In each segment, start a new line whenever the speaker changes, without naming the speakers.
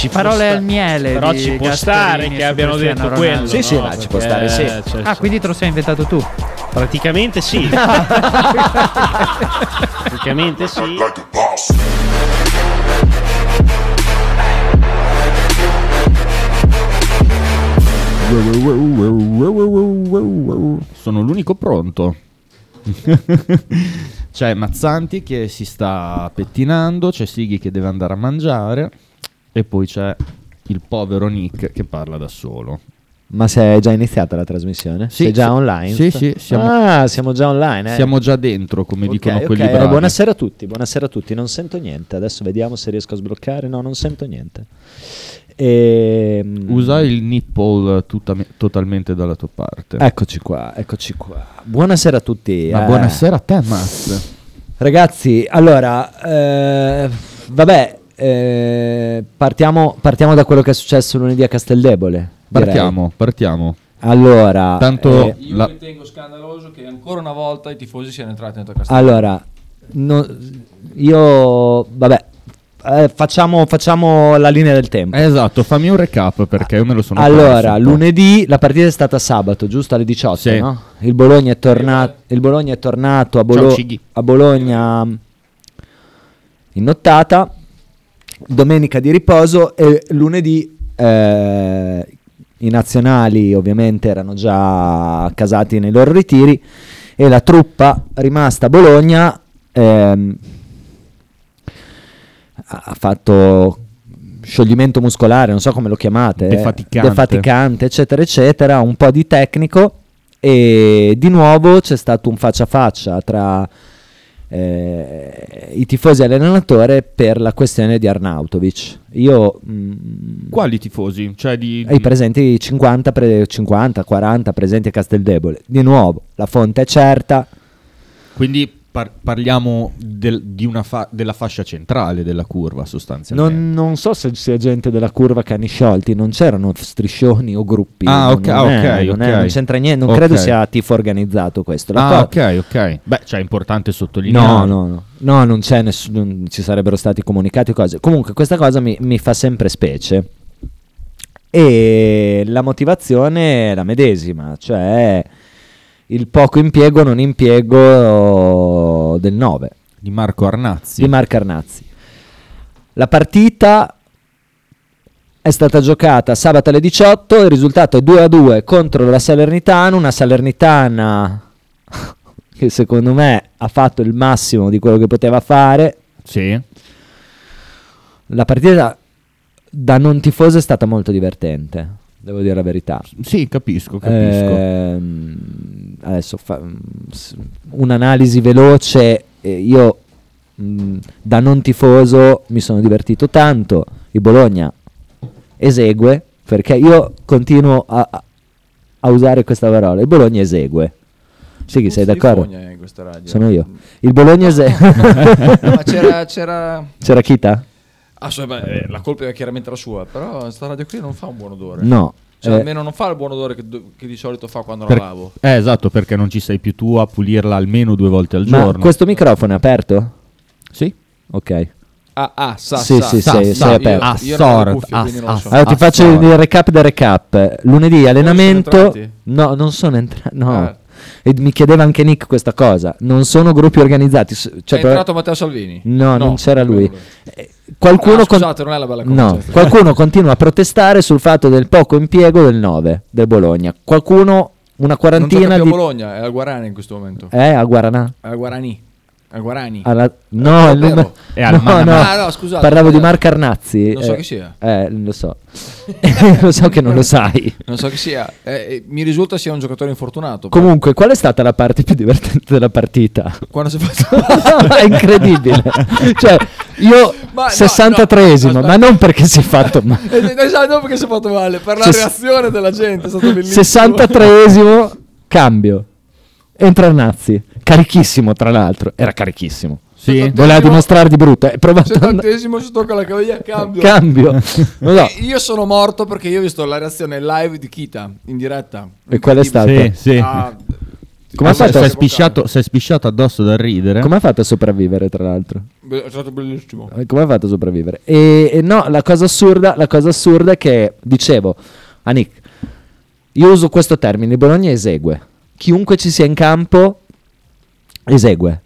Ci può
Parole
sta-
al miele.
Però
di
ci può
Gasperini
stare che
su
abbiano
Cristiano
detto
Ronaldo.
quello.
Sì, sì,
no?
ma ci può stare,
Perché,
sì.
eh, cioè,
Ah, quindi te lo sei inventato tu.
Praticamente sì. Praticamente sì.
like a boss.
Sono l'unico pronto. c'è Mazzanti che si sta pettinando, c'è Sighi che deve andare a mangiare e poi c'è il povero Nick che parla da solo.
Ma sei già iniziata la trasmissione?
Sì,
sei già
sì.
online?
Sì, sì, siamo-
Ah, siamo già online. eh.
Siamo già dentro, come
Ok,
dicono
ok, eh,
quelli
allora,
bravi.
buonasera a tutti, buonasera a tutti. Non sento niente. Adesso vediamo se riesco a sbloccare. No, non sento niente. Ehm,
Usa il nipple tutta- totalmente dalla tua parte.
Eccoci qua, eccoci qua. Buonasera a tutti.
Ma
eh.
buonasera a te, Max.
Ragazzi, allora, eh, vabbè, eh, partiamo, partiamo da quello che è successo lunedì a Casteldebole. direi.
Partiamo, partiamo.
Allora,
Tanto
eh,
Io
la-
ritengo scandaloso che ancora una volta i tifosi siano entrati dentro casa.
Allora, no- io, vabbè, eh, facciamo, facciamo la linea del tempo.
Esatto, fammi un recap perché io me lo sono perso
allora,
un po'.
lunedì la partita è stata sabato, giusto alle 18,
Sì.
no? Il Bologna è, torna- il Bologna è tornato a, Bolo-
Ciao, Cighi.
a Bologna in nottata, domenica di riposo e lunedì eh, i nazionali ovviamente erano già casati nei loro ritiri e la truppa rimasta a Bologna ehm, ha ha fatto scioglimento muscolare, non so come lo chiamate, eh,
Defaticante.
defaticante, eccetera, eccetera, un po' di tecnico e di nuovo c'è stato un faccia a faccia tra eh, i tifosi e l'allenatore per la questione di Arnautovic. Io... mm,
Quali tifosi? Cioè di...
e i presenti 50, pre- 50, 40 presenti a Casteldebole. Di nuovo, la fonte è certa.
Quindi par- parliamo del- di una fa- della fascia centrale della curva sostanzialmente.
Non, non so se sia gente della curva cani sciolti, non c'erano striscioni o gruppi.
Ah,
non-
ok,
non è-
ok,
non è-
ok.
non c'entra niente, non
Ok.
credo sia tifo organizzato questo. La
Ah,
co-
ok, ok. Beh, cioè è importante
No,
sottolineare.
no, no, no, non c'è nessuno, non ci sarebbero stati comunicati cose. Comunque questa cosa mi, mi fa sempre specie. E la motivazione è la medesima, cioè il poco impiego, non impiego del 9
Di Marco Arnazzi.
di Marco Arnazzi. La partita è stata giocata sabato alle 18, il risultato è 2 a 2 contro la Salernitana, una Salernitana che secondo me ha fatto il massimo di quello che poteva fare.
sì.
La partita da non tifoso è stata molto divertente, devo dire la verità.
Sì, capisco, capisco.
Ehm, adesso fa- s- un'analisi veloce. eh, io mh, da non tifoso mi sono divertito tanto. Il Bologna esegue perché io continuo a, a- a usare questa parola. Il Bologna esegue. Sì, che sei d'accordo?
In questa radio.
Sono io. Il Bologna esegue.
No, ma c'era, c'era...
C'era Chita?
Ah, so, beh, la colpa è chiaramente la sua, però sta radio qui non fa un buon odore.
No.
Cioè,
Eh,
almeno non fa il buon odore che, do- che di solito fa quando la
Per-
lavo.
eh, esatto, perché non ci sei più tu a pulirla almeno due volte al
ma
giorno.
questo microfono è aperto?
Sì.
Ok.
Ah, ah, sa,
Sì,
sa,
sì,
sa,
sì,
sa,
sì,
io-
aperto.
io non ho le cuffie,
Ah,
quindi non lo
ah,
so.
Allora ti
Ah,
faccio
sì.
il recap del recap. Lunedì allenamento.
sono entrati?
No, non sono entrato. No.
Ah.
E mi chiedeva anche Nick questa cosa. Non sono gruppi organizzati. s- Cioè,
è
però-
entrato Matteo Salvini?
No, non c'era lui. Eh, Qualcuno
Qualcuno ah,
con-
scusate, non è la bella cosa.
No, qualcuno continua a protestare sul fatto del poco impiego del 9 del Bologna. Qualcuno, una
non gioca
quarantina
più a
di.
Bologna, è al Guarani in questo momento.
Eh, a Guaranà.
È al Guarani. Al Guarani.
Alla- No, il
vero?
numero.
È al
no, no.
Ah, no, scusate.
Parlavo di
scusate.
Marco Arnazzi.
Non so
eh,
chi sia.
Eh, lo so. lo so che non lo sai.
Non so chi sia. Eh, eh, mi risulta sia un giocatore infortunato.
Comunque, qual è stata la parte più divertente della partita?
Quando si è fatto...
è incredibile. cioè, io
Ma no,
63esimo,
no, aspetta.
ma non perché si è fatto male.
Eh, eh, sai, no, perché si è fatto male, per la
Ses-
reazione della gente è stato bellissimo.
63esimo, cambio. Entra Arnazzi, carichissimo tra l'altro, era carichissimo.
Sì.
Voleva dimostrare di brutto, è provato a-
70esimo si tocca la caviglia cambio.
cambio. Non so.
Eh, Io sono morto perché io ho visto la reazione live di Kita in diretta.
E qual è
Incredibile.
stata?
Sì, sì.
Ah,
Come
Come
ha
ah, sei,
fatto-
sei spisciato, sei spisciato addosso dal ridere.
Come ha fatto a sopravvivere, tra l'altro?
Beh, È stato bellissimo.
Eh, Come ha fatto a sopravvivere? E, e no, la cosa assurda, la cosa assurda è che dicevo a Nick, io uso questo termine, il Bologna esegue. Chiunque ci sia in campo esegue.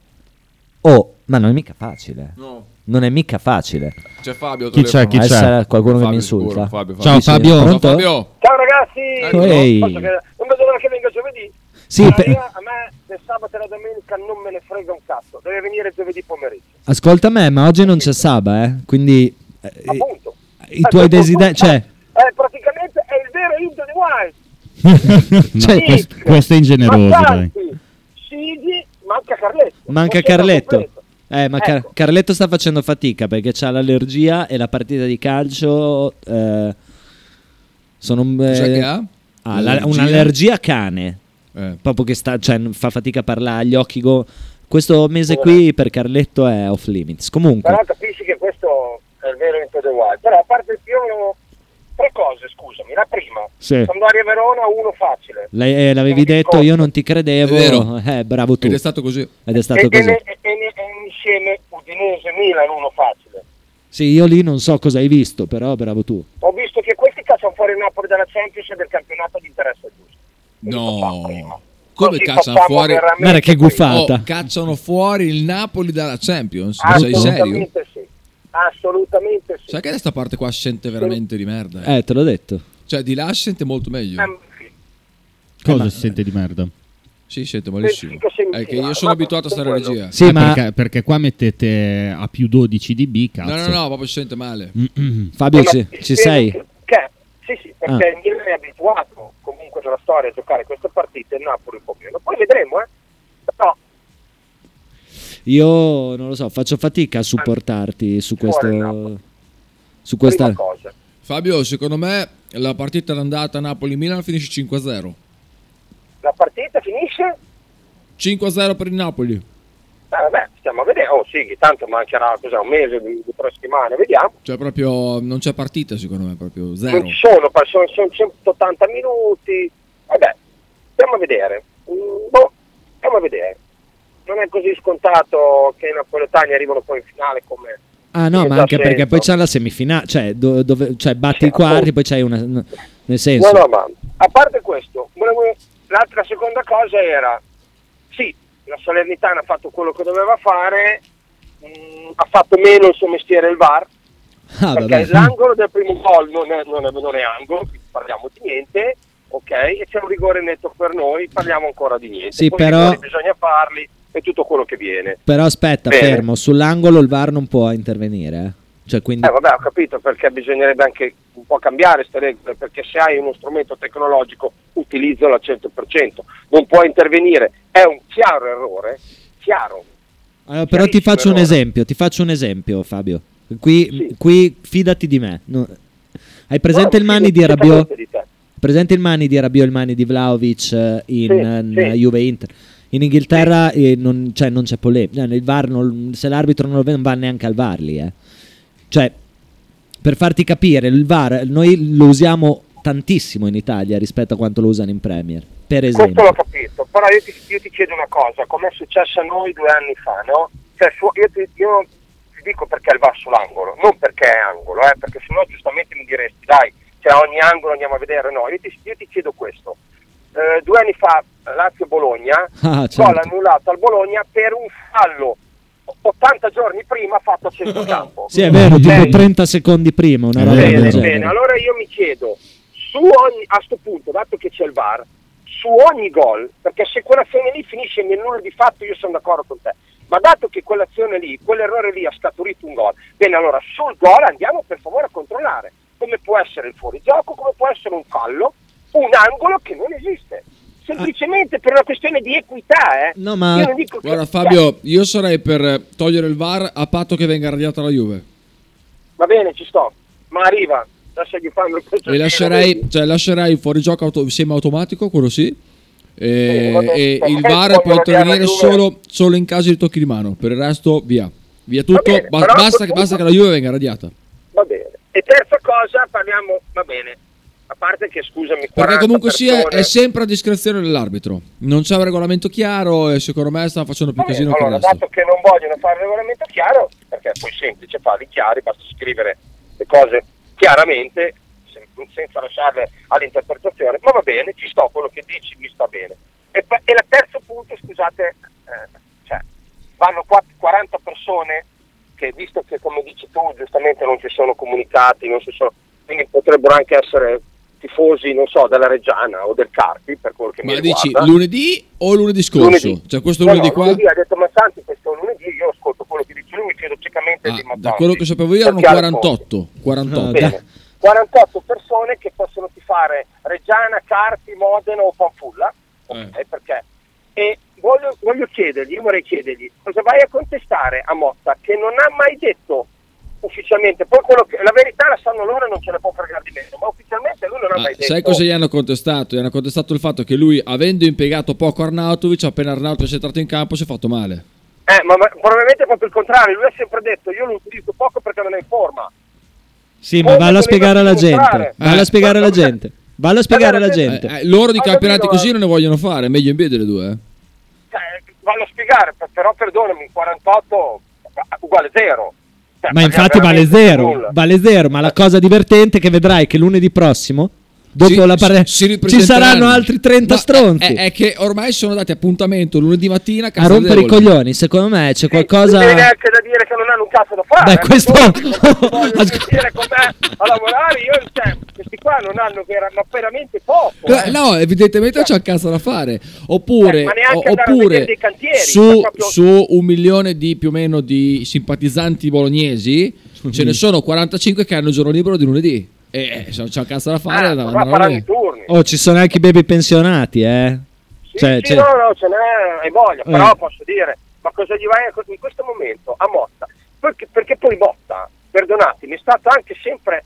Oh, ma non è mica facile.
No,
Non è mica facile.
c'è Fabio. al
Chi c'è,
telefono.
chi
Adesso
c'è?
sarà qualcuno che
Fabio
mi
sicuro,
insulta.
Fabio, Fabio.
Ciao,
Dici,
Fabio.
Ciao,
Pronto?
Fabio.
Ciao ragazzi,
Ecco.
Ehi.
Posso che- non vedo l'ora che venga giovedì.
Sì,
Ma
per-
io- a me del sabato e la domenica non me ne frega un cazzo, deve venire giovedì pomeriggio.
Ascolta me, ma oggi non c'è Saba, eh? Quindi eh,
Appunto.
i tuoi desideri, cioè,
Eh, praticamente è il vero Into the Wild.
cioè,
Nick,
questo-
questo- questo è ingeneroso,
Mazzanti, Sigi, manca Carletto.
manca
Non c'era
Carletto.
completo.
Eh, ma Car-
Ecco.
Carletto sta facendo fatica perché ha l'allergia e la partita di calcio eh, sono un-
Cos'è
eh,
che ha?
ah, la-
Allergia?
un'allergia cane,
Eh.
proprio che sta, cioè, fa fatica a parlare, gli occhi go- questo mese qui per Carletto è off limits. Comunque,
Però capisci che questo è il vero Into the Wild. Però a parte il piano, tre cose, scusami. La prima,
Sì.
quando arrivi a Verona uno facile.
lei- eh, l'avevi detto, io non ti credevo.
È vero.
Eh, bravo tu.
Ed è stato così.
Ed è
e,
stato
e
così.
ne- e- e ne- e insieme Udinese, Milan uno facile.
Sì, io lì non so cosa hai visto, però bravo tu.
Ho visto che questi cacciano fuori il Napoli dalla Champions e del campionato di interesse giusto.
No. Come cacciano fuori?
Guarda che guffata.
Oh, cacciano fuori il Napoli dalla Champions. Ma sei serio?
Assolutamente sì. Assolutamente sì.
Sai che da sta parte qua scente veramente di merda? eh?
Eh, te l'ho detto.
Cioè, di là scente molto meglio.
Ehm, sì.
Cosa si sente di merda?
Sì, scente malissimo.
Che sentiva,
È che io sono
ma
abituato a stare in
quello.
regia.
Sì,
Eh,
ma
perché, perché qua mettete a più 12 dB, cazzo.
No, no, no, proprio scente male.
Mm-mm.
Fabio,
Eh, ma
ci,
ti
Mm, ci
spiego
sei?
che- che- sì, sì, perché
Ah.
il Milan è abituato comunque nella storia a giocare queste partite, il Napoli un po' meno. Poi vedremo, eh. Però
Io non lo so, faccio fatica a supportarti su
Fuori il
questo.
Napoli.
Su questa.
prima cosa.
Fabio, secondo me la partita d'andata Napoli-Milan finisce 5-0.
La partita finisce
5-0 per il Napoli.
Eh, vabbè, stiamo a vedere. Oh sì, che tanto mancherà cos'è, un mese, due, due, tre settimane, vediamo.
Cioè, proprio non c'è partita, secondo me, proprio zero.
Non ci sono, pa- sono, sono 180 minuti. Vabbè, stiamo a vedere. Mm, boh, stiamo a vedere. Non è così scontato che i napoletani arrivano poi in finale come...
Ah, no, ma
Esatto,
anche perché poi
certo.
c'è la semifinale. Cioè, do- dove- cioè, batti
Sì,
i quarti,
appunto.
poi c'hai una. n- Nel senso.
No, no, ma a parte questo, volevo- l'altra seconda cosa era, sì, la Salernitana ha fatto quello che doveva fare, mm, ha fatto meno il suo mestiere il VAR,
Ah, vabbè.
perché l'angolo del primo gol non è, non è- non è angolo, quindi parliamo di niente, ok? E c'è un rigore netto per noi, parliamo ancora di niente.
Sì,
Poi i
però-
rigori bisogna farli e tutto quello che viene. Eh,
Però aspetta,
Bene.
fermo. Sull'angolo il VAR non può intervenire. eh. Cioè, quindi.
Eh vabbè, ho capito, perché bisognerebbe anche un po' cambiare queste regole, perché se hai uno strumento tecnologico utilizzalo al 100%, non può intervenire, è un chiaro errore, chiaro.
Allora, però ti
chiarissimo
faccio un
errore.
esempio, ti faccio un esempio, Fabio. Qui,
Sì.
qui fidati di me. No. Hai
Guarda,
presente il mani
sì,
di Rabiot?
esattamente di te.
Presente il mani di Rabiot e il mani di Vlaovic eh, in,
Sì,
eh, in,
sì.
eh, Juve Inter. In Inghilterra eh, non, cioè, non c'è polemica. Cioè, il VAR non- se l'arbitro non lo vede, non va neanche al VAR lì. eh. Cioè, per farti capire, il VAR noi lo usiamo tantissimo in Italia rispetto a quanto lo usano in Premier. Per
Questo l'ho
esempio,
capito, però io ti, io ti chiedo una cosa, com'è successo a noi due anni fa, no? Cioè, su- io, ti, io ti dico perché il VAR sull'angolo, non perché è angolo, eh, perché sennò giustamente mi diresti, dai, cioè ogni angolo andiamo a vedere, no, io ti, io ti chiedo questo. Eh, due anni fa Lazio-Bologna,
Ah, certo.
gol annullato al Bologna per un fallo 80 giorni prima fatto a centrocampo.
sì, è vero, tipo
Bene.
30 secondi prima, una
È
roba
vero,
del
Bene,
Vabbè,
genere.
bene. Allora io mi chiedo, su ogni, a sto punto, dato che c'è il VAR, su ogni gol, perché se quell'azione lì finisce nel nulla di fatto, io sono d'accordo con te. Ma dato che quell'azione lì, quell'errore lì ha scaturito un gol, bene, allora sul gol andiamo per favore a controllare come può essere il fuorigioco, come può essere un fallo, un angolo che non esiste. Semplicemente per una questione di equità, eh.
No, ma-
Io non dico che-
Guarda, Fabio, io sarei per eh, togliere il VAR a patto che venga radiata la Juve.
Va bene, ci sto, ma arriva, lasciagli fare il
E lascerei, cioè, lascerei il fuorigioco auto- semiautomatico, quello sì.
Eh,
E,
vabbè,
e
ma
il
magari
VAR
vogliono
può intervenire
odiare la Juve.
solo, solo in caso di tocchi di mano. Per il resto, via. Via tutto.
bene,
ba-
però a
basta,
quel
che, basta
punto-
che la Juve venga radiata.
Va bene. E terza cosa, parliamo, va bene, a parte che, scusami,
Perché
40
comunque sia
persone-
è sempre a discrezione dell'arbitro. Non c'è un regolamento chiaro e secondo me stanno facendo più
Va bene,
casino che il
Eh, allora,
resto.
dato che non vogliono fare il regolamento chiaro, perché è poi semplice farli chiari, basta scrivere le cose chiaramente, se- senza lasciarle all'interpretazione, ma va bene, ci sto, quello che dici mi sta bene. E, p- e la terzo punto, scusate, eh, cioè, vanno qua- 40 persone che, visto che come dici tu, giustamente non ci sono comunicati, non si sono, quindi potrebbero anche essere tifosi, non so, della Reggiana o del Carpi, per quello che
Ma
mi
dici
riguarda
lunedì o lunedì scorso?
lunedì.
Cioè questo
No,
lunedì
no,
qua?
lunedì ha detto Massanti questo lunedì io ascolto quello che dice lui mi chiedo ciecamente
Ah,
di Massanti
da quello che sapevo io erano
Perché ha ragione.
48. 48.
Ah,
Bene. 48 persone che possono tifare Reggiana, Carpi, Modena o Panfulla
Eh.
ok, perché e voglio, voglio chiedergli, io vorrei chiedergli cosa vai a contestare a Motta che non ha mai detto ufficialmente poi quello che, la verità la sanno loro e non ce ne può fregare di meno ma ufficialmente lui non ha
Ah,
mai detto
sai cosa gli hanno contestato? Gli hanno contestato il fatto che lui, avendo impiegato poco Arnautovic, appena Arnautovic è entrato in campo si è fatto male.
Eh, ma, ma probabilmente è proprio il contrario lui ha sempre detto io lo utilizzo poco perché non è in forma
Sì,
Come
ma vallo a
voleva
spiegare alla gente.
dimostrare.
Vallo a
Eh.
spiegare alla
Ma come-
gente. Vallo a spiegare alla
Vabbè, ma-
gente.
Eh, eh, loro di
Ho
campionati
capito,
così
eh.
non ne vogliono fare, meglio in biede le due. eh.
Cioè, vanno a spiegare, per- però perdonami, 48 uguale 0.
Ma infatti vale zero, vale zero, ma la cosa divertente è che vedrai che lunedì prossimo, dopo
Si-
la pare-
si
ci
ripresenteranno.
saranno altri 30
Ah,
No,
stronzi
È, è che ormai sono dati appuntamento lunedì mattina
a rompere i
Castelldevole.
coglioni. Secondo me c'è qualcosa...
Non viene neanche da dire che non hanno un cazzo da fare.
Beh,
eh,
questo-
perché non vogliono
Ascol-
venire con me a lavorare, io cioè, questi qua non hanno vera- ma veramente poco.
Eh,
eh.
No, evidentemente c'è un cazzo da fare. Oppure,
Eh, ma neanche
o-
andare a
oppure
vedere dei cantieri,
su,
ma proprio-
su un milione di più o meno di simpatizzanti bolognesi, ce ne sono 45 che hanno il giorno libero di lunedì. E eh, se non c'è un cazzo da fare,
Ah,
da-
ma
da-
faranno i
da-
turni.
Oh, ci sono anche i baby pensionati, eh.
Sì,
cioè,
sì,
cioè-
no, no, ce n'è, hai voglia,
Eh.
però posso dire, ma cosa gli vai a co- in questo momento a Motta? Perché, perché poi Motta, perdonatemi, è stato anche sempre,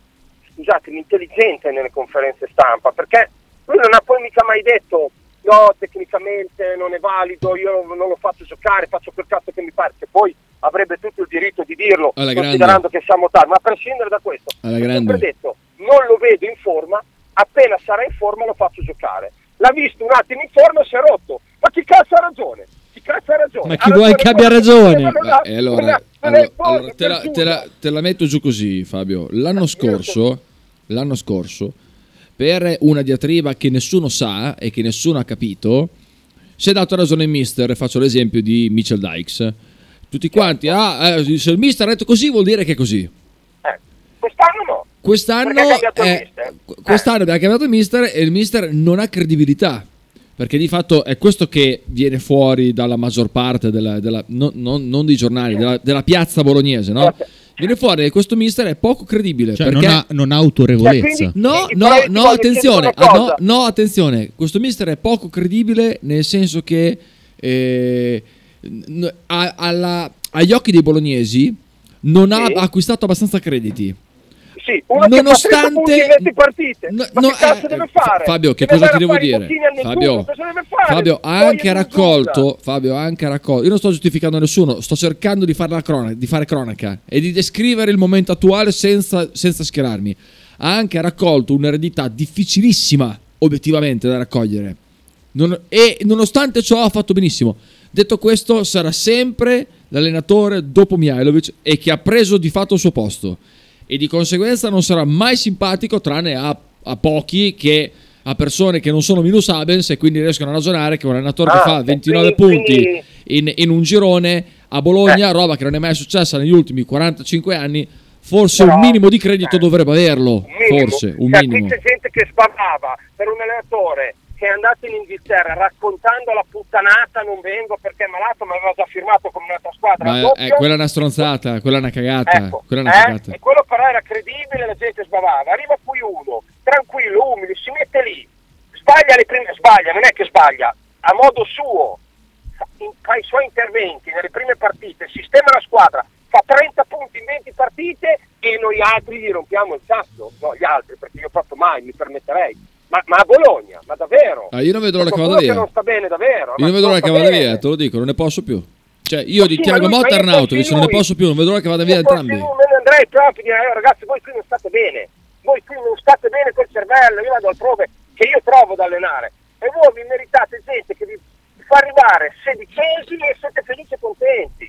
scusatemi, intelligente nelle conferenze stampa, perché lui non ha poi mica mai detto no, tecnicamente non è valido, io non non lo faccio giocare, faccio quel cazzo che mi pare, che poi avrebbe tutto il diritto di dirlo,
Alla grande.
considerando che siamo tardi, ma a prescindere da questo,
Alla
ha
grande.
sempre detto non lo vedo in forma, appena sarà in forma lo faccio giocare. L'ha visto un attimo in forma e si è rotto. Ma chi cazzo ha ragione? Chi cazzo ha ragione?
Ma chi
Ha
vuoi che abbia ragione?
Ma non
Beh,
ha-
e
non ha-
Eh, allora,
non è
allora-
in forma,
allora te, la,
per
te la-
giuro.
te la metto giù così, Fabio. L'anno
io
scorso, l'anno scorso, per una diatriba che nessuno sa e che nessuno ha capito, si è dato ragione il mister. Faccio l'esempio di Mitchell Dykes. Tutti
Certo.
quanti, ah, eh, se il mister ha detto così, vuol dire che è così.
Eh, Quest'anno no.
Quest'anno,
Perché ha cambiato il
eh,
mister.
qu- quest'anno abbiamo cambiato il mister e il mister non ha credibilità. Perché di fatto è questo che viene fuori dalla maggior parte della, della- no- non, non dei giornali, della, della piazza bolognese, no? Viene fuori che questo mister è poco credibile.
Cioè, non
perché
ha, non ha
Cioè,
autorevolezza.
quindi-
No,
Eh,
no,
però io ti
no,
voglio
attenzione,
chiedere una
ah, no,
cosa.
no, attenzione, questo mister è poco credibile nel senso che eh, n- a- alla- agli occhi dei bolognesi non ha
Sì.
acquistato abbastanza crediti.
Sì, uno che fa 30 punti in 20 partite.
No,
ma
no,
che cazzo
eh,
deve fare?
Fabio, che
Deve
cosa
andare
ti
a
devo
fare i
dire?
bottini a nessuno,
Fabio,
cosa deve fare?
Fabio ha
Poi
anche
è
raccolto. Fabio ha anche raccolto. Io non sto giustificando nessuno, sto cercando di fare, la crona- di fare cronaca e di descrivere il momento attuale senza, senza schierarmi. Ha anche raccolto un'eredità difficilissima, obiettivamente, da raccogliere. Non- e nonostante ciò ha fatto benissimo. Detto questo, sarà sempre l'allenatore dopo Mihailovic e che ha preso di fatto il suo posto. E di conseguenza non sarà mai simpatico tranne a, a pochi che a persone che non sono minus abens e quindi riescono a ragionare che un allenatore che
Ah,
fa
ok,
29
quindi- Eh.
punti
quindi-
in, in un girone a Bologna, roba che non è mai successa negli ultimi 45 anni, forse
Però-
un minimo di credito
eh.
dovrebbe averlo,
Un minimo.
forse, un
Cioè,
minimo.
Qui c'è gente che sbavava per un allenatore che è andato in Inghilterra raccontando la puttanata non vengo perché è malato ma aveva già firmato con un'altra squadra.
Ma
doppio.
eh, quella è una stronzata, quella è una cagata,
Ecco,
quella è una
eh,
cagata.
E quello però era credibile, la gente sbavava. Arriva qui uno, tranquillo, umile, si mette lì, sbaglia le prime, sbaglia, non è che sbaglia, a modo suo, fa- in- fa i suoi interventi nelle prime partite, sistema la squadra, fa 30 punti in 20 partite e noi altri gli rompiamo il cazzo, no gli altri, perché io proprio mai mi permetterei. Ma, ma a Bologna, ma davvero?
Ah, io non vedo l'ora
C'è
che
qualcuno
vada via.
non sta bene, davvero.
Io
ma
non vedo l'ora che
sta
vada
bene.
via, te lo dico, non ne posso più. Cioè, io di
Sì, ma
Tiago
lui-
Motta e
ma io
Arnautovic
fossi
non ne
lui-
posso più, non vedo l'ora che vada
se
via
fossi
entrambi.
lui Me ne andrei proprio e direi, "Eh, ragazzi, voi qui non state bene. voi qui non state bene col cervello, io vado altrove, che io provo ad allenare. E voi vi meritate gente che vi fa arrivare sedicesimi e siete felici e contenti.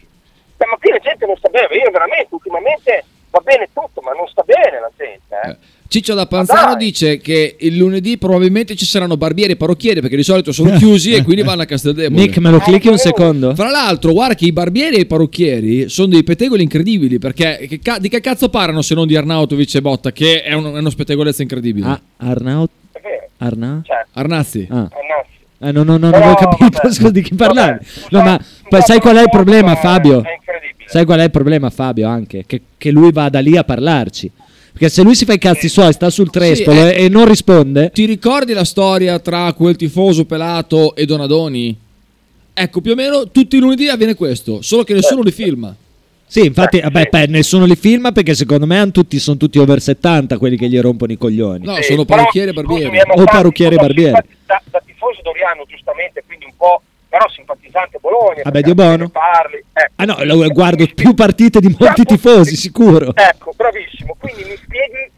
Cioè, Ma qui la gente non sta bene, io veramente ultimamente va bene tutto, ma non sta bene la gente. eh.
Ciccio da Panzano
Ma dai!
dice che il lunedì probabilmente ci saranno barbieri e parrucchieri perché di solito sono chiusi e quindi vanno a Casteldebole.
Nick, Eh,
Eh,
me lo clicchi un secondo?
Fra l'altro, guarda che i barbieri e i parrucchieri sono dei pettegoli incredibili. Perché che ca- di che cazzo parlano se non di Arnautovic e Botta, che è, un- è uno spettegolezza incredibile.
Ah, Arnaut?
È vero,
Arna?
eh. cioè,
Arnazzi,
Ah.
eh, no, sì.
Ah, no, no, no, non
Però,
ho capito
vabbè,
scusa, di chi
vabbè,
parlare.
un
No,
po-
ma
un
ma
po'
sai qual è il problema,
è-
Fabio?
è incredibile.
Sai qual è il problema, Fabio? Anche che, che lui vada lì a parlarci. Perché se lui si fa i cazzi suoi, sta sul trespolo
eh.
e, e non risponde,
ti ricordi la storia tra quel tifoso pelato e Donadoni? Ecco, più o meno tutti i lunedì avviene questo, solo che nessuno li filma.
sì, infatti,
Eh,
vabbè,
sì.
beh, nessuno li filma perché secondo me han tutti- sono tutti over 70 quelli che gli rompono i coglioni.
No,
Sì,
sono
Eh, però,
parrucchieri e
scusami,
barbieri.
abbiamo
O
fatto-
parrucchieri e
da-
barbieri.
Da, da tifoso Doriano, giustamente, quindi un po', però simpatizzante Bologna.
Vabbè,
perché se
Dio buono.
ne Parli, eh.
Ah no, lo- guardo più partite di molti
Ecco,
tifosi, sicuro.
Ecco, bravissimo. Quindi mi spieghi,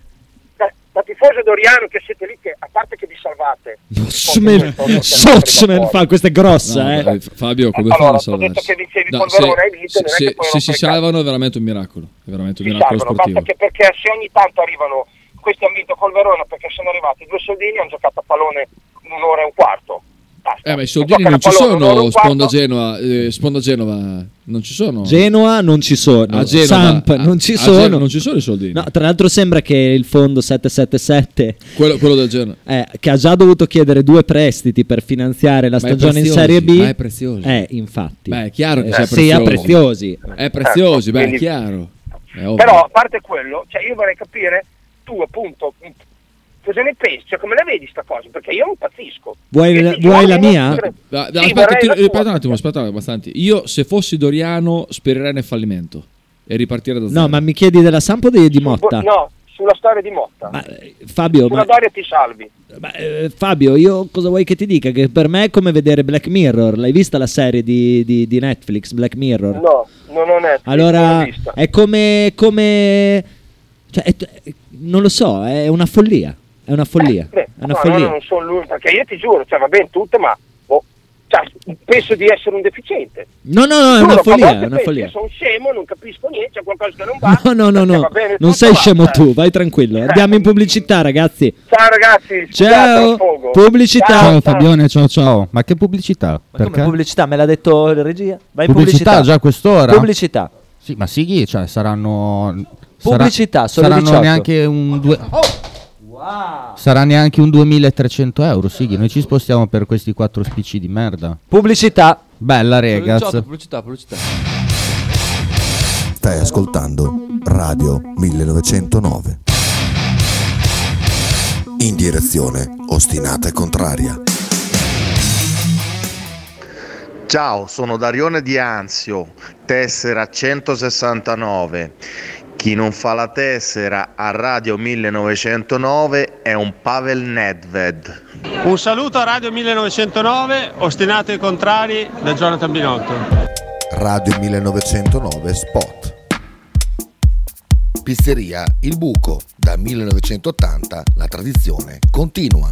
da, da tifoso Doriano che siete lì, che, a parte che vi salvate.
Sossman- Sossman fa questa è grossa,
No,
eh.
dai, F- Fabio, come
Allora,
fa a
ho detto
salvarsi?
che vincevi
No,
col
se,
Verona, hai vinto,
se-
non è che
se-
puoi
se
rompere
si
il cazzo.
salvano è veramente un miracolo. È veramente un
Ci
miracolo
salvano, basta
sportivo.
che perché se ogni tanto arrivano, questi hanno vinto col Verona perché sono arrivati due soldini e hanno giocato a pallone un'ora e un quarto. Basta.
Eh, ma i soldini
Giocano
non
a
ci
pallone un'ora e
sono.
un quarto.
Sponda Genova, eh, Sponda Genova, non ci sono.
Genoa non ci sono,
a Genova,
Samp
a-
non ci
a
sono.
Genova non ci sono i soldini.
No, tra l'altro sembra che il fondo 777,
Quello, quello del Genova.
eh, che ha già dovuto chiedere due prestiti per finanziare la
Ma è
stagione in
preziosi,
Serie B,
ma è prezioso.
eh, infatti,
Beh, è chiaro che
Eh,
sia
sia
preziosi.
preziosi.
È prezioso, beh, è
quindi-
Oh,
chiaro. È ovvio.
Però a parte quello, cioè io vorrei capire tu appunto cosa ne pensi, cioè come la vedi sta cosa? Perché io impazzisco.
Vuoi-
Che ti
vuoi la
giorni non
mia?
ti cre-
Da-
Sì,
da-
vorrei
aspetta, ti-
la tua.
aspetta un attimo, aspetta abbastanza. Io, se fossi Doriano, spererei nel fallimento e ripartire da zero.
No, ma mi chiedi della Samp o di, di
Bo-
Motta?
No, sulla storia di Motta.
Ma, eh, Fabio,
Sulla
ma,
Doria ti salvi.
ma, eh, Fabio, io cosa vuoi che ti dica? Che per me è come vedere Black Mirror. L'hai vista la serie di, di- di Netflix, Black Mirror?
No, no, non è. non
Allora,
l'ho vista.
è come. come cioè, è- è- non lo so, è una follia. È una follia.
Eh, Beh,
è una
no,
follia.
no, non sono lui, perché io ti giuro, cioè va bene tutto, ma oh, cioè, penso di essere un deficiente.
No, no,
Giuro,
no, è una
a volte
follia. È una
penso,
follia.
Io sono scemo, non capisco niente, c'è qualcosa che non va.
No, no, no,
perché
no.
va bene tutto,
Non sei
basta.
scemo tu, vai tranquillo.
Eh.
Andiamo in pubblicità, ragazzi.
Ciao ragazzi,
Ciao,
scusate, sfogo.
pubblicità. Oh,
Ciao Fabione, ciao ciao. Ma che pubblicità?
Ma come
Perché?
pubblicità, me l'ha detto la regia? Vai in
Pubblicità,
pubblicità.
già a quest'ora?
Pubblicità.
Sì, ma sì, cioè saranno sarà-
Pubblicità, solo
saranno
18.
neanche un due- Sarà neanche un 2300 euro, Sighi. Noi ci spostiamo per questi quattro spicci di merda.
Pubblicità.
Bella,
Pubblicità,
ragazzi.
pubblicità, pubblicità.
Stai ascoltando Radio 1909. In direzione ostinata e contraria.
Ciao, sono Darione di Anzio, tessera 169. Chi non fa la tessera a Radio 1909 è un Pavel Nedved.
Un saluto a Radio 1909, ostinati e contrari da Jonathan Binotto.
Radio 1909 Spot. Pizzeria Il Buco. Da 1980 la tradizione continua.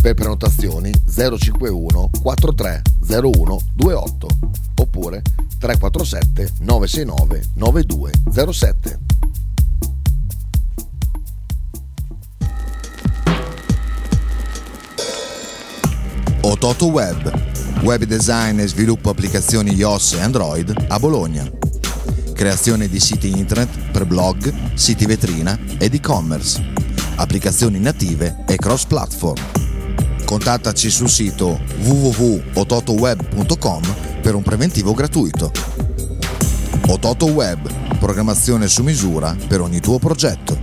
Per prenotazioni 051 4301 28 oppure 347 969 9207. Ototo Web, web design e sviluppo applicazioni iOS e Android a Bologna. Creazione di siti internet per blog, siti vetrina ed e-commerce. Applicazioni native e cross-platform. Contattaci sul sito www.ototoweb.com per un preventivo gratuito. Ototo Web, programmazione su misura per ogni tuo progetto.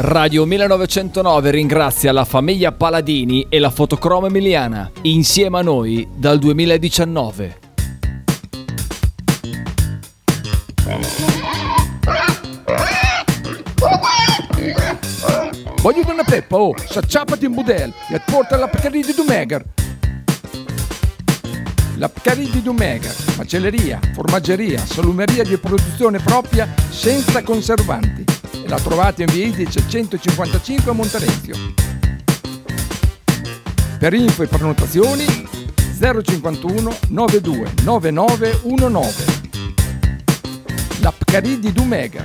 Radio 1909 ringrazia la famiglia Paladini e la fotocromo emiliana, insieme a noi dal 2019.
Voglio una peppa, oh, s'acciappati in budel e porta la Pcaridi di Dumegar. La Pcaridi di Dumegar, macelleria, formaggeria, salumeria di produzione propria senza conservanti. E la trovate in via Idice 155 a Monterezio. Per info e prenotazioni 051 92 9919. La Pcaridi di Dumegar.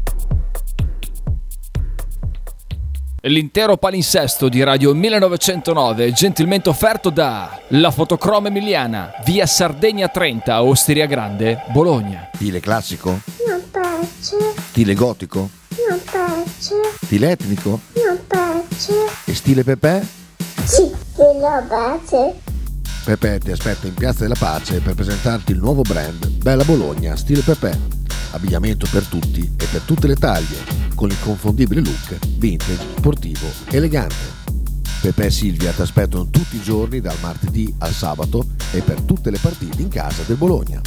L'intero palinsesto di Radio 1909 è gentilmente offerto da La Fotocroma Emiliana, via Sardegna 30, Osteria Grande, Bologna.
Stile classico?
Non piace,
Stile gotico?
non piace,
Stile etnico?
non piace.
E stile Pepe?
Sì, te lo bacio.
Pepe ti aspetta in Piazza della Pace per presentarti il nuovo brand Bella Bologna Stile Pepe. Abbigliamento per tutti e per tutte le taglie, con l'inconfondibile look vintage, sportivo, elegante. Pepe e Silvia ti aspettano tutti i giorni dal martedì al sabato e per tutte le partite in casa del Bologna.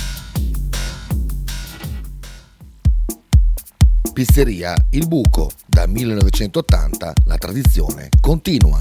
Pizzeria Il Buco, da 1980 la tradizione continua.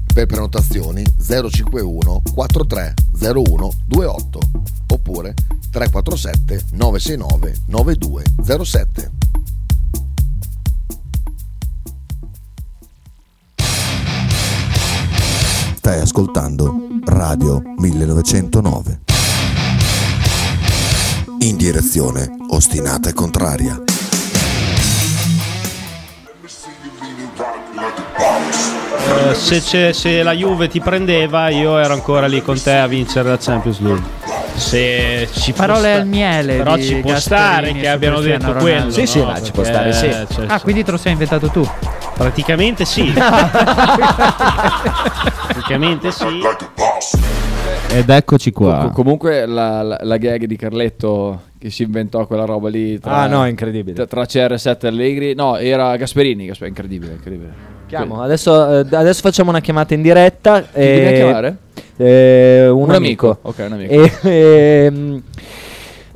Per prenotazioni 051 4301 28 oppure 347 969 9207.
Stai ascoltando Radio 1909.
In direzione ostinata e contraria.
Eh, se, c'è- se la Juve ti prendeva, io ero ancora lì con te a vincere la Champions League. Se ci può
Parole
sta-
al miele.
Però
di
ci può
Gasperini
stare che
su
abbiano
Cristiano
detto
Ronaldo,
quello.
no?
no? Perché, cioè,
ah, quindi te lo sei inventato tu.
Praticamente sì. Praticamente sì.
Ed eccoci qua.
Com- comunque la, la- la gag di Carletto che si inventò quella roba lì tra,
Ah, no, è incredibile.
tra, tra CR7 e Allegri no era Gasperini Gasper- incredibile incredibile
Chiamo, adesso, eh, adesso facciamo una chiamata in diretta.
vieni a
eh,
chiamare?
eh, un,
Un amico.
amico.
Ok, un amico.
E, ehm,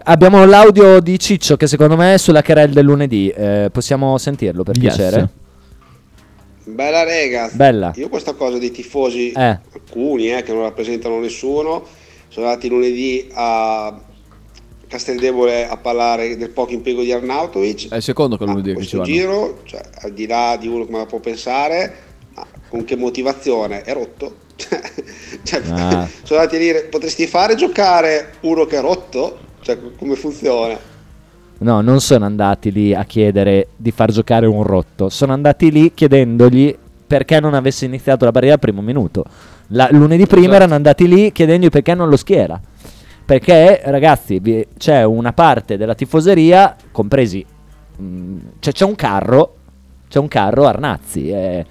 abbiamo l'audio di Ciccio che secondo me è sulla querel del lunedì. Eh, possiamo sentirlo per
Yes.
piacere?
Bella rega,
Bella.
io questa cosa dei tifosi,
Eh.
alcuni eh, che non rappresentano nessuno, sono andati lunedì a Casteldevole a parlare del poco impiego di Arnautovic,
è il secondo che lunedì che ci
questo
vanno
giro, cioè, al di là di uno come la può pensare, ma con che motivazione, è rotto, Cioè,
Ah.
sono andati a dire, potresti fare giocare uno che è rotto? Cioè, come funziona?
No, non sono andati lì a chiedere di far giocare un rotto, sono andati lì chiedendogli perché non avesse iniziato la barriera al primo minuto. La- lunedì prima erano andati lì chiedendogli perché non lo schiera. Perché, ragazzi, vi- c'è una parte della tifoseria, compresi, mh, cioè c'è un carro, c'è un carro Arnazzi, eh,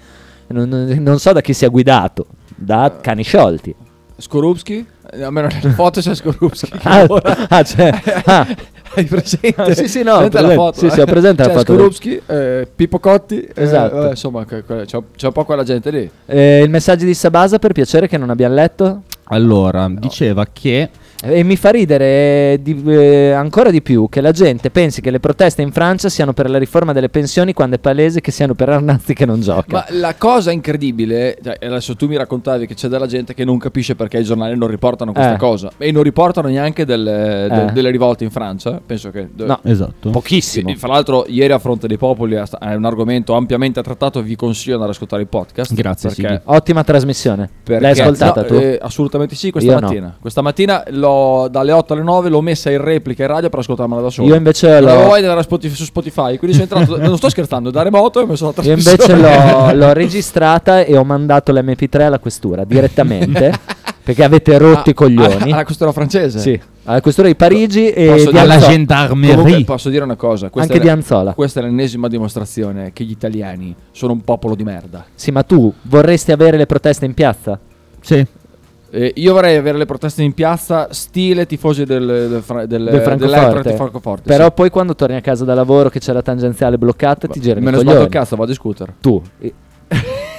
non, non- non so da chi sia guidato, da cani sciolti.
Skorupski? Eh, Almeno nella foto c'è Skorupski. che
Ah,
lavora.
ah, c'è- ah.
Hai presente?
Ah, sì, sì, no, ho
Presente la
presente.
foto,
Sì, sì, ho
eh?
presente la
C'è
foto.
Skorupski, eh, Pippo Cotti. eh,
Esatto.
vabbè, insomma, que- que- c'è, c'è un po' quella gente lì.
Eh, il messaggio di Sabasa, per piacere, che non abbiamo letto.
Allora, diceva che...
E mi fa ridere eh, di- eh, ancora di più che la gente pensi che le proteste in Francia siano per la riforma delle pensioni quando è palese che siano per Arnazzi che non gioca.
Ma la cosa incredibile, cioè, adesso tu mi raccontavi che c'è della gente che non capisce perché i giornali non riportano questa
Eh.
cosa e non riportano neanche del- de- delle rivolte in Francia. Penso che.
No,
esatto.
Pochissimo. Fra l'altro, ieri a Fronte dei Popoli è sta- è un argomento ampiamente trattato. Vi consiglio di andare ad ascoltare il podcast.
Grazie,
perché
Ottima trasmissione.
perché-
L'hai ascoltata
no,
tu?
eh, assolutamente sì, questa
Io no.
mattina. Questa mattina l'ho- dalle 8 alle 9 l'ho messa in replica in radio per ascoltarmela da solo.
Io invece l'ho-
L'avevo voglia di andare a Spotify- su Spotify, quindi sono entrato, non sto scherzando, da remoto e mi sono
Io
trasmesso.
invece l'ho, l'ho registrata e ho mandato l'MP3 alla questura direttamente perché avete
Ah,
rotto i coglioni.
alla questora francese?
Sì, alla questura di Parigi e
Posso
di
dire-
Anzo-
Comunque posso dire una cosa. questa
Anche
è la-
di Anzola.
Questa è l'ennesima dimostrazione che gli italiani sono un popolo di merda.
Sì, ma tu vorresti avere le proteste in piazza?
Sì.
Eh, io vorrei avere le proteste in piazza, stile tifosi del, del, fra- del,
del
dell'Eintracht
Francoforte.
di Francoforte.
Però poi quando torni a casa da lavoro che c'è la tangenziale bloccata ti giri
me ne
i
sbatto
coglioni.
il cazzo, vado in scooter.
Tu.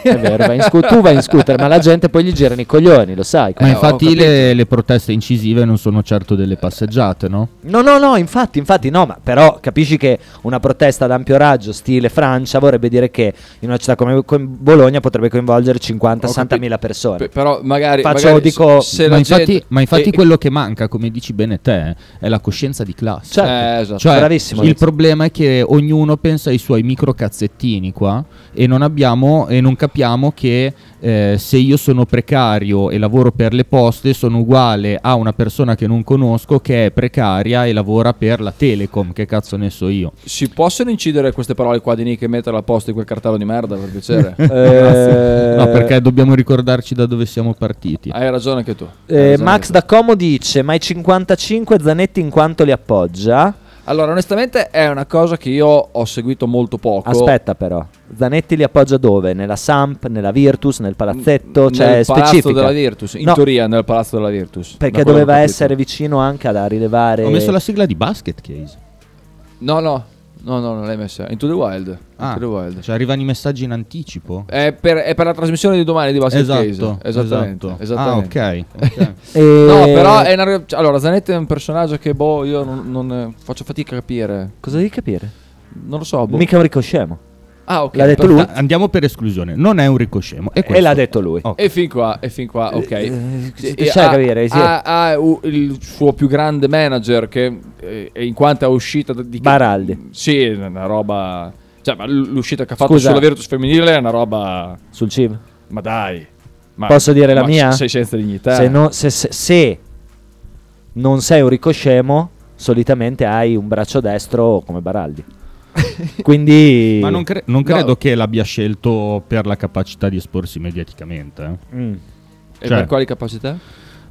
È vero, vai in scu- tu vai in scooter, ma la gente poi gli girano i coglioni, lo sai.
Eh,
Ma infatti le, le proteste incisive non sono certo delle passeggiate, no?
No, no, no, infatti, infatti no, ma però capisci che una protesta ad ampio raggio, stile Francia, vorrebbe dire che in una città come, come Bologna potrebbe coinvolgere 50-60 mila persone.
Pe- però magari,
Faccio,
magari
dico-
se, se
ma,
la
infatti,
gente-
ma infatti
e-
quello che manca, come dici bene te, è la coscienza di classe.
Certo. Eh, esatto.
Cioè,
Bravissimo,
Il
Lorenzo.
problema è che ognuno pensa ai suoi micro cazzettini qua e non, abbiamo, e non capiamo che eh, se io sono precario e lavoro per le poste sono uguale a una persona che non conosco che è precaria e lavora per la Telecom, che cazzo ne so io.
si possono incidere queste parole qua di Nick e metterle a posto in quel cartello di merda, per piacere?
Grazie. No, perché dobbiamo ricordarci da dove siamo partiti.
Hai ragione anche tu.
Eh, Max da Como dice, ma i 55 Zanetti in quanto li appoggia?
Allora, onestamente è una cosa che io ho seguito molto poco.
Aspetta però, Zanetti li appoggia dove? Nella Samp, nella Virtus, nel palazzetto?
nel
cioè
palazzo
specifica.
della Virtus, in
No,
teoria nel palazzo della Virtus. Da
Perché
quello che ho
doveva
capito.
essere vicino anche a rilevare...
Ho messo la sigla di basket case.
No, no, no, no, non l'hai messa. Into the Wild.
Ah,
Into the Wild.
cioè arrivano i messaggi in anticipo.
È per, è per la trasmissione di domani di Basket
Esatto,
Case. Esattamente.
esatto.
esattamente.
Ah, ok, ok.
no, però è una- cioè, allora, Zanetti è un personaggio che boh, io non, non, eh, faccio fatica a capire.
Cosa devi capire?
Non lo so, boh.
Mica un ricoscemo.
Ah, ok.
L'ha detto lui?
perfetto.
Oh,
Eh,
Andiamo per esclusione, non è un ricoscemo. E,
l'ha detto lui.
E fin qua, e fin qua, ok.
eh,
E
sai
ha-
capire, sì.
ha, ha u- il suo più grande manager che eh, in quanto è uscita di...
Baraldi.
Sì, è una roba... Cioè, ma l- l'uscita che ha fatto
Scusa.
sulla Virtus femminile è una roba...
Sul CIV?
Ma dai. Ma-
Posso dire la
ma
mia?
Sei senza dignità.
Se, no- se- se- se non sei un ricoscemo, solitamente hai un braccio destro come Baraldi. Quindi...
Ma non, cre- non
No.
credo che l'abbia scelto per la capacità di esporsi mediaticamente. eh.
Mm.
E
Cioè-
per quali capacità?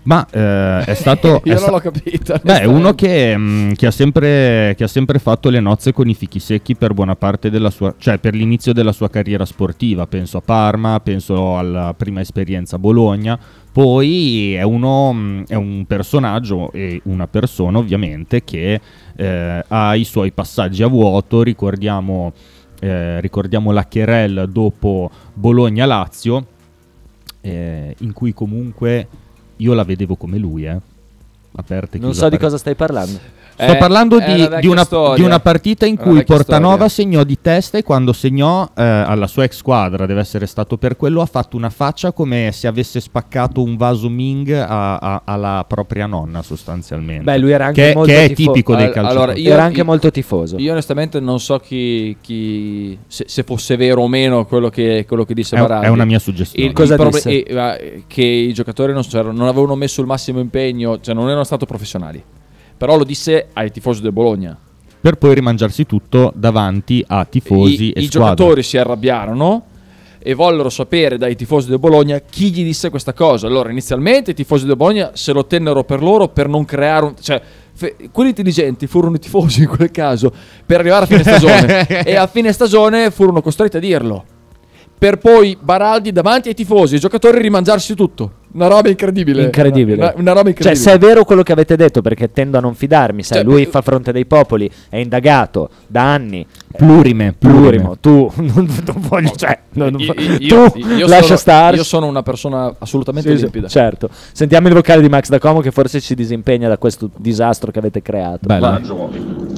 Ma eh, è stato.
Io
è
non
sta-
l'ho capita,
Beh, è
onestamente.
uno che, mm, che ha sempre, che ha sempre fatto le nozze con i fichi secchi per buona parte della sua. cioè per l'inizio della sua carriera sportiva. Penso a Parma, penso alla prima esperienza a Bologna. Poi è uno. mm, è un personaggio e una persona, ovviamente, che eh, ha i suoi passaggi a vuoto. Ricordiamo. eh, ricordiamo la Querel dopo Bologna-Lazio, eh, in cui comunque io la vedevo come lui, eh. Aperte,
Non
chiuse,
so di
aperte.
cosa stai parlando.
Sto
Eh,
parlando
è
di,
una
di una,
vecchia storia.
di una partita in
È una
cui
vecchia
Portanova segnò di testa e quando segnò eh, alla sua ex squadra, deve essere stato per quello, ha fatto una faccia come se avesse spaccato un vaso Ming a- a- alla propria nonna sostanzialmente.
Beh, lui era anche
che,
molto
che è
tifo-
tipico dei
Al-
calciatori.
allora, io- Era anche molto tifoso.
Io onestamente non so chi, chi- se, se fosse vero o meno quello che, quello che disse
È-
Baraldi.
è una mia suggestione.
Il- il
Cosa
proble-
disse?
e- ma- che i giocatori non, c'erano- non avevano messo il massimo impegno, cioè non erano stati professionali. Però lo disse ai tifosi del Bologna.
Per poi rimangiarsi tutto davanti a tifosi
I,
e
i
squadre.
giocatori si arrabbiarono e vollero sapere dai tifosi del Bologna chi gli disse questa cosa. Allora, inizialmente i tifosi del Bologna se lo tennero per loro per non creare un. Cioè, fe- quelli intelligenti furono i tifosi in quel caso per arrivare a fine stagione e a fine stagione furono costretti a dirlo. Per poi Baraldi davanti ai tifosi e ai giocatori rimangiarsi tutto. Una roba incredibile.
Incredibile.
Una, una roba incredibile.
Cioè, se è vero quello che avete detto, perché tendo a non fidarmi, sai,
Cioè,
lui fa fronte dei popoli, è indagato da anni. Eh,
Plurime,
plurimo. Tu non, non voglio, cioè, non- non- tu lascia
sono,
stare.
Io sono una persona assolutamente
Sì, sì,
limpida.
certo. Sentiamo il vocale di Max da Como che forse ci disimpegna da questo disastro che avete creato.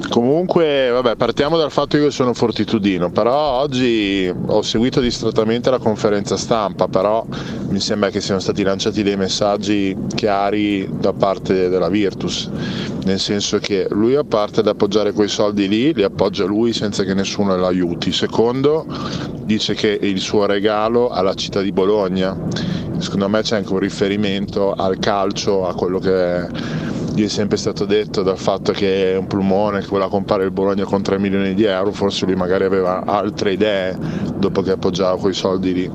Comunque, vabbè, partiamo dal fatto che io sono fortitudino, però oggi ho seguito distrattamente la conferenza stampa, però mi sembra che siano stati lanciati dei messaggi chiari da parte della Virtus, nel senso che lui a parte ad appoggiare quei soldi lì, li appoggia lui senza che nessuno lo aiuti. Secondo, dice che è il suo regalo alla città di Bologna. Secondo me c'è anche un riferimento al calcio, a quello che gli è sempre stato detto dal fatto che è un plumone che voleva comprare il Bologna con 3 milioni di euro, forse lui magari aveva altre idee dopo che appoggiava quei soldi lì.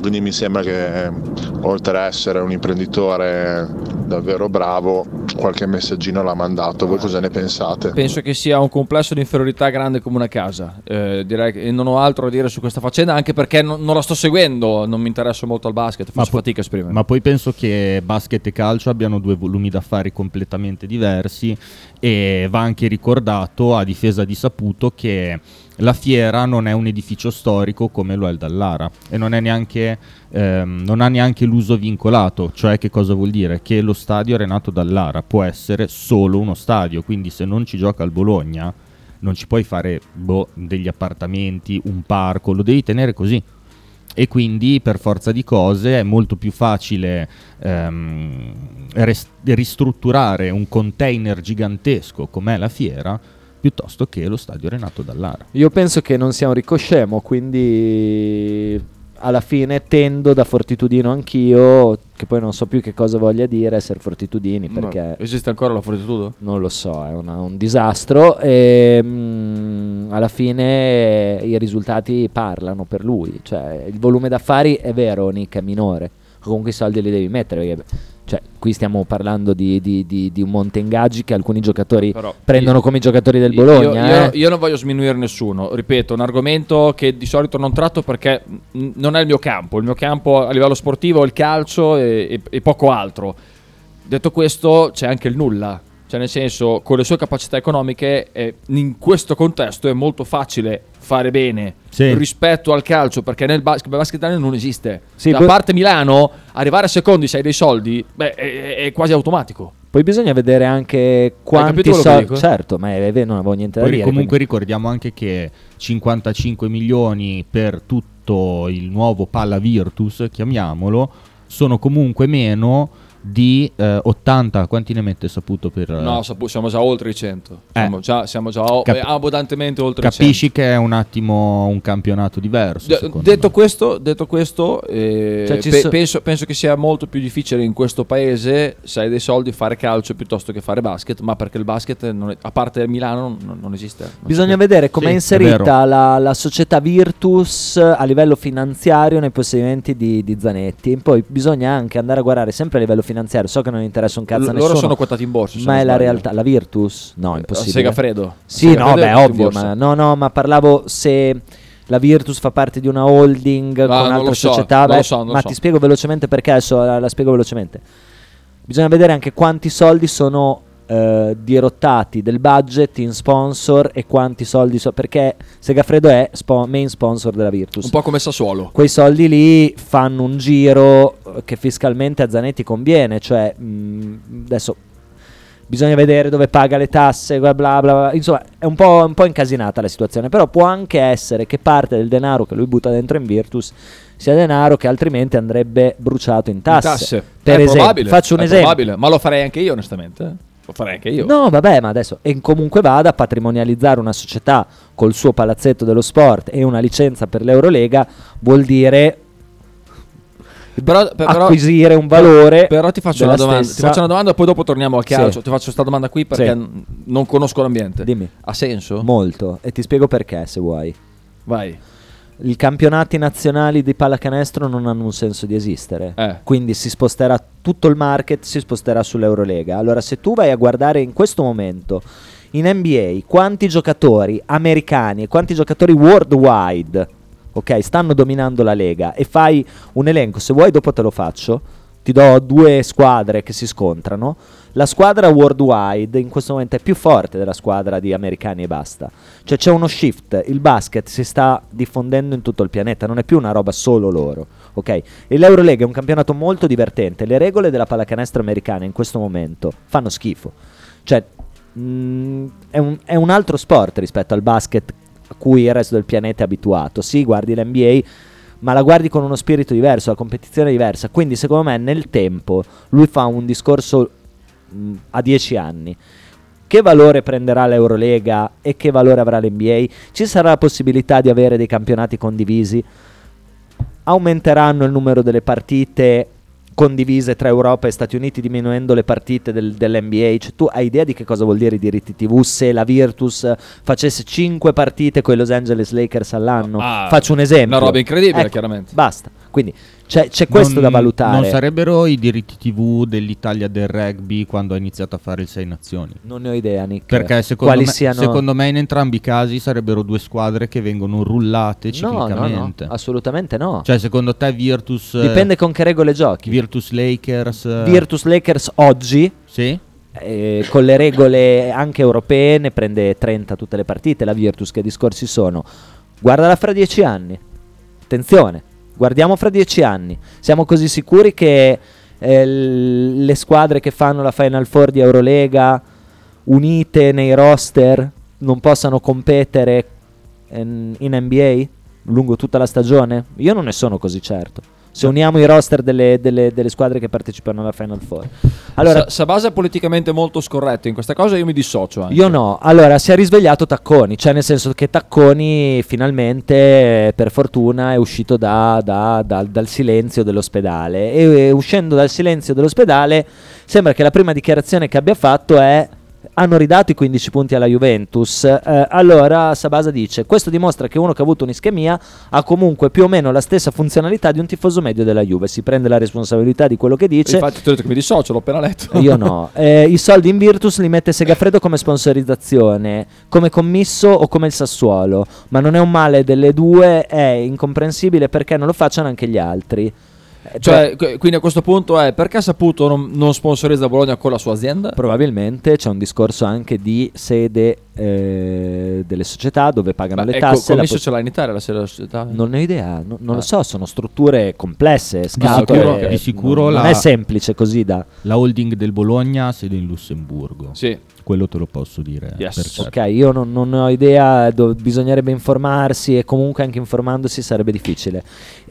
Quindi mi sembra che oltre ad essere un imprenditore davvero bravo, qualche messaggino l'ha mandato. Voi cosa ne pensate?
Penso che sia un complesso di inferiorità grande come una casa. Eh, direi che non ho altro da dire su questa faccenda, anche perché non, non la sto seguendo, non mi interesso molto al basket, faccio
po-
fatica a esprimere.
Ma poi penso che basket e calcio abbiano due volumi d'affari completamente diversi e va anche ricordato a difesa di saputo che la fiera non è un edificio storico come lo è il Dallara e non, è neanche, ehm, non ha neanche l'uso vincolato, cioè che cosa vuol dire? Che lo stadio Renato Dallara può essere solo uno stadio, quindi se non ci gioca il Bologna non ci puoi fare boh, degli appartamenti, un parco, lo devi tenere così e quindi per forza di cose è molto più facile ehm, res- ristrutturare un container gigantesco com'è la fiera piuttosto che lo stadio Renato Dallara.
Io penso che non sia un ricoscemo, quindi alla fine tendo da fortitudino anch'io, che poi non so più che cosa voglia dire essere fortitudini,
Ma
perché
esiste ancora la fortitudo?
Non lo so, è una- un disastro e mm, alla fine i risultati parlano per lui, cioè il volume d'affari è vero, Nick, è minore, comunque i soldi li devi mettere, perché, cioè, qui stiamo parlando di, di- di- di un monte ingaggi che alcuni giocatori
Però
prendono
io-
come i giocatori del
Io-
Bologna.
Io,
eh.
io non voglio sminuire nessuno, ripeto, un argomento che di solito non tratto perché mh, non è il mio campo, il mio campo a livello sportivo è il calcio e, e- e poco altro. Detto questo, c'è anche il nulla, cioè nel senso, con le sue capacità economiche, eh, in questo contesto è molto facile fare bene
Sì.
rispetto al calcio perché nel basket, il basket italiano non esiste.
Sì,
da
poi-
parte Milano, arrivare a secondi se hai dei soldi, beh, è- è- è quasi automatico.
Poi bisogna vedere anche
capito
quanti
quello che
soldi...
dico?
Certo, ma è vero, non avevo niente da
Poi
dire.
comunque ricordiamo anche che 55 milioni per tutto il nuovo Palla Virtus, chiamiamolo, sono comunque meno di eh, 80, quanti ne mette saputo per... eh,
No, sapu- siamo già oltre i 100. Siamo già, siamo già o-
Cap-
eh, abbondantemente oltre i 100.
capisci che è un attimo un campionato diverso.
De-
secondo
detto, questo, detto questo, eh,
Cioè, ci
pe-
so-
penso, penso che sia molto più difficile in questo paese, se hai dei soldi, fare calcio piuttosto che fare basket. Ma perché il basket, non è- a parte Milano, non, non esiste. Non
Bisogna
esiste.
vedere come è
vero.
inserita la, la società Virtus a livello finanziario nei possedimenti di, di Zanetti. Poi bisogna anche andare a guardare sempre a livello finanziario. So che non interessa un cazzo
L-
a
loro
nessuno.
sono quotati in borsa, se
Ma
non
è la
sbaglio. Eh,
realtà. La Virtus? No, impossibile.
Segafredo.
Sì, no,
Segafredo è
beh,
quotato in
ovvio.
borsa.
Ma, no, no, ma parlavo se. La Virtus fa parte di una holding
Ah, non
con altre
lo so,
società.
non
beh,
lo so, non lo
ma
so.
ti spiego velocemente perché adesso la, la spiego velocemente. Bisogna vedere anche quanti soldi sono eh, dirottati del budget in sponsor e quanti soldi so- perché Segafredo è spo- main sponsor della Virtus.
Un po' come Sassuolo.
Quei soldi lì fanno un giro eh, che fiscalmente a Zanetti conviene, cioè mh, mm, adesso bisogna vedere dove paga le tasse, bla bla bla, bla. insomma è un po', un po' incasinata la situazione, però può anche essere che parte del denaro che lui butta dentro in Virtus sia denaro che altrimenti andrebbe bruciato in tasse.
tasse.
Per
è
esempio,
probabile,
faccio un
è
esempio.
probabile, ma lo farei anche io onestamente. eh. Lo farei anche io.
No, vabbè, ma adesso e comunque vada a patrimonializzare una società col suo palazzetto dello sport e una licenza per l'Eurolega vuol dire
Però- per- però-
acquisire un valore.
Però ti faccio,
della
una domanda,
stessa-
ti faccio una domanda, poi dopo torniamo a
Sì.
calcio. Ti faccio questa domanda qui perché
Sì.
n- non conosco l'ambiente.
Dimmi.
Ha senso?
Molto, e ti spiego perché se vuoi.
Vai.
I campionati nazionali di pallacanestro non hanno un senso di esistere.
Eh.
Quindi si sposterà tutto il market, si sposterà sull'Eurolega. Allora, se tu vai a guardare in questo momento in NBA quanti giocatori americani e quanti giocatori worldwide ok, stanno dominando la Lega e fai un elenco, se vuoi dopo te lo faccio, ti do due squadre che si scontrano, la squadra worldwide in questo momento è più forte della squadra di americani e basta, cioè c'è uno shift, il basket si sta diffondendo in tutto il pianeta, non è più una roba solo loro, ok? E l'Eurolega è un campionato molto divertente, le regole della pallacanestro americana in questo momento fanno schifo, cioè Mm, è, un, è un altro sport rispetto al basket a cui il resto del pianeta è abituato. Sì, guardi l'NBA, ma la guardi con uno spirito diverso, la competizione è diversa. Quindi, secondo me, nel tempo lui fa un discorso mm, a 10 anni. Che valore prenderà l'Eurolega e che valore avrà l'NBA? Ci sarà la possibilità di avere dei campionati condivisi? aumenteranno il numero delle partite condivise tra Europa e Stati Uniti diminuendo le partite del- dell'NBA cioè, tu hai idea di che cosa vuol dire i diritti TV se la Virtus eh, facesse 5 partite con i Los Angeles Lakers all'anno
Ah,
faccio un esempio
una roba incredibile,
Ecco,
chiaramente.
basta quindi c'è, c'è questo
Non-
da valutare
Non sarebbero i diritti TV dell'Italia del rugby quando ha iniziato a fare il Sei Nazioni?
Non ne ho idea, Nick.
Perché secondo
Quali
me,
siano-
secondo me in entrambi i casi sarebbero due squadre che vengono rullate
no, no, no,
ciclicamente.
assolutamente no
Cioè, secondo te Virtus... eh,
dipende con che regole giochi
Virtus Lakers... eh,
Virtus Lakers oggi eh, con le regole anche europee ne prende 30 tutte le partite la Virtus che discorsi sono guardala fra 10 anni attenzione guardiamo fra 10 anni siamo così sicuri che eh, l- le squadre che fanno la Final Four di Eurolega unite nei roster non possano competere in, in NBA lungo tutta la stagione? Io non ne sono così certo. Se uniamo i roster delle, delle- delle squadre che partecipano alla Final Four. Allora,
Sa- Sabasa è politicamente molto scorretto in questa cosa. Io mi dissocio. Anche.
io no, allora si è risvegliato Tacconi, cioè nel senso che Tacconi finalmente per fortuna è uscito da- da- da- dal silenzio dell'ospedale e eh, uscendo dal silenzio dell'ospedale sembra che la prima dichiarazione che abbia fatto è hanno ridato i 15 punti alla Juventus. Eh, allora Sabasa dice: Questo dimostra che uno che ha avuto un'ischemia ha comunque più o meno la stessa funzionalità di un tifoso medio della Juve. Si prende la responsabilità di quello che dice.
Infatti, ti ho detto che mi dissocio, l'ho appena letto.
Io no. Eh, I soldi in Virtus li mette Segafredo come sponsorizzazione, come commisso o come il Sassuolo. Ma non è un male delle due, è incomprensibile perché non lo facciano anche gli altri. Eh,
Cioè, que- quindi a questo punto è perché Saputo non, non sponsorizza Bologna con la sua azienda?
Probabilmente c'è un discorso anche di sede eh, delle società dove pagano
Ma
le
ecco,
tasse. la
commesso
pos-
ce l'ha in Italia la sede della società?
Non ne ho idea, no-
Ah.
non lo so, sono strutture complesse,
sicuro-
scatole.
di sicuro
non,
la-
non è semplice così da...
La holding del Bologna ha sede in Lussemburgo.
Sì.
Quello te lo posso dire. per certo.
Ok, io non, non ne ho idea, do- bisognerebbe informarsi e comunque anche informandosi sarebbe difficile.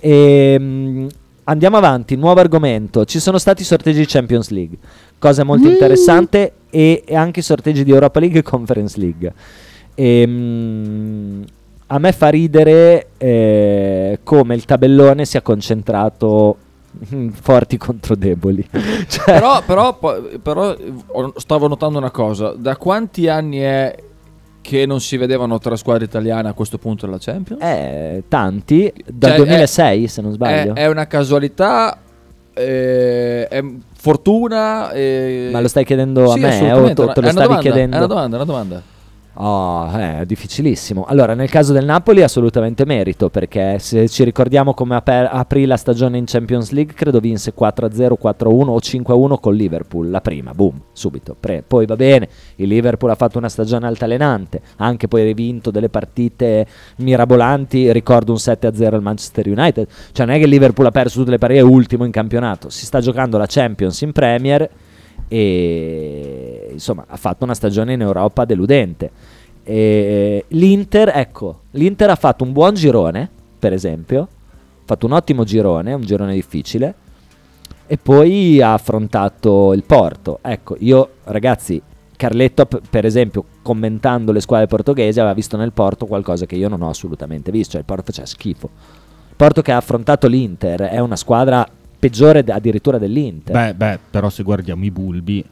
Ehm, andiamo avanti, nuovo argomento. Ci sono stati i sorteggi di Champions League, cosa molto interessante, e, e anche i sorteggi di Europa League e Conference League. Ehm, a me fa ridere eh, come il tabellone sia concentrato in forti contro deboli. Cioè-
però, però, po- però, eh, ho- stavo notando una cosa: da quanti anni è che non si vedevano tre squadre italiane a questo punto della Champions?
Eh, tanti, dal
Cioè, eh, è-
2006 se non sbaglio.
È, è una casualità, eh, è fortuna. eh,
Ma lo stai chiedendo a
sì,
me,
assolutamente,
o te- te lo
è una
stavi
domanda,
chiedendo?
È una domanda, è una domanda.
Oh, è difficilissimo. Allora, nel caso del Napoli, assolutamente merito perché se ci ricordiamo come aper- aprì la stagione in Champions League, credo vinse 4-0, 4-1 o 5-1 con Liverpool. La prima, boom, subito. Pre- poi va bene. Il Liverpool ha fatto una stagione altalenante, anche poi rivinto delle partite mirabolanti. Ricordo un 7-0 al Manchester United. Cioè, non è che il Liverpool ha perso tutte le partite, è ultimo in campionato. Si sta giocando la Champions in Premier e insomma, ha fatto una stagione in Europa deludente. E L'Inter, ecco, l'Inter ha fatto un buon girone, per esempio, ha fatto un ottimo girone, un girone difficile, e poi ha affrontato il Porto. Ecco, io ragazzi, Carletto, p- per esempio, commentando le squadre portoghesi, aveva visto nel Porto qualcosa che io non ho assolutamente visto, cioè il Porto c'è schifo. Il Porto che ha affrontato l'Inter è una squadra peggiore d- addirittura dell'Inter.
Beh, beh, però se guardiamo i bulbi,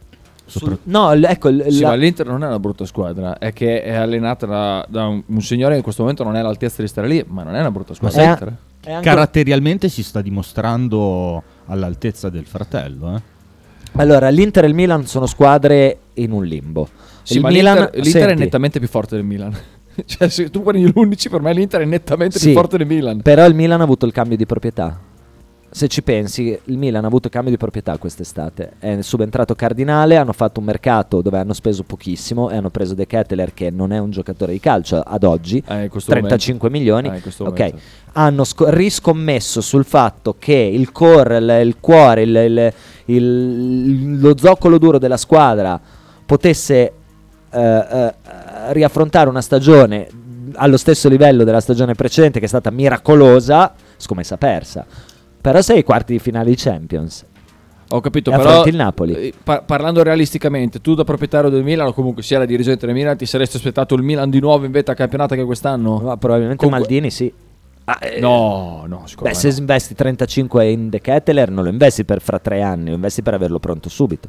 soprattutto
No, l- ecco, l-
Sì,
la-
ma l'Inter non è una brutta squadra, è che è allenata da, da un, un signore che in questo momento non è all'altezza di stare lì, ma non è una brutta
Ma
squadra.
sai,
l'Inter. eh.
caratterialmente si sta dimostrando all'altezza del fratello. Eh?
Allora, l'Inter e il Milan sono squadre in un limbo.
Sì,
il
ma
Milan,
l'Inter, l'Inter è
senti,
nettamente più forte del Milan. cioè, se tu prendi l'11, per me l'Inter è nettamente
Sì.
più forte del Milan.
Però il Milan ha avuto il cambio di proprietà. Se ci pensi, il Milan ha avuto il cambio di proprietà quest'estate. È subentrato Cardinale, hanno fatto un mercato dove hanno speso pochissimo e hanno preso De Ketteler che non è un giocatore di calcio ad oggi,
Eh, in questo
35
momento.
milioni.
Eh, in questo
ok.
momento.
Hanno sco- riscommesso sul fatto che il core, il, il cuore, il- il- il- lo zoccolo duro della squadra potesse eh, eh, riaffrontare una stagione allo stesso livello della stagione precedente che è stata miracolosa, scommessa persa. Però sei ai quarti di finale di Champions.
Ho capito,
E
Certo, però
affronti il Napoli.
eh, par- parlando realisticamente, tu da proprietario del Milan o comunque sia la dirigente del Milan, ti saresti aspettato il Milan di nuovo in vetta campionata che quest'anno? Ah, eh,
probabilmente Maldini sì.
no, no,
Beh,
sicuramente.
se investi 35 in De Ketteler non lo investi per fra tre anni, lo investi per averlo pronto subito.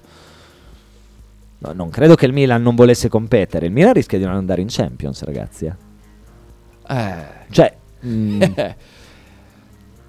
No, non credo che il Milan non volesse competere. Il Milan rischia di non andare in Champions, ragazzi. eh.
Eh.
Cioè, mm,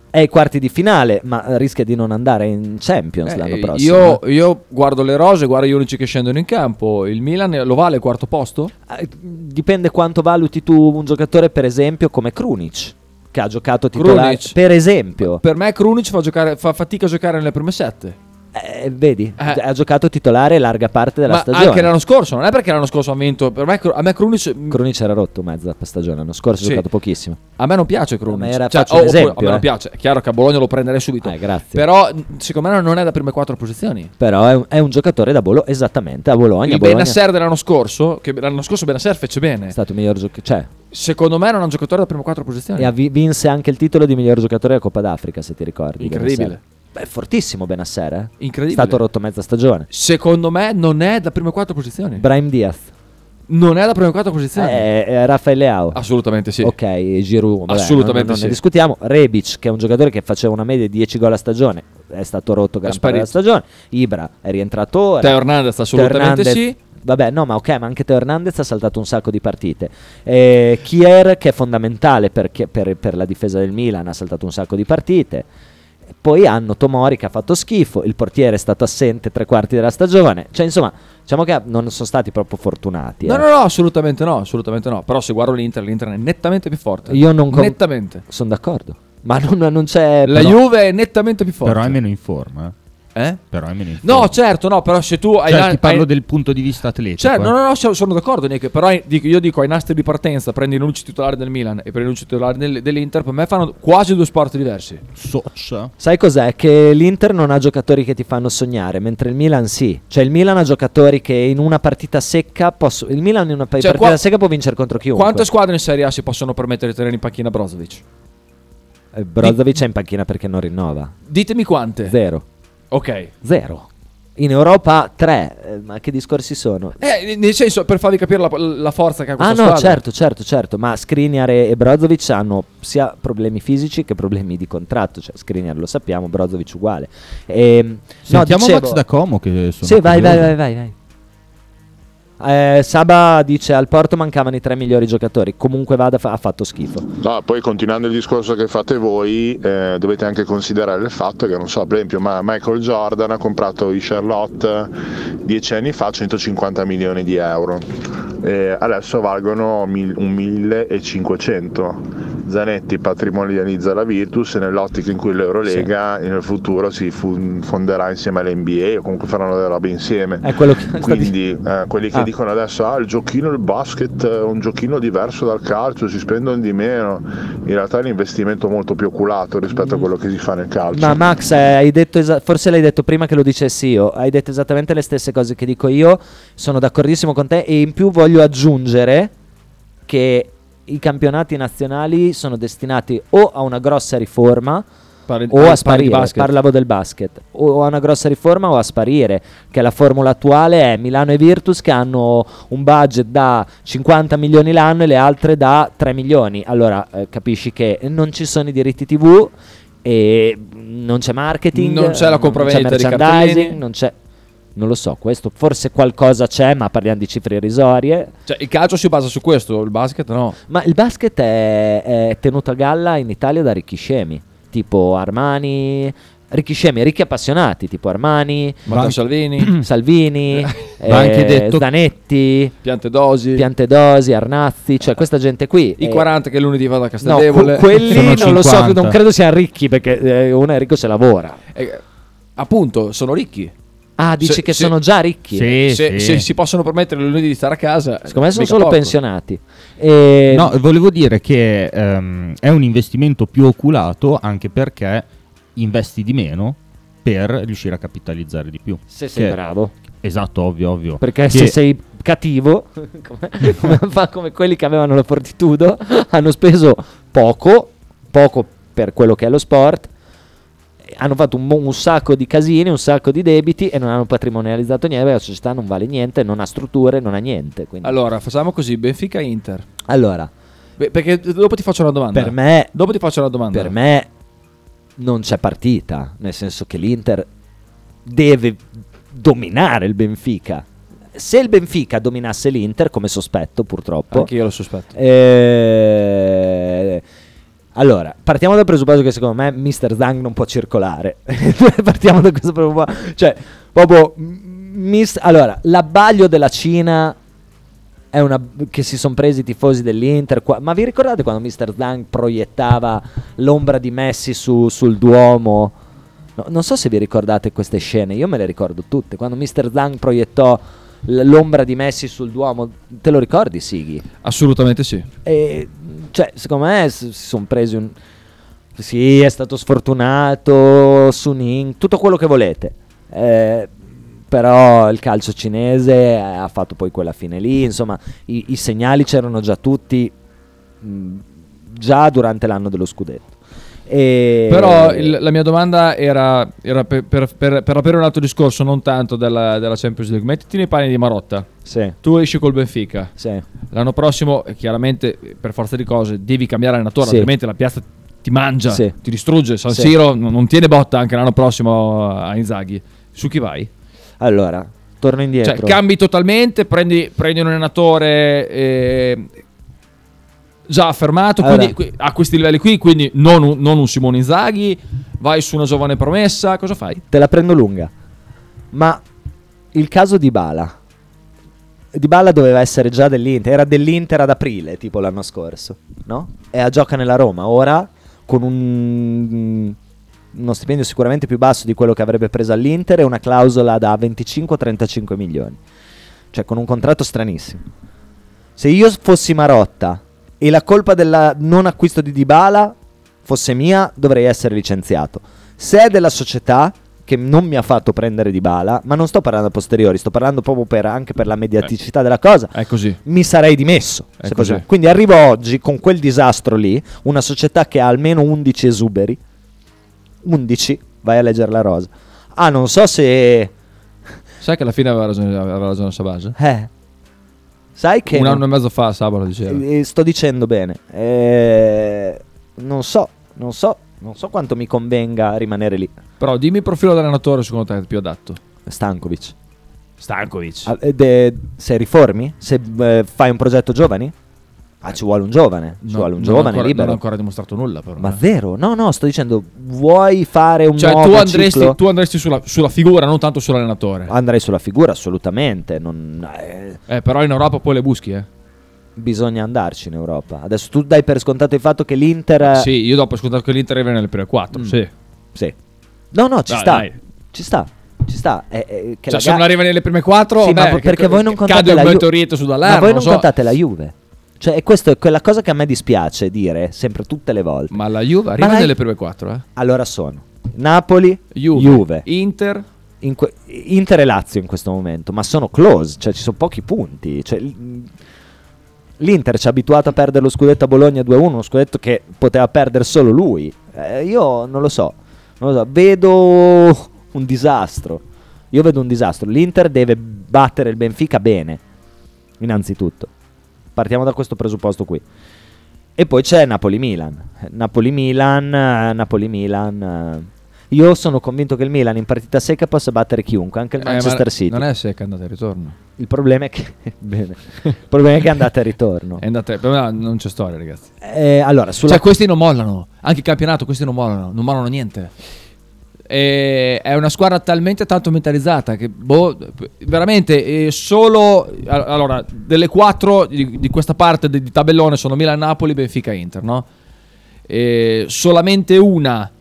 è ai quarti di finale, ma rischia di non andare in Champions
Eh,
l'anno prossimo.
io, io guardo le rose, guardo gli unici che scendono in campo. Il Milan lo vale il quarto posto?
Eh, Dipende quanto valuti tu un giocatore, per esempio, come Krunic, che ha giocato titolare.
Krunic.
Per esempio,
Per me Krunic fa, giocare- fa fatica a giocare nelle prime sette.
Eh, vedi, ha giocato titolare larga parte della
Ma
stagione.
anche l'anno scorso, non è perché l'anno scorso ha vinto. Per me, Kru- a me Krunic mm,
Krunic era rotto mezzo la stagione, l'anno scorso
Sì.
ha giocato pochissimo.
A me non piace Krunic.
Ma era-
Cioè,
faccio un
oh, oppure-
esempio,
a me non
eh.
piace. È chiaro che a Bologna lo prenderei subito.
grazie.
Però mh, secondo me non è da prime quattro posizioni.
Però è un, è un giocatore da Bologna, esattamente, a Bologna.
il
Bologna
Benasser dell'anno scorso, che l'anno scorso Benasser fece bene.
è stato il miglior giocatore, cioè,
Secondo me non è un giocatore da prime quattro posizioni.
e ha vi- vinse anche il titolo di miglior giocatore della Coppa d'Africa, se ti ricordi.
Incredibile.
Benasser. Beh, fortissimo Benasser, eh.
Incredibile.
È stato rotto mezza stagione.
Secondo me non è da prime quattro posizioni.
Brahim Diaz.
non è da prime quattro posizioni.
Eh, eh, Rafael Leao.
Assolutamente sì.
Ok, e Giroud. vabbè,
Assolutamente
non, non
sì.
ne discutiamo. Rebic, che è un giocatore che faceva una media di 10 gol a stagione, è stato rotto gran
È
parte della stagione. Ibra è rientrato ora.
Teo Hernandez, assolutamente
Teo
sì.
Vabbè, no, ma ok, ma anche Teo Hernandez ha saltato un sacco di partite. Eh, Kier, che è fondamentale per, chi- per- per la difesa del Milan, ha saltato un sacco di partite. Poi hanno Tomori che ha fatto schifo, il portiere è stato assente tre quarti della stagione. Cioè, insomma, diciamo che non sono stati proprio fortunati.
No,
eh.
no, no, assolutamente no, assolutamente no. Però se guardo l'Inter, l'Inter è nettamente più forte.
Io non com-
nettamente.
Sono d'accordo. Ma non, non c'è.
La
però-
Juve è nettamente più forte.
Però è meno in forma.
eh. Eh?
Però è meno in forma.
No, certo, no, però se tu hai
Cioè,
la-
ti parlo
hai-
del punto di vista atletico.
Cioè,
eh.
no, no, no, so- sono d'accordo, Nick, però hai- dico- io dico ai nastri di partenza prendi l'11 titolare del Milan e prendi l'11 titolare del- dell'Inter, per me fanno quasi due sport diversi.
Soccia.
Sai cos'è? Che l'Inter non ha giocatori che ti fanno sognare, mentre il Milan sì. Cioè, il Milan ha giocatori che in una partita secca. Posso... Il Milan in una pa-
Cioè,
partita
qua-
secca può vincere contro chiunque.
Quante squadre in Serie A si possono permettere di tenere in panchina Brozovic?
Eh, Brozovic è in panchina perché non rinnova.
Ditemi quante.
Zero.
Ok.
Zero. In Europa tre. Eh, ma che discorsi sono?
Eh, nel senso, per farvi capire la, la forza che ha
Ah
questa
no,
squadra.
certo, certo, certo, ma Skriniar e e Brozovic hanno sia problemi fisici che problemi di contratto, cioè Skriniar lo sappiamo, Brozovic uguale. Ehm,
Sentiamo
no, dicevo,
Max da Como che sono
Sì, vai, vai,
curioso.
vai, vai, vai. Eh, Saba dice al Porto mancavano i tre migliori giocatori, comunque vada fa- ha fatto schifo.
No, Ah, poi continuando il discorso che fate voi, eh, dovete anche considerare il fatto che, non so, per esempio, ma Michael Jordan ha comprato i Charlotte dieci anni fa 150 milioni di euro, Eh, adesso valgono mil- un 1500. Zanetti patrimonializza la Virtus e nell'ottica in cui l'Eurolega nel futuro si fu- fonderà insieme all'NBA o comunque faranno delle robe insieme. Quindi eh, quelli che
Ah.
dicono adesso ah il giochino, il basket è un giochino diverso dal calcio, si spendono di meno, in realtà è un investimento molto più oculato rispetto a quello che si fa nel calcio.
Ma Max, eh, hai detto esa- forse l'hai detto prima che lo dicessi io, hai detto esattamente le stesse cose che dico io, sono d'accordissimo con te e in più voglio aggiungere che i campionati nazionali sono destinati o a una grossa riforma
parli
o
di
a sparire,
basket.
parlavo del basket, o a una grossa riforma o a sparire, che la formula attuale è Milano e Virtus che hanno un budget da 50 milioni l'anno e le altre da 3 milioni, allora eh, capisci che non ci sono i diritti tv e non c'è marketing,
Non c'è la compravendita
non c'è
di
merchandising,
cartellini.
non c'è... Non lo so, questo forse qualcosa c'è, ma parliamo di cifre irrisorie.
Cioè, il calcio si basa su questo, il basket no.
Ma il basket è, è tenuto a galla in Italia da ricchi scemi, tipo Armani, ricchi scemi, ricchi appassionati, tipo Armani,
Matteo Salvini,
Salvini,
Va anche
eh,
detto-
Zanetti,
Piantedosi,
Piantedosi, Arnazzi, cioè questa gente qui.
I
eh,
40 che lunedì vado a
No, que-
Casteldevole.
quelli non lo so, non credo siano ricchi perché eh, uno è ricco se lavora.
Eh, appunto, sono ricchi.
Ah, dici che sono già ricchi? Sì,
se,
sì.
se si possono permettere lunedì di stare a casa. eh,
Secondo me sono
mica
solo
poco.
pensionati. E-
No, volevo dire che ehm, è un investimento più oculato anche perché investi di meno per riuscire a capitalizzare di più.
Se sei bravo.
Esatto, ovvio, ovvio.
Perché
Che-
se sei cattivo, Boh, come, come fa come quelli che avevano la fortitudo, hanno speso poco, poco per quello che è lo sport, hanno fatto un, mo- un sacco di casini, un sacco di debiti e non hanno patrimonializzato niente, perché la società non vale niente, non ha strutture, non ha niente. quindi-
Allora, facciamo così: Benfica Inter.
Allora,
Beh, perché dopo ti faccio una domanda.
Per me-
Dopo ti faccio una domanda.
per me non c'è partita, nel senso che l'Inter deve dominare il Benfica. Se il Benfica dominasse l'Inter, come sospetto purtroppo,
Anche io lo sospetto.
Esatto. Eh, allora, partiamo dal presupposto che secondo me Mr. Zhang non può circolare. partiamo da questo presupposto. Cioè, proprio... m- mis- allora, l'abbaglio della Cina è una che si sono presi i tifosi dell'Inter. qua- ma vi ricordate quando Mr. Zhang proiettava l'ombra di Messi su- sul Duomo? No, non so se vi ricordate queste scene, io me le ricordo tutte. Quando Mr. Zhang proiettò l- l'ombra di Messi sul Duomo, te lo ricordi, Sighi?
Assolutamente sì.
E, cioè, secondo me s- si sono presi un... Sì, è stato sfortunato, Suning, tutto quello che volete. Eh, però il calcio cinese eh, ha fatto poi quella fine lì, insomma, i, i segnali c'erano già tutti, mh, già durante l'anno dello scudetto. E-
Però il- la mia domanda era, era per, per- per- per aprire un altro discorso, non tanto della, della Champions League. Mettiti nei panni di Marotta.
Sì.
Tu esci col Benfica.
Sì.
L'anno prossimo, eh, chiaramente, eh, per forza di cose, devi cambiare allenatore,
Sì.
altrimenti la piazza ti mangia,
Sì.
ti distrugge. San
Sì.
Siro non, non tiene botta anche l'anno prossimo a Inzaghi. Su chi vai?
Allora, torno indietro.
Cioè, cambi totalmente, prendi, prendi un allenatore eh, già affermato
Allora.
quindi, qui- a questi livelli qui, quindi non un, non un Simone Inzaghi, vai su una giovane promessa, cosa fai?
Te la prendo lunga. Ma il caso di Bala. Di Bala doveva essere già dell'Inter, era dell'Inter ad aprile, tipo l'anno scorso, no? E a- gioca nella Roma, ora con un- uno stipendio sicuramente più basso di quello che avrebbe preso all'Inter e una clausola da 25-35 milioni. Cioè con un contratto stranissimo. Se io fossi Marotta e la colpa del non acquisto di Dybala fosse mia, dovrei essere licenziato. Se è della società che non mi ha fatto prendere Dybala, ma non sto parlando a posteriori, sto parlando proprio per- anche per la mediaticità della cosa.
Eh. È così.
Mi sarei dimesso.
È
se
così.
fosse- Quindi arrivo oggi con quel disastro lì, una società che ha almeno 11 esuberi. 11, vai a leggere la rosa. Ah, non so se
Sai che alla fine aveva ragione, aveva ragione Sabasa?
Eh. Sai che
Un
non-
anno e mezzo fa Sabala diceva.
Eh, sto dicendo bene. Eh, non so, non so, non so quanto mi convenga rimanere lì.
Però dimmi il profilo dell'allenatore secondo te più adatto.
Stankovic.
Stankovic.
Ah, ed, eh, se riformi, se eh, fai un progetto giovani, ah, ci vuole un giovane, ci vuole un giovane
ancora,
libero.
Non ha ancora dimostrato nulla però.
Ma
eh.
vero? No, no, sto dicendo vuoi fare un
Cioè
nuovo
tu andresti,
ciclo?
tu andresti sulla, sulla figura, non tanto sull'allenatore.
Andrei sulla figura assolutamente, non- eh,
Eh, però in Europa poi le buschi, eh.
bisogna andarci in Europa. Adesso tu dai per scontato il fatto che l'Inter...
Ah, Sì, io dopo ho scontato che l'Inter arriva nelle prime 4. Sì.
eh, Mm. Sì. No, no, ci
Dai,
sta.
dai.
Ci sta. Ci sta. Eh, eh, che
Cioè,
la
se
ga-
non arriva nelle prime 4,
Sì, ma po- perché voi non contate
cade
la
il
Ju-
Torieto su Dall'Arno.
Ma voi non contate la Juve. Cioè, e questa è quella cosa che a me dispiace dire sempre tutte le volte.
Ma la Juve arriva
la-
nelle prime 4, eh?
Allora sono Napoli, Juve,
Inter.
In que- Inter e Lazio in questo momento, ma sono close, cioè ci sono pochi punti. Cioè, l- L'Inter ci ha abituato a perdere lo scudetto a Bologna 2-1, uno scudetto che poteva perdere solo lui. Eh, io non lo so, non lo so, vedo un disastro. Io vedo un disastro. L'Inter deve battere il Benfica bene, innanzitutto. Partiamo da questo presupposto qui. E poi c'è Napoli-Milan. Napoli-Milan, eh, Napoli-Milan. eh. Io sono convinto che il Milan in partita secca possa battere chiunque, anche il
Eh,
Manchester
ma
City.
Non è secca andata e ritorno.
Il problema è che. Bene. Il problema è che è andata e ritorno.
È andata, però no, non c'è storia, ragazzi.
Eh, allora, sulla-
Cioè, questi non mollano. Anche il campionato, questi non mollano. Non mollano niente. E- è una squadra talmente tanto mentalizzata che, boh, veramente, eh, solo. a- Allora, delle quattro di, di questa parte di, di tabellone sono Milan, Napoli, Benfica, Inter, no? E solamente una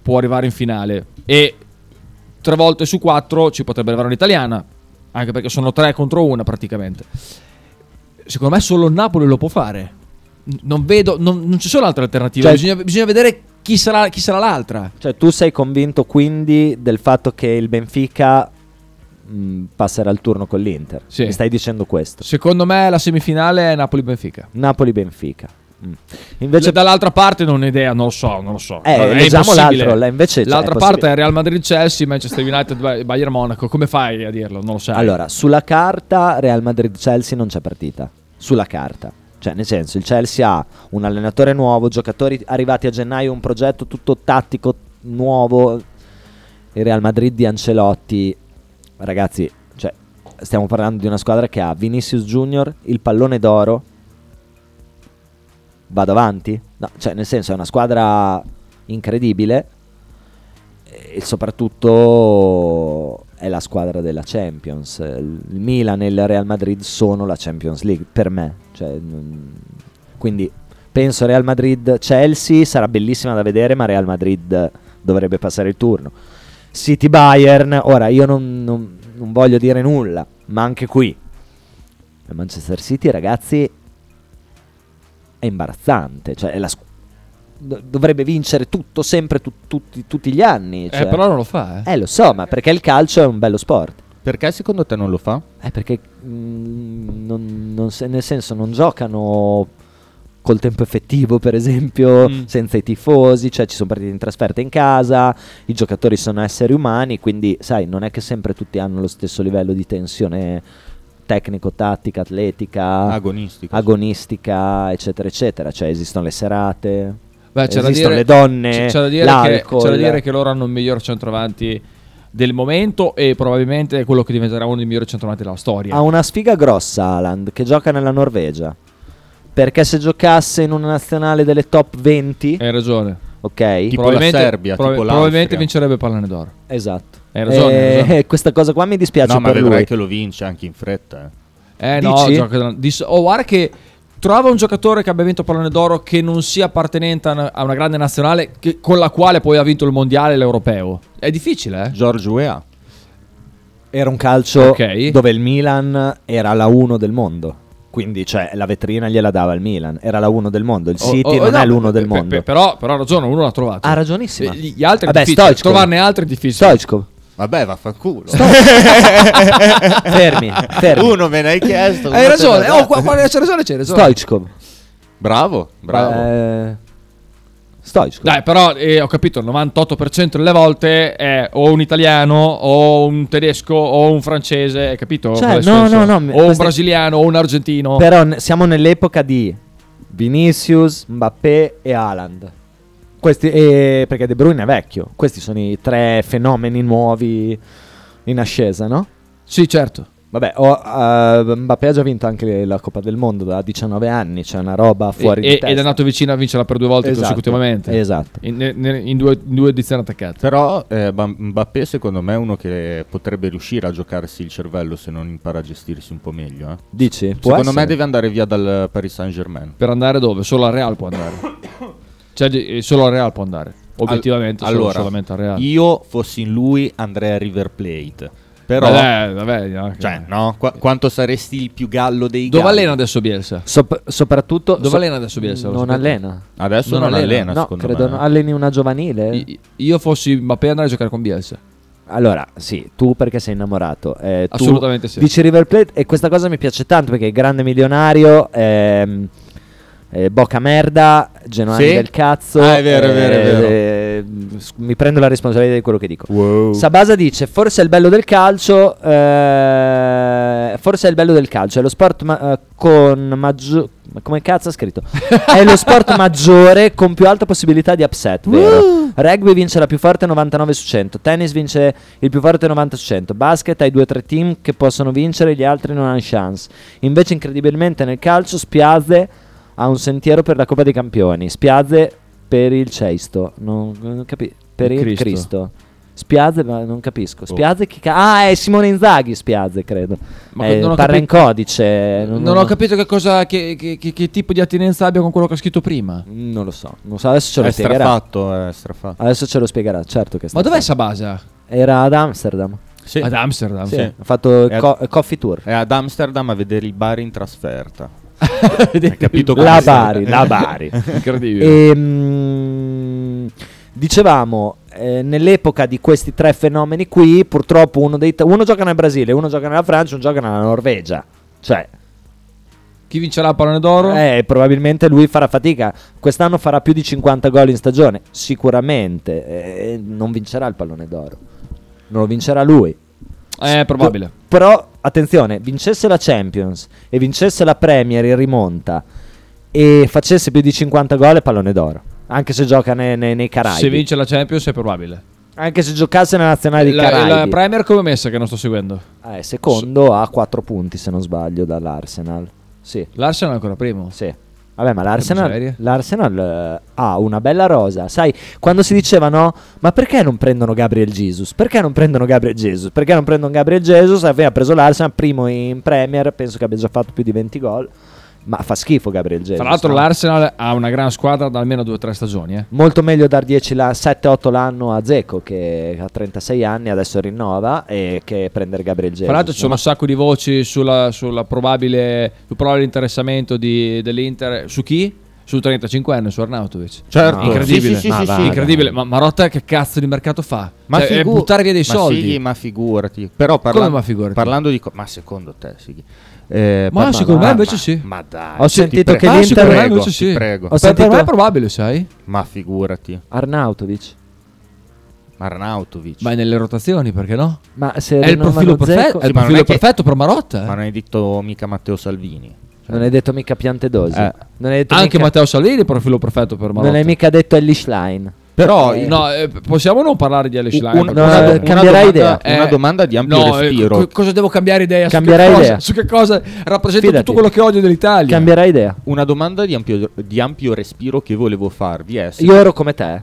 può arrivare in finale. E tre volte su quattro ci potrebbe arrivare un'italiana. Anche perché sono tre contro una praticamente. Secondo me solo il Napoli lo può fare. N- Non vedo, non, non ci sono altre alternative.
Cioè-
bisogna, bisogna vedere chi sarà, chi sarà l'altra.
Cioè, tu sei convinto quindi del fatto che il Benfica mh, passerà il turno con l'Inter?
Sì.
Mi stai dicendo questo?
Secondo me la semifinale è Napoli-Benfica.
Napoli-Benfica. Mm.
Invece dall'altra parte non ho idea, non lo so, non lo so.
Eh,
È
leggiamo
impossibile.
l'altro, là invece, cioè,
l'altra
è
parte
possibile.
è Real Madrid-Chelsea, Manchester United, Bay- Bayern Monaco. Come fai a dirlo? Non lo sai.
Allora, sulla carta Real Madrid-Chelsea non c'è partita. Sulla carta. Cioè, nel senso, il Chelsea ha un allenatore nuovo, giocatori arrivati a gennaio, un progetto tutto tattico nuovo. Il Real Madrid di Ancelotti, ragazzi, cioè, stiamo parlando di una squadra che ha Vinicius Junior, il pallone d'oro. Vado avanti? No, cioè, nel senso, è una squadra incredibile e soprattutto è la squadra della Champions. Il Milan e il Real Madrid sono la Champions League per me. Cioè, non- quindi penso Real Madrid-Chelsea sarà bellissima da vedere, ma Real Madrid dovrebbe passare il turno. City Bayern, ora io non, non- non voglio dire nulla, ma anche qui. Il Manchester City, ragazzi, è imbarazzante. Cioè, è la squ- do- dovrebbe vincere tutto, sempre, tu- tutti, tutti gli anni. cioè-
però non lo fa, eh.
Eh, lo so, ma perché il calcio è un bello sport.
Perché secondo te non lo fa?
Eh, perché mm, non- non se- nel senso non giocano col tempo effettivo, per esempio,
Mm.
senza i tifosi, cioè ci sono partite in trasferta in casa, i giocatori sono esseri umani, quindi sai, non è che sempre tutti hanno lo stesso livello di tensione tecnico-tattica, atletica,
Agonistica,
agonistica, eccetera, eccetera, cioè esistono le serate,
Beh, c'è da
esistono
dire,
le donne,
c'è- c'è da dire che,
l'alcol.
c'è da dire che loro hanno il miglior centravanti del momento e probabilmente è quello che diventerà uno dei migliori centravanti della storia.
Ha una sfiga grossa Haaland che gioca nella Norvegia. Perché se giocasse in una nazionale delle top 20,
Hai ragione.
ok?
Probabilmente- proba- probabilmente vincerebbe il pallone d'oro.
Esatto.
Hai ragione. hai
Eh,
ragione.
questa cosa qua mi dispiace
No, ma
per
vedrai
lui.
che lo vince anche in fretta. eh.
Eh no,
Dici?
gioca- dis- oh, guarda che trova un giocatore che abbia vinto il pallone d'oro che non sia appartenente a una, a una grande nazionale che- con la quale poi ha vinto il mondiale e l'europeo. È difficile, eh?
George Weah.
Era un calcio
Ok.
dove il Milan era la 1 del mondo. Quindi, cioè, la vetrina gliela dava il Milan. Era la 1 del mondo. Il
Oh,
City
oh,
non
no,
è l'1 del
pe-
mondo.
pe- però, però ha ragione, uno l'ha trovato.
Ha ragionissima.
Eh, Gli gli altri
Vabbè,
è difficile.
Stoichkov.
Trovarne altri è difficile.
Stoichkov.
Vabbè, vaffanculo.
fermi, fermi.
Uno me ne hai chiesto.
Hai
uno te
ragione,
l'ho
oh,
dato.
qua, qua c'è ragione, c'è ragione.
Stoichkov.
Bravo, bravo.
Eh, Stoichkov.
Dai, però eh, ho capito, il 98% delle volte è o un italiano, o un tedesco, o un francese, hai capito?
Cioè,
qual è il
no,
senso?
no, no,
O
mi-
un
queste-
brasiliano, o un argentino.
Però n- siamo nell'epoca di Vinicius, Mbappé e Haaland. Questi, e- perché De Bruyne è vecchio. Questi sono i tre fenomeni nuovi in ascesa, no?
Sì, certo.
Vabbè, ho, eh, Mbappé ha già vinto anche la Coppa del Mondo da 19 anni, c'è una roba
E-
fuori di
e-
testa.
ed è andato vicino a vincerla per due volte
Esatto,
consecutivamente.
esatto.
In, in- in due, in due edizioni attaccate.
Però eh, Ba- Mbappé secondo me è uno che potrebbe riuscire a giocarsi il cervello se non impara a gestirsi un po' meglio. eh.
Dici? Può
Secondo me
essere.
deve andare via dal Paris Saint Germain.
Per andare dove? Solo al Real può andare. cioè, eh, solo al Real può andare. Obiettivamente, solo-
allora,
solamente al Real.
Io fossi in lui andrei a River Plate. Però,
Vabbè, vabbè, anche-
cioè, no? Qua- quanto saresti il più gallo dei
Dove
galli?
allena adesso Bielsa?
Sop- soprattutto
Dove allena adesso Bielsa? Lo
Non
sapete?
allena.
Adesso non, allena,
no,
secondo
credo
me.
no- alleni una giovanile.
Io fossi Mbappé andare a giocare con Bielsa.
Allora, sì, tu perché sei innamorato. eh, tu
Assolutamente sì.
Dici River Plate e questa cosa mi piace tanto perché è grande milionario, ehm, eh, bocca merda, genuani
Sì?
del cazzo.
Ah, è vero, è vero, è vero.
eh, s- mi prendo la responsabilità di quello che dico. Sabasa dice, forse è il bello del calcio, eh, forse è il bello del calcio, è lo sport ma- eh, con maggior... Come cazzo ha scritto? È lo sport maggiore con più alta possibilità di upset, vero? Rugby vince la più forte 99 su 100, tennis vince il più forte 90 su 100, basket hai due o tre team che possono vincere, gli altri non hanno chance. Invece incredibilmente nel calcio Spiazze ha un sentiero per la Coppa dei Campioni, Spiazze per il Ceisto, non, non capi- per il
Cristo.
Cristo. Spiazze, ma non capisco. Spiazze chi ca- Ah, è Simone Inzaghi Spiazze, credo.
Ma
Eh,
non ho
parla in
capito-
codice.
Non, ho capito che, cosa, che, che- che- che tipo di attinenza abbia con quello che ha scritto prima.
Non lo so. Non so, adesso ce lo
È
spiegherà.
strafatto, è strafatto.
Adesso ce lo spiegherà, certo che è
Ma
stato
dov'è Sabasa?
Era ad Amsterdam.
Sì.
Ad Amsterdam.
Sì, ha fatto il
È a-
co- coffee tour.
È ad Amsterdam a vedere il Bari in trasferta. Hai capito come
la
si-
Bari, la Bari.
Incredibile.
Ehm, dicevamo, eh, nell'epoca di questi tre fenomeni qui, purtroppo uno, dei t- uno gioca nel Brasile, uno gioca nella Francia, uno gioca nella Norvegia. Cioè,
Chi vincerà il pallone d'oro?
eh, probabilmente lui farà fatica. Quest'anno farà più di 50 gol in stagione, sicuramente. eh, non vincerà il pallone d'oro. Non lo vincerà lui.
Eh, probabile.
Però, attenzione, vincesse la Champions e vincesse la Premier in rimonta e facesse più di 50 gol è pallone d'oro. Anche se gioca ne- ne- nei Caraibi.
Se vince la Champions è probabile.
Anche se giocasse nella nazionale dei
La,
Caraibi.
la Premier come è messa che non sto seguendo?
Ah, è secondo a 4 punti, se non sbaglio, dall'Arsenal. Sì.
L'Arsenal è ancora primo.
Sì. Vabbè, ma
miseria.
l'Arsenal, l'Arsenal, eh, ha una bella rosa. Sai, quando si diceva no, ma perché non prendono Gabriel Jesus? Perché non prendono Gabriel Jesus? Perché non prendono Gabriel Jesus? Aveva preso l'Arsenal, primo in Premier, penso che abbia già fatto più di 20 gol. Ma fa schifo Gabriel Jesus.
Tra l'altro
no?
l'Arsenal ha una gran squadra da almeno due o tre stagioni. eh.
Molto meglio dar 10 la- 7-8 l'anno a Zeco che ha 36 anni, adesso rinnova, e che prendere Gabriel Jesus.
Tra l'altro ci sono
No,
un sacco di voci sulla, sulla probabile, sul probabile interessamento di- dell'Inter. Su chi? Sul 35enne, su Arnautovic.
Certo.
Incredibile.
Sì, sì, sì, sì,
Ma
sì.
va,
Incredibile, ma Marotta che cazzo di mercato fa?
Ma
Ma cioè, è
figu-
buttare via dei
ma
soldi.
Sighi, ma figurati. Però parla-
Come ma figurati?
parlando di... co- ma secondo te, Sighi? Eh,
Ma
parla-
secondo me
ma-
invece
ma-
sì.
Ma dai.
Ho
ti
sentito
prego, Ah,
che
ti
l'Inter-
prego,
invece
ti
sì.
prego.
Ho
Per- Per
sentito-
me è probabile, sai?
Ma figurati.
Arnautovic.
Arnautovic.
Ma è nelle rotazioni, perché no?
Ma se
È il
rinnovano
profilo
Dzeko-
perfetto, è
Sì,
il
ma non
profilo
è che-
perfetto per Marotta. eh.
Ma non hai detto mica Matteo Salvini. Cioè,
Non hai detto mica Piantedosi.
Eh.
Non hai detto
Anche
mica-
Matteo Salvini è il profilo perfetto per Marotta.
Non hai mica detto Ellie Schlein.
Però
Eh,
No, eh, possiamo non parlare di Alice
Un-
Line?
un-
no, eh,
do-
cambierà
domanda-
idea.
una domanda di ampio
no, eh,
respiro.
co- cosa devo cambiare idea?
Cambierà
su che
idea.
Cosa, su che cosa rappresenta
Fidati.
tutto quello che odio dell'Italia?
Cambierà idea.
Una domanda di ampio, di ampio respiro che volevo farvi è se-
Io ero come te.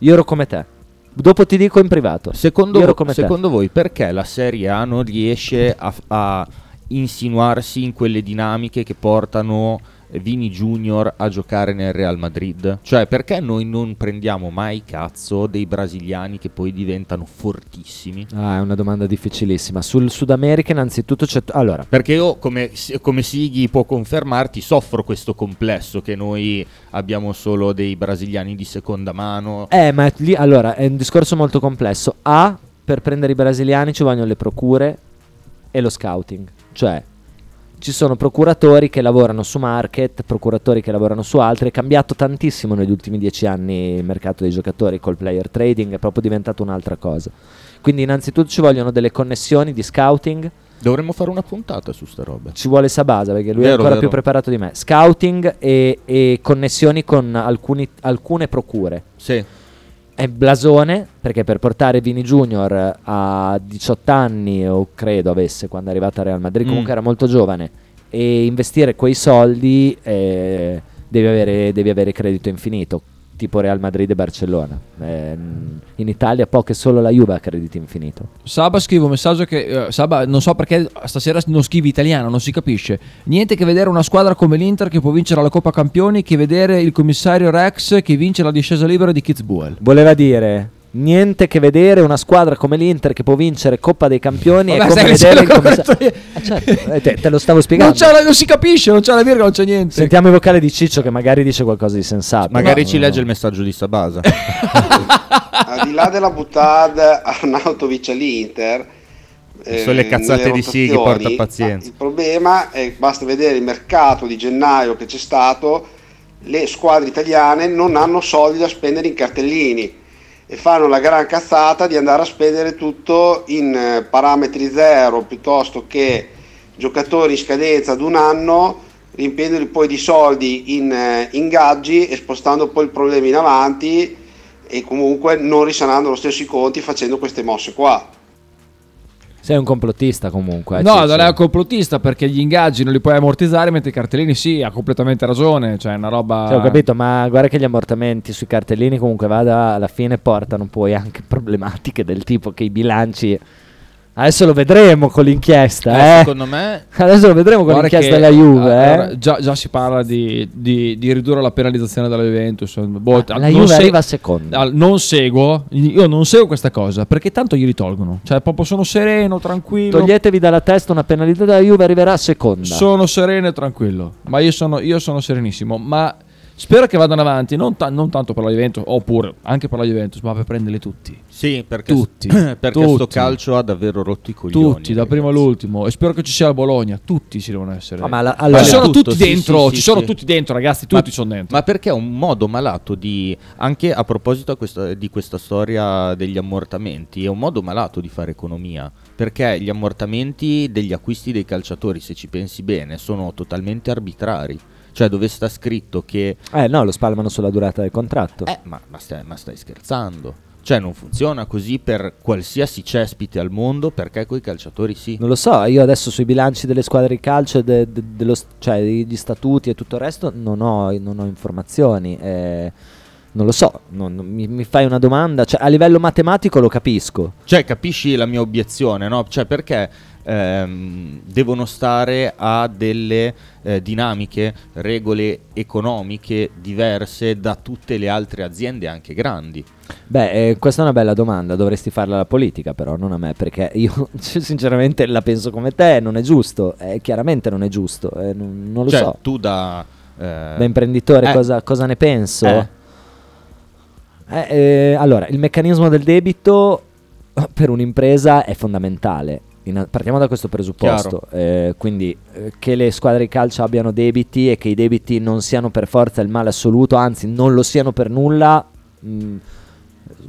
Io ero come te. Dopo ti dico in privato.
secondo,
Io ero
vo-
come
secondo voi perché la Serie A non riesce a, a insinuarsi in quelle dinamiche che portano eh, Vini Junior a giocare nel Real Madrid? Cioè perché noi non prendiamo mai cazzo dei brasiliani che poi diventano fortissimi?
te. Ah, è una domanda difficilissima. Sul Sud America, innanzitutto, c'è. Allora,
Perché io, come, come Sighi può confermarti, soffro questo complesso che noi abbiamo solo dei brasiliani di seconda mano.
Eh, ma lì, allora, è un discorso molto complesso. A, per prendere i brasiliani ci vogliono le procure e lo scouting. Cioè, ci sono procuratori che lavorano su market, procuratori che lavorano su altri. È cambiato tantissimo negli ultimi dieci anni il mercato dei giocatori col player trading, è proprio diventato un'altra cosa. Quindi innanzitutto ci vogliono delle connessioni di scouting,
Dovremmo fare una puntata su sta roba.
ci vuole Sabasa perché lui è
Vero,
ancora
vero.
più preparato di me. Scouting e, e connessioni con alcuni- alcune procure.
Sì.
è blasone perché per portare Vini Junior a 18 anni o credo avesse quando è arrivato al Real Madrid
Mm.
comunque era molto giovane e investire quei soldi eh, devi, avere, devi avere credito infinito tipo Real Madrid e Barcellona Eh, n- in Italia poche solo la Juve ha credito infinito
Saba scrive un messaggio che eh, Saba non so perché stasera non scrivi italiano, non si capisce. Niente che vedere una squadra come l'Inter che può vincere la Coppa Campioni che vedere il commissario Rex che vince la discesa libera di Kitzbühel.
voleva dire niente che vedere una squadra come l'Inter che può vincere Coppa dei Campioni
Vabbè,
e Eh, come
sai che
vedere
c'è
il
la
commissario Eh, certo, eh, te, te lo stavo
Non,
spiegando
c'è la- non si capisce, non c'è la virgola, non c'è niente.
Sentiamo il vocale di Ciccio che magari dice qualcosa di sensato.
Magari ci legge
il
il messaggio di Sabasa.
Al di là della buttata Arnautovic all'Inter, eh,
Sono le cazzate
nelle
di Sighi,
rotazioni,
porta pazienza.
Il problema è basta vedere il mercato di gennaio che c'è stato, le squadre italiane non hanno soldi da spendere in cartellini e fanno la gran cazzata di andare a spendere tutto in eh, parametri zero piuttosto che giocatori in scadenza ad un anno, riempiendoli poi di soldi in eh, ingaggi e spostando poi il problema in avanti e comunque non risanando lo stesso i conti facendo queste mosse qua.
Sei un complottista comunque. eh,
No,
Ciccio.
non è un complottista perché gli ingaggi non li puoi ammortizzare, mentre i cartellini sì, ha completamente ragione. Cioè, è una roba.
Sì, ho capito, ma guarda che gli ammortamenti sui cartellini comunque vada alla fine portano poi anche problematiche del tipo che i bilanci... Adesso lo vedremo con l'inchiesta, eh.
Eh, secondo me-
Adesso lo vedremo con
Guarda
l'inchiesta
che,
della Juve, eh.
allora, già, già si parla di, di- di ridurre la penalizzazione della Juventus. Boh,
la
non
Juve arriva seconda.
Ah, Non seguo, io non seguo questa cosa perché tanto gli tolgono. Cioè, proprio sono sereno, tranquillo.
Toglietevi dalla testa una penalità della Juve, arriverà seconda.
Sono sereno e tranquillo, ma io sono, io sono serenissimo. Ma spero che vadano avanti, non, ta- non tanto per la Juventus, oppure anche per la Juventus, ma per prenderli tutti.
Sì, perché,
Tutti,
perché sto
tutti.
calcio ha davvero rotto i coglioni.
Tutti, da prima all'ultimo, e spero che ci sia a Bologna. Tutti ci devono essere.
Ah, ma la-
Ci
allora-
sono
Tutto,
tutti
sì,
dentro,
sì,
ci
sì,
sono
sì.
tutti dentro, ragazzi.
Ma-
Tutti sono dentro.
Ma perché è un modo malato di. Anche a proposito a questa- di questa storia degli ammortamenti, è un modo malato di fare economia. Perché gli ammortamenti degli acquisti dei calciatori, se ci pensi bene, sono totalmente arbitrari. Cioè, dove sta scritto che.
Eh no, lo spalmano sulla durata del contratto.
Eh, ma, ma stai, ma stai scherzando? Cioè, non funziona così per qualsiasi cespite al mondo, perché coi calciatori sì.
Non lo so, io adesso sui bilanci delle squadre di calcio, e de- de- dello st- cioè gli statuti e tutto il resto, non ho, non ho informazioni. eh, non lo so, non- non- mi, mi fai una domanda, cioè, a livello matematico lo capisco.
Cioè, capisci la mia obiezione, no? Cioè, perché ehm, devono stare a delle eh, dinamiche, regole economiche diverse da tutte le altre aziende, anche grandi.
Beh, eh, questa è una bella domanda, dovresti farla alla politica però, non a me, perché io cioè, sinceramente la penso come te, non è giusto, eh, chiaramente non è giusto, eh, non, non lo
cioè,
so.
tu da... eh,
da imprenditore
eh,
cosa, cosa ne penso?
eh.
Eh, eh, allora, il meccanismo del debito per un'impresa è fondamentale. In- partiamo da questo presupposto. Eh, quindi eh, che le squadre di calcio abbiano debiti e che i debiti non siano per forza il male assoluto, anzi non lo siano per nulla, mh,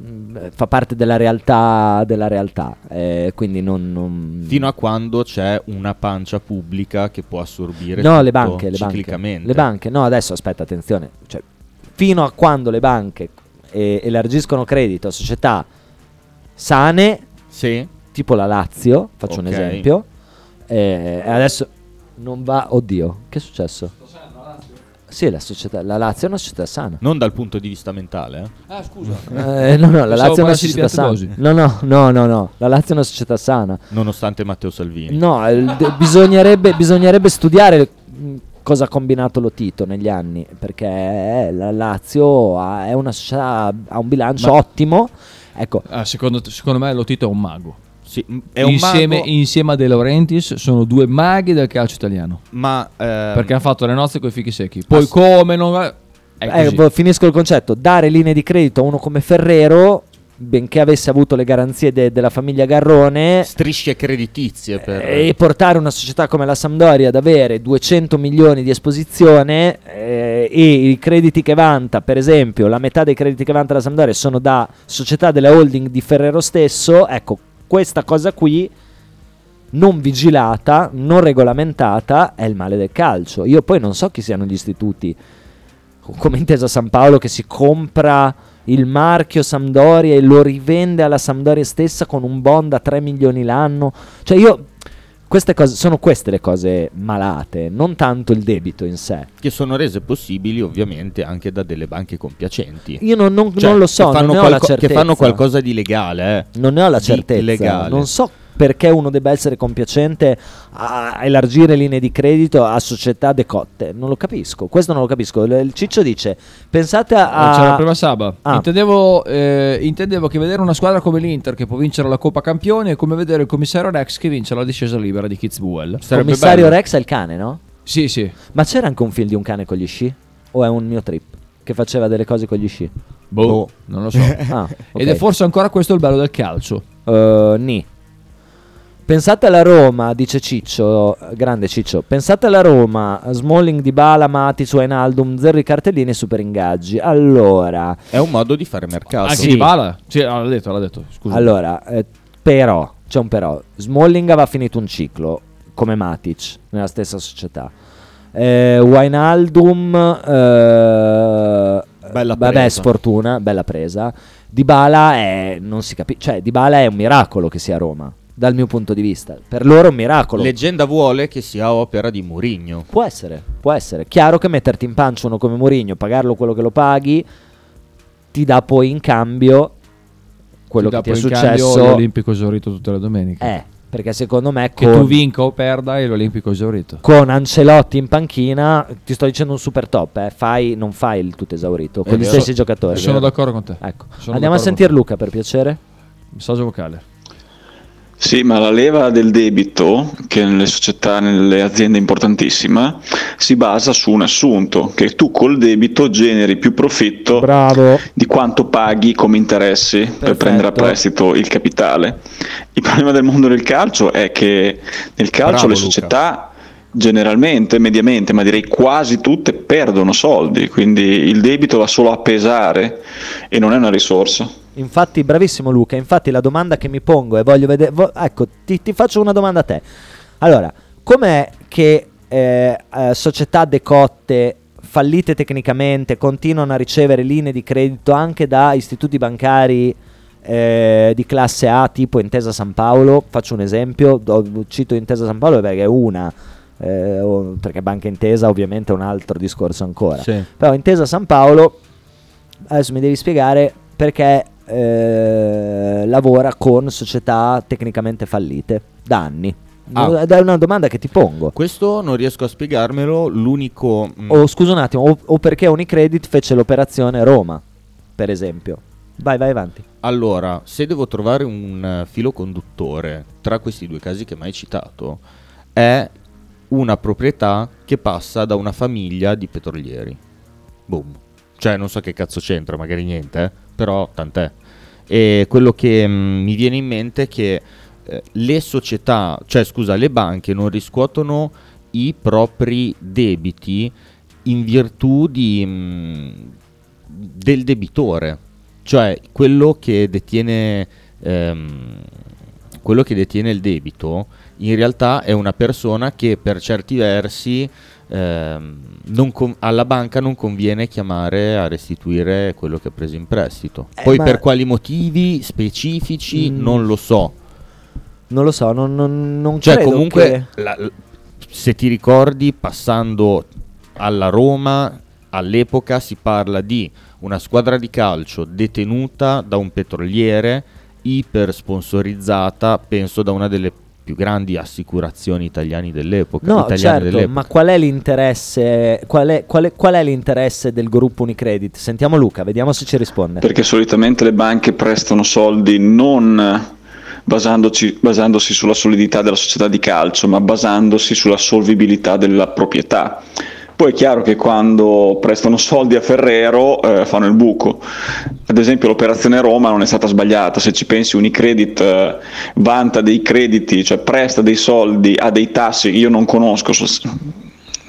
mh, eh, fa parte della realtà. Della realtà. Eh, quindi non- non,
Fino a quando c'è una pancia pubblica che può assorbire
No,
tutto
le banche, le banche.
ciclicamente.
Le banche, no, adesso aspetta, attenzione. Cioè, fino a quando le banche eh, elargiscono credito a società sane, tipo la Lazio, faccio un
Ok.
esempio, eh, adesso non va... Oddio, che è successo? Sì, la, società, la Lazio è una società sana.
Non dal punto di vista mentale, eh.
Ah, scusa.
Eh, no, no, la Lazio è una società sana. No, no, no, no, no, la Lazio è una società sana.
Nonostante Matteo Salvini.
No, il- de- bisognerebbe, bisognerebbe studiare mh, cosa ha combinato lo Tito negli anni, perché eh, la Lazio ha, è una società, ha un bilancio
Ma-
ottimo. Ecco,
Ah, secondo, secondo me Lotito è un mago.
Sì, è un
insieme,
mago-
insieme a De Laurentiis sono due maghi del calcio italiano.
Ma ehm,
perché hanno fatto le nozze con i fichi secchi. Poi come non va- è
eh,
così.
vo- finisco il concetto, dare linee di credito a uno come Ferrero, benché avesse avuto le garanzie de- della famiglia Garrone,
Strisce creditizie per...
e portare una società come la Sampdoria ad avere 200 milioni di esposizione eh, e i crediti che vanta, per esempio, la metà dei crediti che vanta la Sampdoria sono da società della holding di Ferrero stesso, ecco, questa cosa qui non vigilata, non regolamentata è il male del calcio. Io poi non so chi siano gli istituti, co- come intesa San Paolo che si compra il marchio Sampdoria e lo rivende alla Sampdoria stessa con un bond a 3 milioni l'anno. Cioè io queste cose sono queste le cose malate, non tanto il debito in sé.
Che sono rese possibili ovviamente anche da delle banche compiacenti.
Io non, non-
Cioè,
non lo so,
che fanno,
non ne ho la
qualco-
certezza.
che fanno qualcosa di legale. eh.
Non ne ho la
Di
certezza.
Legale.
Non so perché uno debba essere compiacente a a elargire linee di credito a società decotte. Non lo capisco. Questo non lo capisco. Il- Il Ciccio dice: pensate a.
Non c'era prima Saba.
Ah.
Intendevo, eh, intendevo che vedere una squadra come l'Inter che può vincere la Coppa Campione è come vedere il commissario Rex che vince la discesa libera di Kitzbühel.
commissario Rex è il cane, no?
Sì, sì.
Ma c'era anche un film di un cane con gli sci? O è un mio trip? Che faceva delle cose con gli sci?
Boh, non lo so.
Ah,
Ed è
ok.
forse ancora questo il bello del calcio.
Eh, ni. Pensate alla Roma, dice Ciccio, eh, grande Ciccio. Pensate alla Roma, Smalling di Bala, Matic, Wijnaldum, zero di cartellini e super ingaggi. Allora,
È un modo di fare mercato.
Anche
sì.
di Bala? Ah, Sì, ah, l'ha detto, l'ha detto. Scusa.
allora eh, però, c'è un però. Smalling aveva finito un ciclo come Matic nella stessa società. Eh, Wijnaldum, eh, vabbè,
presa.
sfortuna, bella presa. Dybala è, non si capisce, cioè Dybala è un miracolo che sia a Roma, dal mio punto di vista. Per loro è un miracolo.
Leggenda vuole che sia opera di Murigno.
Può essere, può essere. Chiaro che metterti in pancia uno come Mourinho, pagarlo quello che lo paghi, ti dà poi in cambio quello che ti è successo.
L'Olimpico esaurito tutte le domeniche.
Eh, perché secondo me
Che
con,
tu vinca o perda è l'Olimpico esaurito.
con Ancelotti in panchina, ti sto dicendo un super top, eh, fai, non fai il tutto esaurito, con
È
gli
vero.
stessi Eh, giocatori.
Eh, Sono d'accordo con te.
Ecco.
Sono
Andiamo a
d'accordo
sentire Luca per piacere.
Messaggio vocale.
Sì, ma la leva del debito, che nelle società, nelle aziende è importantissima, si basa su un assunto, che tu col debito generi più profitto di quanto paghi come interessi per prendere a prestito il capitale. Il problema del mondo del calcio è che nel calcio
Bravo,
le
Luca.
società generalmente, mediamente, ma direi quasi tutte perdono soldi, quindi il debito va solo a pesare e non è una risorsa.
Infatti, bravissimo Luca. Infatti, la domanda che mi pongo e voglio vedere. vo- ecco, ti, ti faccio una domanda a te. Allora, com'è che eh, eh, società decotte, fallite tecnicamente, continuano a ricevere linee di credito anche da istituti bancari eh, di classe A, tipo Intesa San Paolo? Faccio un esempio, do- cito Intesa San Paolo perché è una. eh, o- perché Banca Intesa ovviamente è un altro discorso ancora
Sì.
però Intesa San Paolo adesso mi devi spiegare perché eh, lavora con società tecnicamente fallite da anni.
Ah.
Ed è una domanda che ti pongo.
Questo non riesco a spiegarmelo. L'unico. mm,
O scusa un attimo, o, o perché Unicredit fece l'operazione Roma, per esempio. Vai, vai avanti.
Allora, se devo trovare un eh, filo conduttore tra questi due casi che mi hai citato, è una proprietà che passa da una famiglia di petrolieri. Boom. Cioè, non so che cazzo c'entra, magari niente, eh, però tant'è. E quello che mm, mi viene in mente è che eh, le società, cioè scusa, le banche non riscuotono i propri debiti in virtù di, mm, del debitore, cioè quello che detiene ehm, quello che detiene il debito in realtà è una persona che per certi versi ehm, non con- alla banca non conviene chiamare a restituire quello che ha preso in prestito. Poi
Eh, ma-
per quali motivi specifici
Mm.
non lo so.
Non lo so, non, non, non
Cioè,
credo
comunque, la- l- se ti ricordi, passando alla Roma, all'epoca si parla di una squadra di calcio detenuta da un petroliere, iper sponsorizzata, penso da una delle più grandi assicurazioni italiane dell'epoca.
No,
italiane
certo,
dell'epoca.
ma qual è l'interesse qual è, qual è- qual è l'interesse del gruppo Unicredit? Sentiamo Luca, vediamo se ci risponde.
Perché solitamente le banche prestano soldi non basandoci- basandosi sulla solidità della società di calcio, ma basandosi sulla solvibilità della proprietà. Poi è chiaro che quando prestano soldi a Ferrero eh, fanno il buco. Ad esempio l'operazione Roma non è stata sbagliata, se ci pensi Unicredit eh, vanta dei crediti, cioè presta dei soldi a dei tassi che io non conosco, so-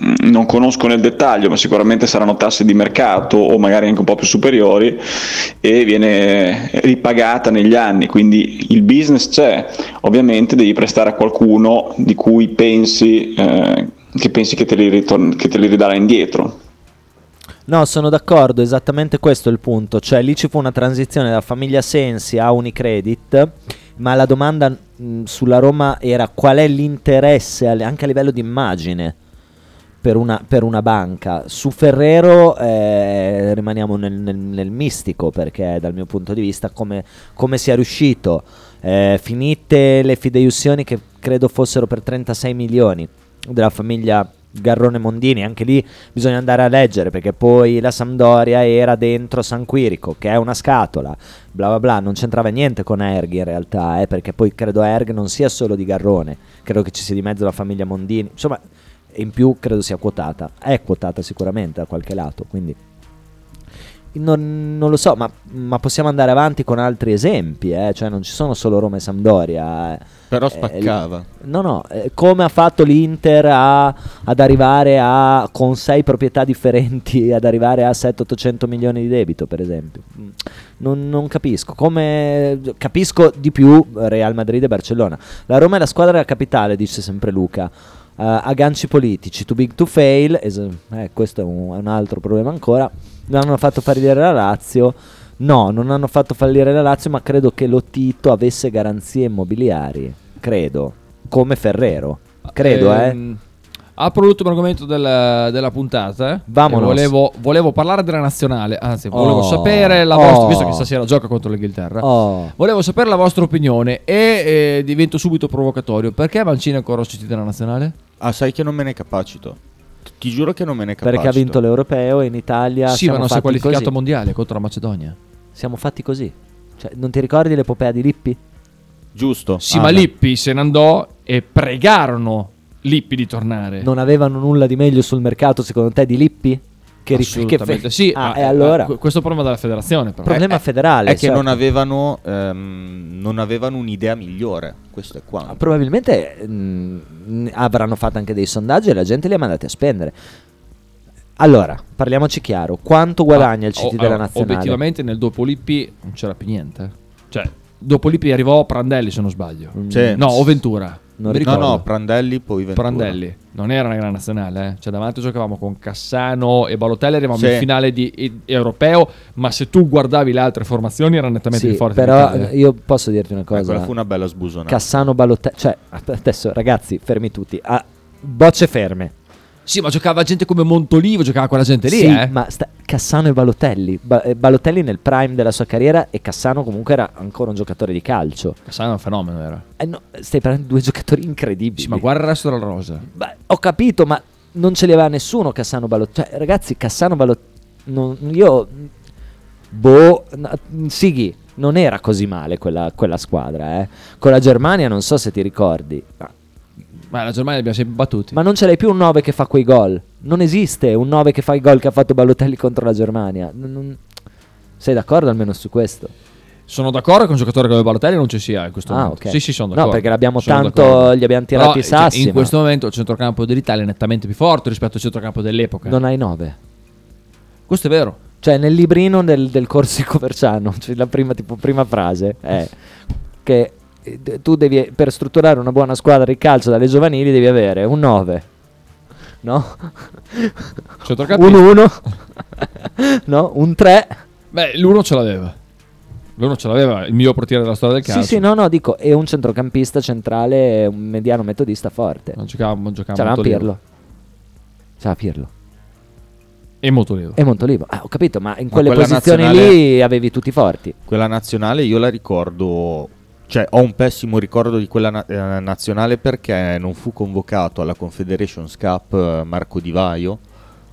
Mm, non conosco nel dettaglio, ma sicuramente saranno tasse di mercato o magari anche un po' più superiori e viene ripagata negli anni, quindi il business c'è, ovviamente devi prestare a qualcuno di cui pensi eh, che pensi che te li, ritorn- che te li ridarà indietro.
No, sono d'accordo, esattamente questo è il punto. Cioè, lì ci fu una transizione da famiglia Sensi a Unicredit, ma la domanda mh, sulla Roma era qual è l'interesse alle- anche a livello di immagine per una, per una banca. Su Ferrero eh, rimaniamo nel, nel- nel mistico perché dal mio punto di vista come, come si è riuscito. Eh, finite le fideiussioni che credo fossero per 36 milioni della famiglia Garrone Mondini, anche lì bisogna andare a leggere perché poi la Sampdoria era dentro San Quirico che è una scatola, bla bla bla, non c'entrava niente con Erg in realtà, eh, perché poi credo Erg non sia solo di Garrone, credo che ci sia di mezzo la famiglia Mondini, insomma e in più credo sia quotata, è quotata sicuramente da qualche lato, quindi non, non lo so, ma, ma possiamo andare avanti con altri esempi, eh, cioè non ci sono solo Roma e Sampdoria. eh.
Però
Eh,
spaccava.
No, no, eh, come ha fatto l'Inter a- ad arrivare a, con sei proprietà differenti, ad arrivare a 700-800 milioni di debito, per esempio. Mm, Non, non capisco. Come, capisco di più Real Madrid e Barcellona. La Roma è la squadra della capitale, dice sempre Luca. Eh, agganci politici, too big to fail, es- eh, questo è un, è un altro problema ancora. Non hanno fatto fallire la Lazio. No, non hanno fatto fallire la Lazio, ma credo che Lottito avesse garanzie immobiliari. Credo. Come Ferrero. Credo, eh.
Ehm, Apro l'ultimo argomento della, della puntata. eh.
Vamonos.
E Volevo, volevo parlare della nazionale. Anzi, volevo
Oh.
sapere la
Oh.
vostra. Visto che stasera gioca contro l'Inghilterra,
Oh.
volevo sapere la vostra opinione. E eh, divento subito provocatorio. Perché Mancini è ancora sostituito della nazionale?
Ah, sai che non me ne capacito. Ti giuro che non me ne capacito.
Perché ha vinto l'Europeo e in Italia
sì,
siamo
ma non si è
fatti
qualificato
così.
al mondiale contro la Macedonia.
Siamo fatti così. Cioè, non ti ricordi l'epopea di Lippi?
Giusto.
Sì,
Ah,
ma Lippi se ne andò e pregarono Lippi di tornare.
Non avevano nulla di meglio sul mercato, secondo te, di Lippi? Che rif- che fe-
Assolutamente sì.
Ah,
ma-
e allora?
ma- Questo è un problema della federazione, però.
Problema
Eh,
federale.
È che
certo.
non avevano, ehm, non avevano un'idea migliore. Questo è
Ah,
quanto.
Probabilmente mh, mh, avranno fatto anche dei sondaggi e la gente li ha mandati a spendere. Allora, parliamoci chiaro: quanto guadagna il
Ah,
City
oh,
della
allora,
nazionale?
Obiettivamente nel dopo Lippi non c'era più niente. Cioè, dopo Lippi arrivò Prandelli se non sbaglio.
Sì.
No, o Ventura.
Non
Non mi
ricordo.
ricordo.
No, no, Prandelli, poi Ventura.
Prandelli. Non era una gran nazionale, eh. Cioè, davanti giocavamo con Cassano e Balotelli, eravamo
Sì.
in finale di e- europeo, ma se tu guardavi le altre formazioni era nettamente
Sì,
più forte
però
dell'Italia.
io posso dirti una cosa.
Quella Ecco, fu una bella sbusonata.
Cassano Balotelli, cioè att- adesso ragazzi, fermi tutti. Ah, bocce ferme.
Sì, ma giocava gente come Montolivo, giocava quella gente lì,
Sì,
eh.
ma sta- Cassano e Balotelli. Ba- eh, Balotelli nel prime della sua carriera e Cassano comunque era ancora un giocatore di calcio.
Cassano è un fenomeno era.
Eh no, stai parlando di due giocatori incredibili.
Sì, ma guarda il resto della rosa.
Beh, ho capito, ma non ce li aveva nessuno Cassano Balotelli. Cioè, ragazzi, Cassano Balotelli. io. Boh. n- Sighi, non era così male quella, quella squadra, eh. Con la Germania, non so se ti ricordi. Ma,
Ma la Germania li abbiamo sempre battuti.
ma non ce l'hai più un 9 che fa quei gol. Non esiste un 9 che fa i gol che ha fatto Balotelli contro la Germania. Non- non- Sei d'accordo almeno su questo?
Sono d'accordo che un giocatore come Balotelli non ci sia in questo
Ah,
momento.
ok.
Sì, sì, sono
No,
d'accordo.
perché l'abbiamo
Sono
tanto- gli abbiamo tirato
Però,
i
cioè,
sassi,
in
ma-
questo momento il centrocampo dell'Italia è nettamente più forte rispetto al centrocampo dell'epoca.
Non hai 9.
Questo è vero.
Cioè, nel librino del, del corso di Coverciano, cioè la prima, tipo, prima frase è che eh, d- tu devi, per strutturare una buona squadra di calcio dalle giovanili, devi avere un 9, no?
Centrocampista.
un 1, no? Un 3.
Beh, l'uno ce l'aveva. L'uno ce l'aveva, il mio portiere della storia del
Sì,
calcio.
sì, no, no, dico, e un centrocampista centrale, un mediano metodista forte.
Non giocavamo, non giocavamo
C'era
Montolivo.
Pirlo. C'era Pirlo.
E Montolivo.
E Montolivo. Ah, ho capito, ma in
Ma
quelle
quella
posizioni
nazionale-
lì avevi tutti forti.
Quella nazionale io la ricordo, cioè ho un pessimo ricordo di quella na- eh, nazionale perché non fu convocato alla Confederations Cup eh, Marco Di Vaio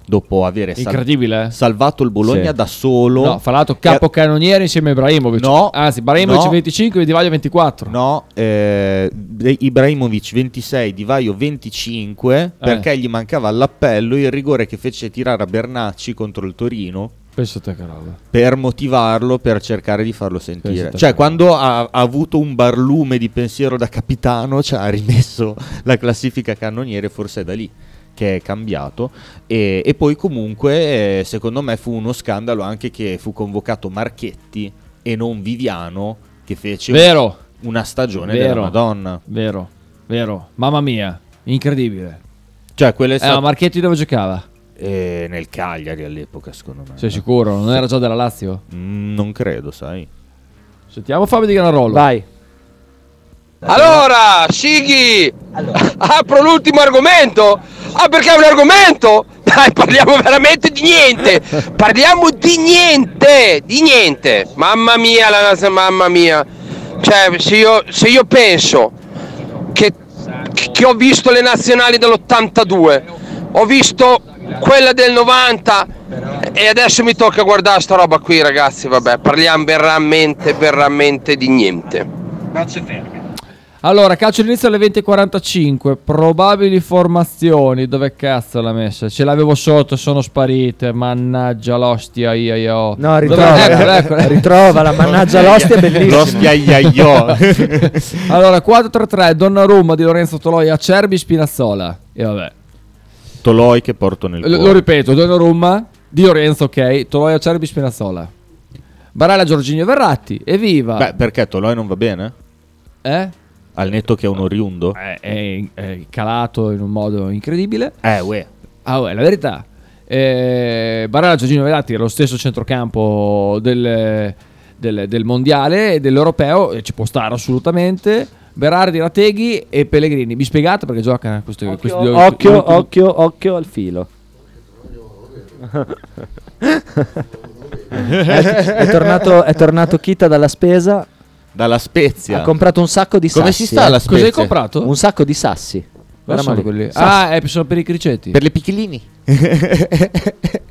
dopo avere sal-
Incredibile, eh?
salvato il Bologna
Sì.
da solo.
No, fra l'altro capocannoniere insieme a Ibrahimovic.
No,
Anzi, Ibrahimovic
no.
25 e Di Vaglio 24.
No, eh, De- Ibrahimovic 26, Di Vaio 25 perché gli mancava l'appello il rigore che fece tirare a Bernacci contro il Torino
Penso a te che roba.
per motivarlo, per cercare di farlo
Penso
sentire.
te.
Cioè, quando ha, ha avuto un barlume di pensiero da capitano, cioè, ha rimesso la classifica cannoniere, forse è da lì che è cambiato. E, e poi comunque, eh, secondo me, fu uno scandalo anche che fu convocato Marchetti e non Viviano, che fece un-
Vero.
una stagione della
Vero.
Madonna.
Vero, vero. Mamma mia, incredibile.
Cioè, quella è
Eh,
stata-
ma Marchetti dove giocava?
eh, nel Cagliari all'epoca, secondo me.
Sei sicuro? Non era già della Lazio?
Mm, Non credo, sai.
Sentiamo Fabio Di Ganarolo. Vai.
Allora, Sighi, apro l'ultimo argomento. Ah, perché è un argomento? Dai, parliamo veramente di niente. Parliamo di niente, di niente. Mamma mia, la nas- mamma mia. Cioè, se io, se io penso che, che ho visto le nazionali dell'82, ho visto quella del 90 e adesso mi tocca guardare sta roba qui, ragazzi. Vabbè, parliamo veramente, veramente di niente.
Non si fermi. Allora, calcio d'inizio alle 20.45. Probabili formazioni. Dove cazzo l'ha messa? Ce l'avevo sotto, sono sparite. Mannaggia l'ostia, oh. io, io.
No, ritrova,
Ecco,
ritrovala, mannaggia l'ostia è bellissima.
L'ostia, oh. ia, ia.
allora, 4-3-3, Donnarumma di Lorenzo Toloi, Acerbi, Spinazzola. E vabbè.
Toloi che porto nel
Lo,
cuore.
lo ripeto, Donnarumma di Lorenzo, ok. Toloi, Acerbi, Spinazzola. Barella, Giorginio e Verratti. Evviva.
Beh, perché Toloi non va bene?
Eh?
Al netto che è un oriundo?
È, calato in un modo incredibile.
Eh, uè.
Ah, uè, la verità. Eh, Barella Giorgino Velati era lo stesso centrocampo del, del- del mondiale e dell'europeo, e ci può stare assolutamente. Berardi, Rateghi e Pellegrini. Mi spiegate perché giocano questi, questi due?
Occhio,
questi-
occhio, occhio al filo. è, è tornato, è tornato Kita dalla spesa.
Dalla Spezia.
Ha comprato un sacco di
Come
sassi.
si sta alla
eh.
Spezia? Cos'hai comprato?
Un sacco di sassi.
Cosa sono
Eravamo lì.
quelli?
Sassi.
Ah, eh, sono per i criceti.
Per le picchilini.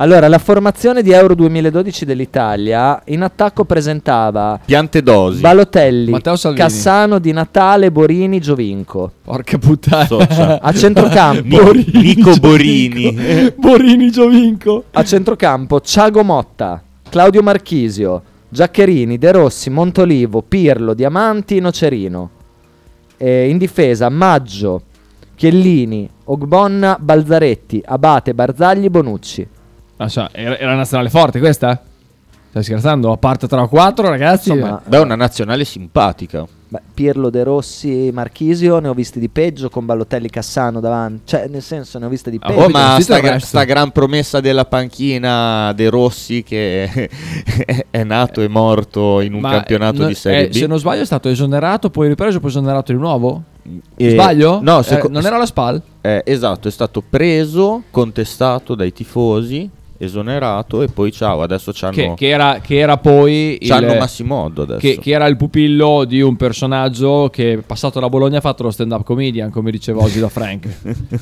Allora, la formazione di Euro 2012 dell'Italia in attacco presentava
Piante dosi.
Balotelli,
Matteo Salvini.
Cassano di Natale, Borini, Giovinco.
Porca puttana.
A centrocampo
Ni- Nico Borini.
Eh, Borini Giovinco.
A centrocampo Ciago Motta, Claudio Marchisio, Giaccherini, De Rossi, Montolivo, Pirlo, Diamanti, Nocerino. Eh, in difesa Maggio, Chiellini, Ogbonna, Balzaretti, Abate, Barzagli, Bonucci.
Ah, sa, era, era nazionale forte questa? Stai scherzando? A parte tra quattro, ragazzi.
Insomma,
Beh, una nazionale simpatica.
Beh, Pirlo, De Rossi, Marchisio, ne ho visti di peggio con Ballotelli, Cassano davanti. Cioè, nel senso, ne ho visti di
Eh,
peggio.
Oh, ma sta, gra- sta gran promessa della panchina De Rossi che è nato e morto in un
Ma,
campionato
eh,
di Serie
eh,
B.
Se non sbaglio, è stato esonerato, poi ripreso, poi esonerato di nuovo. sbaglio?
No,
Eh,
seco-
non era la SPAL?
Eh, esatto, è stato preso, contestato dai tifosi, esonerato e poi ciao, adesso c'hanno...
Che, che era, che era poi. il-
C'hanno Massimodo adesso.
Che, che era il pupillo di un personaggio che passato da Bologna ha fatto lo stand-up comedian, come diceva oggi da Frank.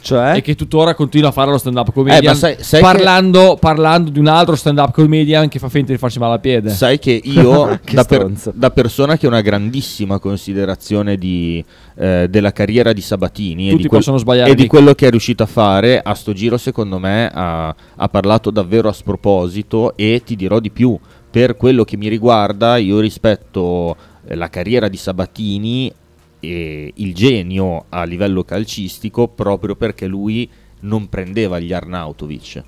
Cioè?
E che tuttora continua a fare lo stand-up comedian.
Eh, ma sai- sai
parlando, parlando di un altro stand-up comedian che fa finta di farsi male al piede.
Sai che io, da, per- da persona che ho una grandissima considerazione di, eh, della carriera di Sabatini e
Tutti
di, quel-
possono sbagliare,
e di
Nick.
quello che è riuscito a fare, a sto giro secondo me ha, ha parlato davvero a sproposito e ti dirò di più, per quello che mi riguarda io rispetto eh, la carriera di Sabatini e il genio a livello calcistico proprio perché lui non prendeva gli Arnautovic.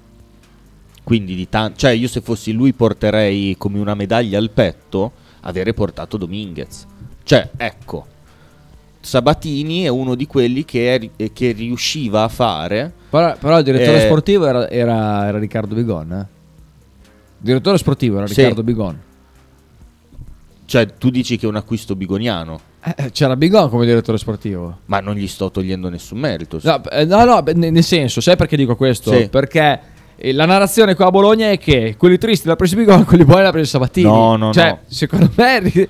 Quindi di tan- cioè io se fossi lui porterei come una medaglia al petto avere portato Dominguez. Cioè, ecco, Sabatini è uno di quelli che, è ri- eh, che riusciva a fare.
Però, però il direttore
Eh,
sportivo era, era- era Riccardo Bigon. eh? Il direttore sportivo era
Sì.
Riccardo Bigon.
Cioè, tu dici che è un acquisto bigoniano,
Eh, C'era Bigon come direttore sportivo.
ma non gli sto togliendo nessun merito.
No, eh, no, no, beh, ne- nel senso, sai perché dico questo?
Sì.
Perché eh, la narrazione qua a Bologna è che quelli tristi l'ha preso Bigon, quelli buoni l'ha preso Sabatini.
No, no,
cioè,
no. Cioè
secondo me ri-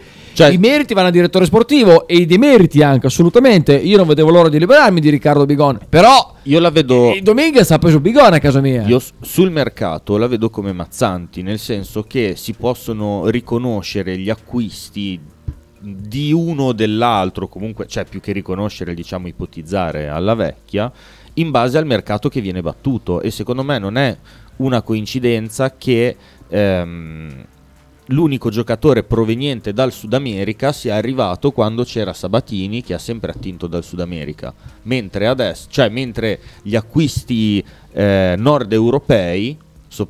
i meriti vanno al direttore sportivo e i demeriti anche, assolutamente. Io non vedevo l'ora di liberarmi di Riccardo Bigon, però
Io la vedo.
eh, Dominguez ha preso Bigon a casa mia.
Io s- sul mercato la vedo come Mazzanti, nel senso che si possono riconoscere gli acquisti di uno o dell'altro, comunque, cioè più che riconoscere, diciamo ipotizzare alla vecchia, in base al mercato che viene battuto. E secondo me non è una coincidenza che ehm, l'unico giocatore proveniente dal Sud America sia arrivato quando c'era Sabatini che ha sempre attinto dal Sud America, mentre adesso, cioè mentre gli acquisti eh, nord europei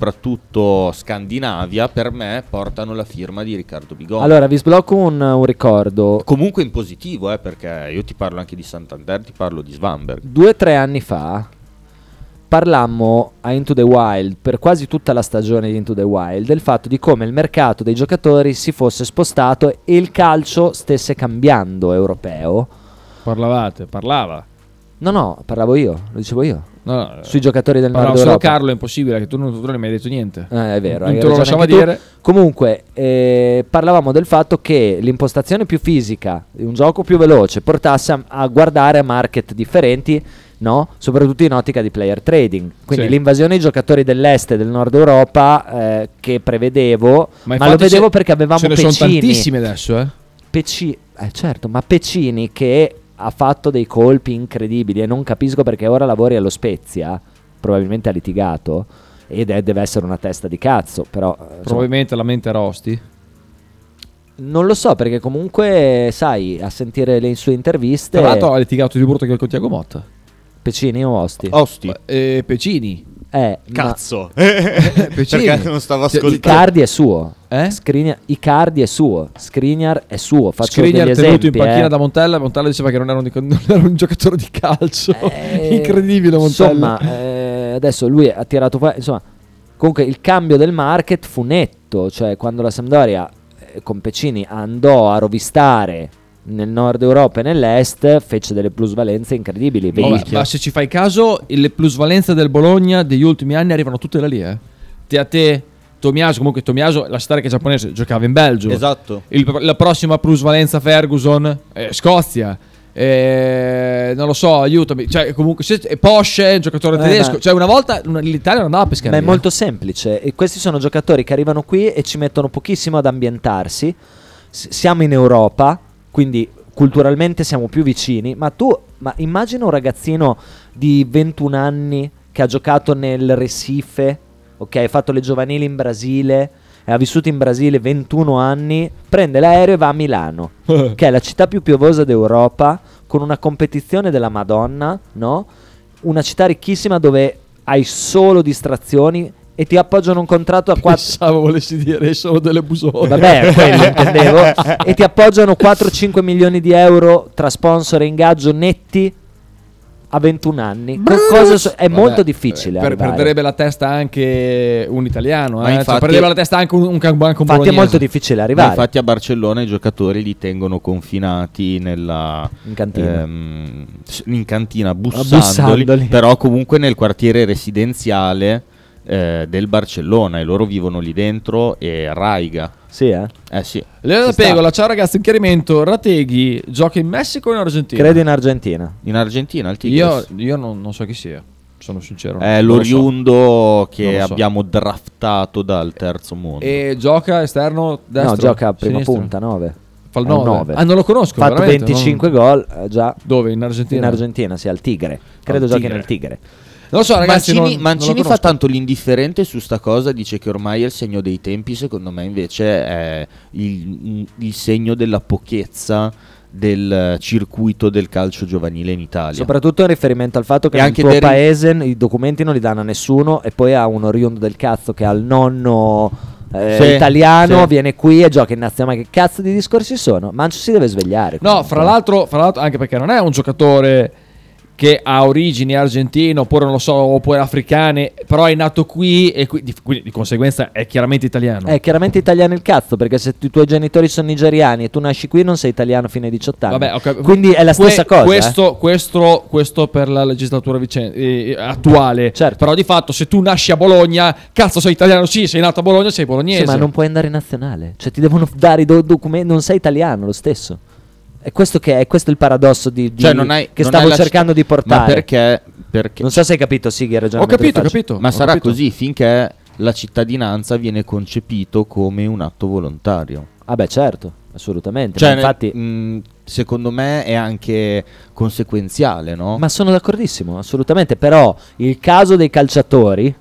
soprattutto Scandinavia per me portano la firma di Riccardo Bigoni
Allora, vi sblocco un, un ricordo.
comunque in positivo eh, perché io ti parlo anche di Santander ti parlo di Svanberg
Due o tre anni fa parlammo a Into the Wild per quasi tutta la stagione di Into the Wild del fatto di come il mercato dei giocatori si fosse spostato e il calcio stesse cambiando europeo.
Parlavate, parlava.
No, no, parlavo io, lo dicevo io.
No, no, eh,
Sui giocatori del
Però
nord
solo
Europa.
Carlo è impossibile, che tu non, tu non mi hai detto niente.
Eh, è vero,
Non
hai
te lo
ragione
lasciamo
anche tu.
dire.
Comunque, eh, parlavamo del fatto che l'impostazione più fisica, un gioco più veloce, portasse a, a guardare a market differenti, no? soprattutto in ottica di player trading. Quindi
Sì.
l'invasione dei giocatori dell'est e del nord Europa eh, che prevedevo, ma, lo
infatti
vedevo
ce-
perché avevamo
Ce ne
Pecini.
sono tantissime adesso, eh.
Pecci- eh, certo, ma Pecini che ha fatto dei colpi incredibili e non capisco perché ora lavori allo Spezia, probabilmente ha litigato ed è- deve essere una testa di cazzo, però eh, insomma,
Probabilmente la mente era Osti.
non lo so perché comunque sai, a sentire le sue interviste
Tra l'altro ha litigato di brutto anche con Tiago Motta.
Pecini o Osti?
Osti. E Pecini. Eh,
Eh, ma- Cioè,
Cazzo. Eh, Perché non stavo ascoltando. Eh?
Icardi è suo. Skriniar- Icardi è suo, Skriniar è suo, faccio
Skriniar
degli
tenuto in
esempi,
panchina
eh.
da Montella. Montella diceva che non era un, non era un giocatore di calcio. Incredibile Montella.
Eh, Insomma, eh, adesso lui ha tirato fuori. Insomma, comunque il cambio del market fu netto. Cioè, quando la Sampdoria eh, con Pecini andò a rovistare nel nord Europa e nell'est, fece delle plusvalenze incredibili.
Vabbè,
Vecchio.
ma se ci fai caso, le plusvalenze del Bologna degli ultimi anni arrivano tutte da lì, eh. Te a te, Tomiaso, comunque Tomiaso, la star che è giapponese, giocava in Belgio.
Esatto.
Il- la prossima plusvalenza Ferguson, eh, Scozia. Eh, non lo so, aiutami. Cioè, comunque, se, e Porsche, giocatore
Eh,
tedesco.
ma-
Cioè, una volta una- l'Italia non andava a pescare.
Ma è molto semplice. E questi sono giocatori che arrivano qui e ci mettono pochissimo ad ambientarsi. S- siamo in Europa, quindi culturalmente siamo più vicini. Ma tu, ma immagina un ragazzino di 21 anni che ha giocato nel Recife, ok, ha fatto le giovanili in Brasile. e Ha vissuto in Brasile 21 anni, prende l'aereo e va a Milano, che è la città più piovosa d'Europa, con una competizione della Madonna, no? Una città ricchissima dove hai solo distrazioni e ti appoggiano un contratto a 4
Pensavo volessi dire solo delle busone.
Vabbè, quello intendevo. E ti appoggiano 4-5 milioni di euro tra sponsor e ingaggio netti a 21 anni. Con cose so- è
Vabbè, eh,
molto difficile.
per-
arrivare.
perderebbe la testa anche un italiano.
Ma
Eh? Cioè,
infatti-
perderebbe la testa anche un, un, un anche un
Infatti è
bolognese.
molto difficile arrivare.
Ma infatti a Barcellona i giocatori li tengono confinati nella,
In cantina.
ehm, s- in cantina, bussandoli,
bussandoli.
però comunque nel quartiere residenziale eh, del Barcellona e loro vivono lì dentro e raiga.
Sì, eh?
Eh sì.
Leonardo
Ci sta.
Pegola, ciao ragazzi, un chiarimento. Rateghi gioca in Messico o in Argentina?
Credo in Argentina.
In Argentina, il
Io,
Tigres.
io non, non so chi sia, sono sincero.
È
Eh,
non lo so.
l'oriundo che
Non lo so.
abbiamo draftato dal terzo mondo.
E gioca esterno, destro?
no, gioca a prima
sinistro?
punta 9.
Fa il
È un
9.
nove.
Ah, non lo conosco,
Ha fatto
veramente,
25
non-
gol. eh, già
Dove? In Argentina?
In Argentina, sì, al Tigre. Credo
Al
giochi
Tigre.
nel Tigre.
Non lo so, ragazzi,
Mancini,
non-
Mancini
non lo
fa
conosco.
tanto l'indifferente su sta cosa, dice che ormai è il segno dei tempi, secondo me invece è il, il segno della pochezza del circuito del calcio giovanile in Italia.
Soprattutto in riferimento al fatto
E
che nel
anche
tuo
Derin-
paese i documenti non li danno a nessuno e poi ha un oriundo del cazzo che ha il nonno eh,
Sì,
italiano,
sì.
viene qui e gioca in nazionale. Ma che cazzo di discorsi sono? Mancio si deve svegliare.
No, fra l'altro, fra l'altro, anche perché non è un giocatore che ha origini argentine oppure non lo so, oppure africane, però è nato qui e qui- di- quindi di conseguenza è chiaramente italiano.
È Eh, chiaramente italiano il cazzo perché se tu- i tuoi genitori sono nigeriani e tu nasci qui non sei italiano fino ai 18 anni.
Vabbè, ho cap-
Quindi è la
Que-
stessa cosa. eh.
Questo, questo- questo per la legislatura vicen- eh, attuale.
Certo.
Però di fatto se tu nasci a Bologna, cazzo sei italiano, sì, sei nato a Bologna, sei bolognese.
Sì, Cioè, ma non puoi andare in nazionale. Cioè, ti devono dare i do- documenti. Non sei italiano lo stesso. È questo, che è, questo il paradosso di, di-
Cioè, non hai-
che
non
stavo
hai la
cercando
citt-
di portare.
Ma perché? perché-
Non so se hai capito, Sighi, il ragionamento. che faccio.
Ma sarà così finché la cittadinanza viene concepito come un atto volontario.
Ah, beh, certo, assolutamente.
Cioè,
ma, infatti,
mh, secondo me è anche conseguenziale, no?
ma sono d'accordissimo, assolutamente. Però il caso dei calciatori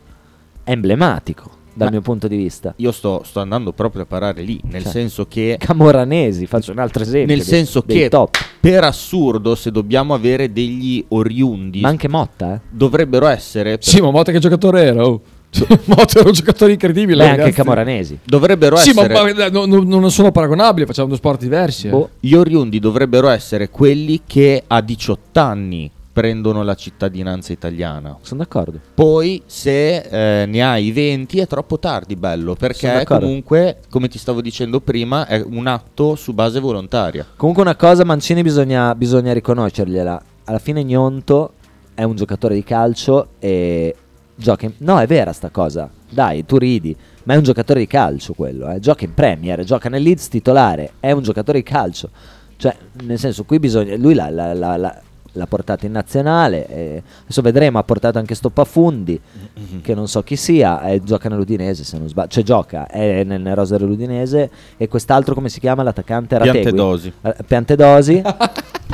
è emblematico dal
Ma-
mio punto di vista.
Io sto, sto andando proprio a parare lì, nel
Cioè,
senso che...
Camoranesi, faccio un altro esempio.
Nel
dei-
senso
dei
che,
top.
per assurdo, se dobbiamo avere degli oriundi,
Ma anche Motta, eh.
dovrebbero essere... per-
Sì, ma Motta che giocatore era? oh. Motta era un giocatore incredibile.
Beh, anche
ragazzi.
Camoranesi.
Dovrebbero
Sì, ma,
essere...
eh,
ma- no- no- non sono paragonabili, facciamo
Boh,
due sport diversi. eh.
Gli oriundi dovrebbero essere quelli che a 18 anni prendono la cittadinanza italiana.
Sono d'accordo.
Poi se eh, ne hai 20 è troppo tardi, bello,
Sono
perché
d'accordo.
comunque, come ti stavo dicendo prima, è un atto su base volontaria.
Comunque una cosa, Mancini bisogna, bisogna riconoscergliela. Alla fine Gnonto è un giocatore di calcio e gioca in... No, è vera sta cosa. Dai, tu ridi. Ma è un giocatore di calcio quello. eh. Gioca in Premier, gioca nel Leeds titolare. È un giocatore di calcio. Cioè, nel senso, qui bisogna... Lui l'ha, l'ha- l'ha- l'ha- l'ha portato in nazionale. e adesso vedremo, ha portato anche Stoppafundi,
Mhm.
che non so chi sia. e gioca nell'Udinese, se non sbaglio. Cioè, gioca. È nel, nel rosa dell'Udinese. E quest'altro, come si chiama? L'attaccante Rategui.
Piantedosi.
Eh, Piantedosi.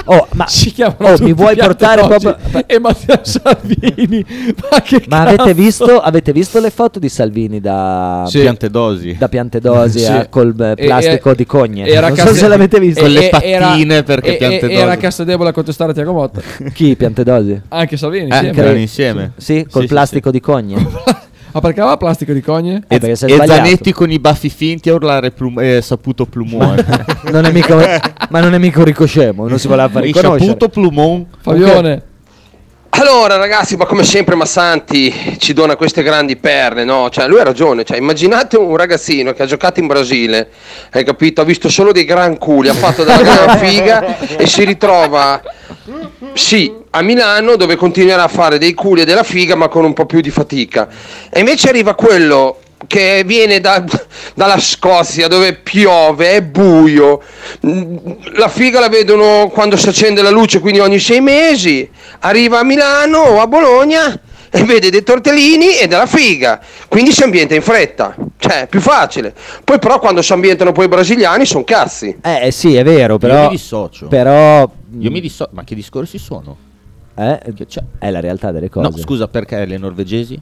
Oh, ma
Ci chiamano
oh,
tutti
mi vuoi portare
Piantedosi
proprio.
E Matteo Salvini. Ma che
Ma
cazzo?
avete visto, avete visto le foto di Salvini da
Sì. Piantedosi.
Da Piantedosi
Sì.
a- col eh,
E- e-
plastico di Cogne?
era
non so
Castell-
se l'avete visto.
Con le pattine perché
e-
Piantedosi.
e- Era Casadebola a contestare Tiago Motta.
Chi Piantedosi?
Anche Salvini.
Eh,
insieme.
cre- Sì, sì, col plastico di Cogne.
Ma Ah, perché aveva plastico di cogne?
Eh, perché si è
e
sbagliato.
Zanetti con i baffi finti a urlare plum- eh, saputo plumone.
Non è mica- ma non è mica un ricoscemo, non si voleva far
Hai
riconoscere.
saputo plumon.
Allora ragazzi, ma come sempre Massanti ci dona queste grandi perle, no? Cioè lui ha ragione, cioè, immaginate un ragazzino che ha giocato in Brasile, hai capito? Ha visto solo dei gran culi, ha fatto della gran figa e si ritrova, sì, a Milano dove continuerà a fare dei culi e della figa ma con un po' più di fatica. E invece arriva quello che viene da- dalla Scozia dove piove, è buio, Mm, la figa la vedono quando si accende la luce, quindi ogni sei mesi, arriva a Milano o a Bologna e vede dei tortellini e della figa, quindi si ambienta in fretta, cioè è più facile. Poi però quando si ambientano poi i brasiliani sono cazzi.
Eh sì, è vero, però.
mi dissocio.
Però.
Mm. Io mi disso- ma che discorsi sono?
Eh, È la realtà delle cose.
No, scusa, perché le norvegesi?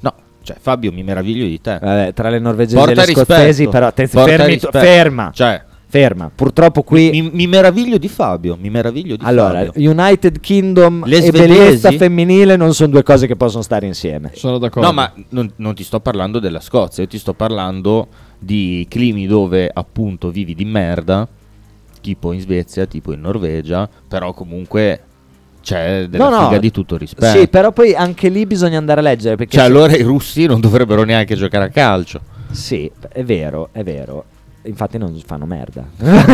No, cioè Fabio, mi meraviglio di te.
Vabbè, tra le norvegesi e le scozzesi, però attenzione,
Porta
fermi-
rispetto.
ferma.
Cioè,
Ferma, purtroppo qui.
Mi, mi meraviglio di Fabio, mi meraviglio di
Allora,
Fabio.
United Kingdom
Le
e
svedesi?
bellezza femminile non sono due cose che possono stare insieme.
Sono
No, ma non, non ti sto parlando della Scozia, io ti sto parlando di climi dove appunto vivi di merda, tipo in Svezia, tipo in Norvegia, però comunque c'è della
No, no.
figa di tutto rispetto.
Sì, però poi anche lì bisogna andare a leggere. Perché
cioè
se-
allora i russi non dovrebbero neanche giocare a calcio.
Sì, è vero, è vero. Infatti non fanno merda.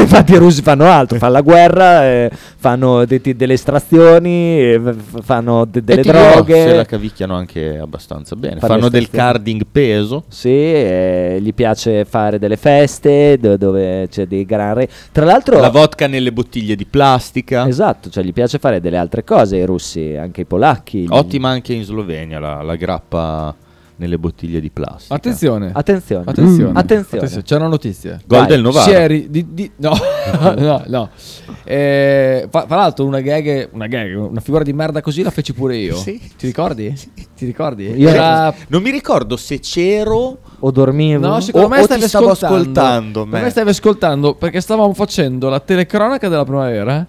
Infatti i russi fanno altro, fanno la guerra, eh, fanno de- de- delle estrazioni, eh, f- fanno de- delle
E ti dirò,
droghe.
Se la cavicchiano anche abbastanza bene.
Fanno
Fanno del
estrazioni.
carding peso.
Sì, eh, gli piace fare delle feste do- dove c'è dei gran re. Tra l'altro...
La vodka nelle bottiglie di plastica.
Esatto, cioè gli piace fare delle altre cose i russi, anche i polacchi.
Ottima anche in Slovenia la, la grappa nelle bottiglie di plastica.
Attenzione.
Attenzione.
Attenzione.
Mm. Attenzione.
C'è una notizia.
Gol del Novara.
Sieri di, di- no, no, no. Eh, fa- fra l'altro una gag, una gag, una figura di merda così la feci pure io.
Sì.
Ti ricordi? Ti ricordi?
Io-
Era-
Non mi ricordo se c'ero
O dormivo.
No, secondo
O-
me
o
stavi
ti stavo
ascoltando.
ascoltando,
Secondo
me.
me stavi ascoltando perché stavamo facendo la telecronaca della primavera.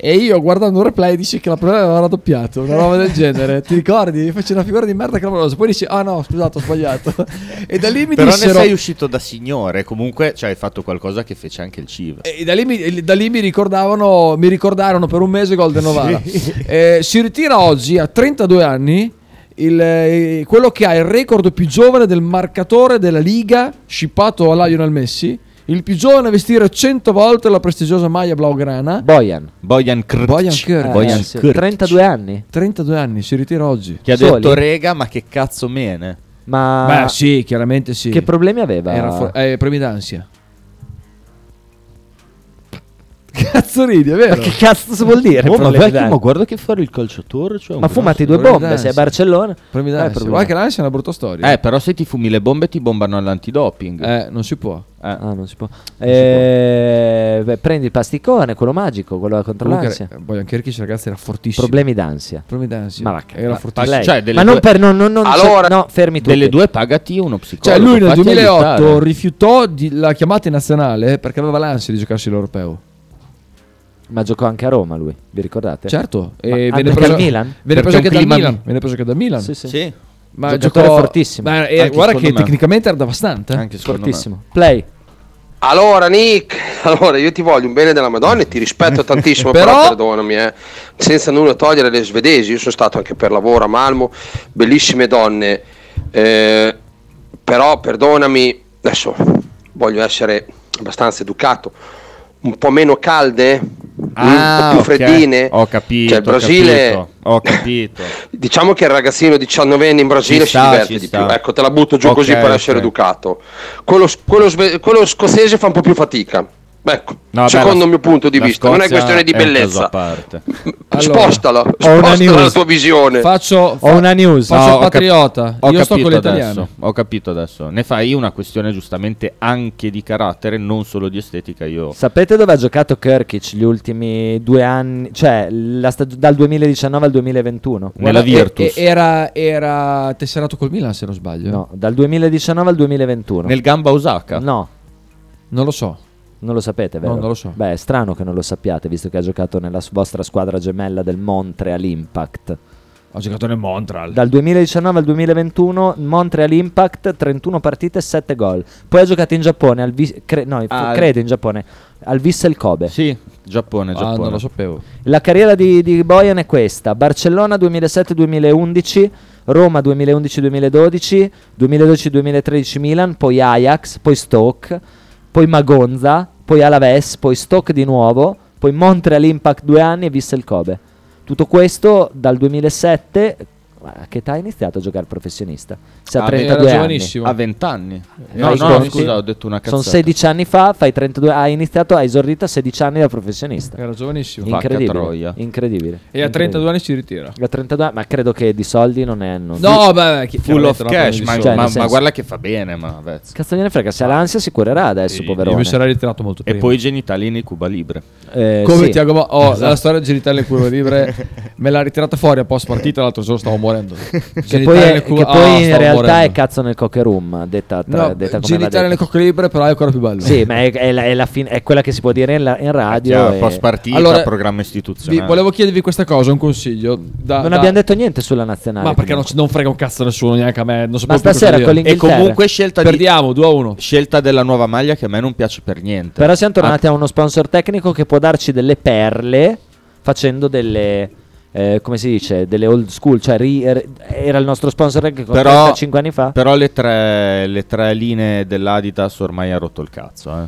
E io guardando un replay dici che la primavera aveva raddoppiato, una roba del genere. Ti ricordi? Faccio una figura di merda clamorosa. Poi dici, ah no, scusate, ho sbagliato. E da lì mi
Però
dissero.
ne sei uscito da signore. Comunque, cioè, hai fatto qualcosa che fece anche il CIV.
E da lì, mi, da lì mi ricordavano, mi ricordarono per un mese Golden Novara. Eh, si ritira oggi a 32 anni il, eh, quello che ha il record più giovane del marcatore della Liga, scippato a Lionel Messi. Il più giovane a vestire 100 volte la prestigiosa maglia blaugrana.
Bojan.
Bojan Krkic.
Bojan Krkic.
Bojan
sì,
Krkic.
32 anni.
32 Eh, anni, si ritira oggi.
Che ha
Soli?
detto, rega, ma che cazzo mene.
Ma
Beh, sì, chiaramente sì.
che problemi aveva?
Era fu- eh, premi d'ansia. Cazzo ridi, è vero?
Ma che cazzo vuol dire?
Oh, ma
problemi
vecchio,
d'ansia?
ma guarda che fare il calciatore. cioè, un
Ma
grosso-
fumati due
Premi
bombe,
d'ansia.
sei a Barcellona.
Premi
Eh,
d'ansia.
problemi.
Guarda che l'ansia è una brutta storia.
Eh, però se ti fumi le bombe ti bombano all'antidoping.
Eh, non si può.
Ah, non si può. Eh, beh, prendi il pasticone, quello magico, quello contro l'ansia.
Bojan Kirkic, ragazzi, era fortissimo.
Problemi d'ansia.
Problemi d'ansia.
Ma va che-
Era
ma-
fortissimo.
lei-
Cioè, delle
ma non
due-
per non, non, non-
Allora,
no, fermi tutti.
Delle due pagati uno psicologo.
Cioè, lui nel
fatti
2008
aiutare.
rifiutò di- la chiamata in nazionale perché aveva l'ansia di giocarsi l'Europeo.
Ma giocò anche a Roma lui, vi ricordate?
Certo,
Ma-
e
ah,
venne
perché
preso,
al Milan?
venne preso anche dal
clima-
Milan. Venne preso anche dal Milan.
Sì, sì.
Sì.
Ma
Giocatore
giocò-
fortissimo.
Ma eh,
Anche
guarda che
secondo me.
tecnicamente era devastante. eh.
Fortissimo. Play.
Allora Nick, allora io ti voglio un bene della Madonna e ti rispetto tantissimo, però...
Però-
perdonami, eh. senza nulla togliere le svedesi, io sono stato anche per lavoro a Malmo, bellissime donne, eh, però perdonami, adesso voglio essere abbastanza educato, un po' meno calde, eh? un po' più
Ah, ok.
freddine,
Ho capito.
Cioè, il Brasile-
Ho capito. ho capito.
diciamo che il ragazzino 19enne in Brasile
Ci
si
sta,
diverte
ci
di
sta.
più, ecco te la butto giù
Ok,
così per
ok.
essere educato, quello, quello sve- quello scozzese fa un po' più fatica. Ecco,
No, vabbè,
secondo
la-
il mio punto di
la
vista, non è
Scozia
questione di
è un caso a
bellezza.
parte.
spostala,
una
spostala la
news.
tua visione.
Faccio,
No,
fa- Faccio
ho
il
cap-
patriota.
ho
Io
capito
sto con le
adesso,
italiane.
Ho capito adesso. Ne fai una questione giustamente anche di carattere, non solo di estetica. Io
Sapete dove ha giocato Kirkic gli ultimi due anni? Cioè, la stag- dal 2019 al 2021?
Nella
Guarda-
Virtus.
e- e-
Era, era tesserato col Milan, se non sbaglio.
no, dal 2019 al 2021.
Nel Gamba Osaka?
No.
Non lo so.
Non lo sapete, vero?
No, non lo so.
Beh, è strano che non lo sappiate, visto che ha giocato nella s- vostra squadra gemella del Montreal Impact.
Ho giocato nel Montreal.
Dal 2019 al 2021 Montreal Impact 31 partite e 7 gol. Poi ha giocato in Giappone al Vis- cre- no, fu-
Al-
credo in Giappone al Vissel Kobe.
Ah, Sì, Giappone,
Ah,
Giappone.
non lo sapevo.
La carriera di, di Bojan è questa: Barcellona 2007-2011, Roma 2011-2012, 2012-2013 Milan, poi Ajax, poi Stoke, poi Magonza, poi Alaves, poi Stoke di nuovo, poi Montreal Impact due anni e Vissel Kobe. Tutto questo dal 2007. ma A che età ha iniziato a giocare professionista? Se ha
Ah,
32
era
anni.
giovanissimo. A 20 anni.
Eh,
No,
fai i
no,
conti.
scusa, ho detto una
Sono
cazzata.
16 anni fa, fai 32, ha iniziato, ha esordito a 16 anni da professionista.
Era giovanissimo.
Incredibile.
Vacca troia.
incredibile.
E a 32
Incredibile.
anni si ritira.
A 32, ma credo che di soldi non è. non- Cioè,
No, beh, beh, chi-
Full of
chiaramente la prende
cash,
di
ma,
solito.
ma-
nel
ma
senso-
guarda che fa bene, ma vezza.
Cazzo gliene frega, se ha l'ansia si curerà adesso, poverone.
mi sarei ritirato molto
E
prima.
poi i genitali nei Cuba Libre.
Eh,
Come
sì.
Tiago Mo- oh,
Esatto.
la storia di genitale curva libre me l'ha ritirata fuori a post partita l'altro giorno stavo morendo.
Che
Genitali
poi, è-
nel culo-
che poi
ah,
in
stavo
realtà
morendo.
è cazzo nel cocker room, detta, tra,
No,
detta come l'ha
genitale nelle
detta.
cocche libere però è ancora più bello.
Sì, ma è, è la- è la fin- è quella che si può dire in, la- in radio. e-
post partita,
Allora,
programma
Vi-
istituzionale.
volevo chiedervi questa cosa, un consiglio. da-
Non
da-
abbiamo detto niente sulla nazionale.
Ma perché non, non frega un cazzo a nessuno, neanche a me. Non sapevo
Ma
più cosa
stasera
dire.
con l'Inghilterra-
E comunque scelta di-
Perdiamo 2 a 1.
Scelta della nuova maglia che a me non piace per niente. Ah,
Però siamo tornati a uno sponsor tecnico che può darci delle perle facendo delle. eh, come si dice? Delle old school. Cioè, ri- er- era il nostro sponsor anche con
Però-
35 anni fa.
Però le tre, le tre linee dell'Adidas ormai ha rotto il cazzo. eh.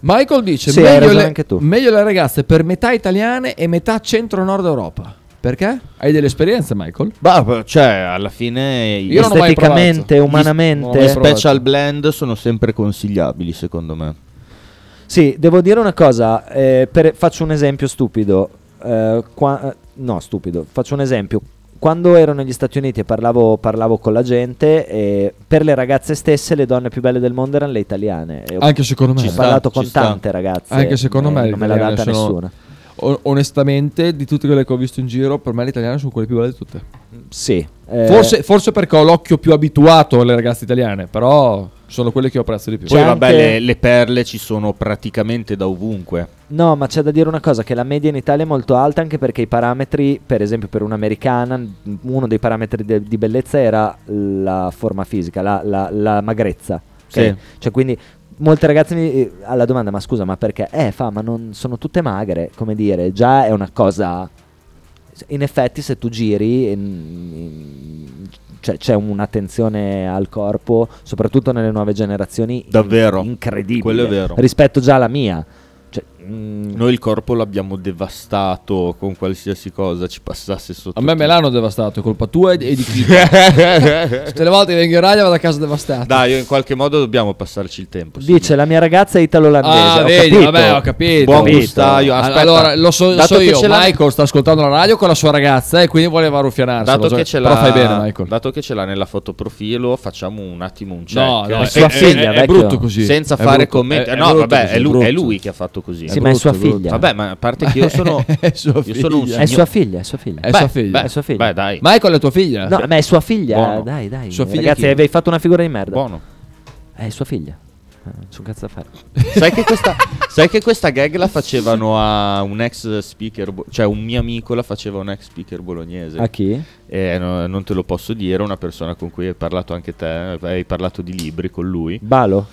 Michael dice:
Sì, hai
meglio,
ragione
le,
anche tu.
meglio le ragazze per metà italiane e metà centro-nord Europa. Perché? Hai delle esperienze, Michael?
Bah, cioè, alla fine
Io non ho mai
Esteticamente,
provato.
umanamente.
gli special blend sono sempre consigliabili, secondo me.
Sì, devo dire una cosa, eh, per- faccio un esempio stupido. Eh, qua- eh, no, stupido, faccio un esempio. Quando ero negli Stati Uniti e parlavo, parlavo con la gente, eh, per le ragazze stesse le donne più belle del mondo erano le italiane. E ho-
Anche secondo me.
Ho parlato con tante ragazze.
Anche secondo
eh,
me. le
Non me l'ha
italiane
data
sono-
nessuna.
o- Onestamente, di tutte quelle che ho visto in giro, per me le italiane sono quelle più belle di tutte.
Sì. eh,
Forse, forse perché ho l'occhio più abituato alle ragazze italiane, però sono quelle che ho apprezzo di più.
Cioè,
Cioè,
Poi, vabbè, le, le perle ci sono praticamente da ovunque.
No, ma c'è da dire una cosa, che la media in Italia è molto alta anche perché i parametri, per esempio per un'americana, n- uno dei parametri de- di bellezza era la forma fisica, la, la- la magrezza. ok?
Sì.
Cioè quindi molte ragazze mi, eh, alla domanda, ma scusa, ma perché? Eh, fa, ma non sono tutte magre, come dire, già è una cosa... In effetti se tu giri... in- in- cioè, c'è un'attenzione al corpo, soprattutto nelle nuove generazioni.
Davvero.
Incredibile.
Quello è vero.
Rispetto già alla mia. Cioè,
Mm.
Noi il corpo l'abbiamo devastato con qualsiasi cosa ci passasse sotto.
A me me
tiro.
l'hanno devastato, è colpa tua e e di chi. Tutte le volte che vengo in radio vado a casa devastato.
Dai, io in qualche modo dobbiamo passarci il tempo. sì.
Dice la mia ragazza è italo-olandese.
Ah,
ho
vedi,
capito.
vabbè, ho capito.
Buon gustaio,
Al-
aspetta.
Allora, lo so,
Dato
so
che
io,
ce l'ha-
Michael sta ascoltando la radio con la sua ragazza e quindi voleva ruffianarsi.
Dato che, ce l'ha,
Ah, Però fai bene, Michael.
dato che ce l'ha nella fotoprofilo, facciamo un attimo un check.
No, no,
Eh,
è sua
eh,
figlia,
eh,
vecchio.
Senza
È
fare
brutto,
commenti.
è- è
Eh, no,
brutto
vabbè,
così,
è, lui, è
brutto.
lui che ha fatto così.
Sì, ma è sua figlia.
Vabbè, ma a parte che io sono.
È sua
io sono un
figlia.
È sua
signor-
figlia, è sua figlia.
È sua figlia.
beh,
È sua figlia.
Beh, dai.
Michael è tua figlia?
No, ma è sua figlia. eh,
Buono.
Dai, dai.
Sua figlia
Ragazzi,
chi?
avevi fatto una figura di merda.
Buono.
È sua figlia. C'è un cazzo da fare.
Sai che questa, sai che questa gag la facevano a un ex speaker, bo- cioè un mio amico la faceva a un ex speaker bolognese.
A chi?
Eh, no, non te lo posso dire, una persona con cui hai parlato anche te, hai parlato di libri con lui. Eh,
Balo?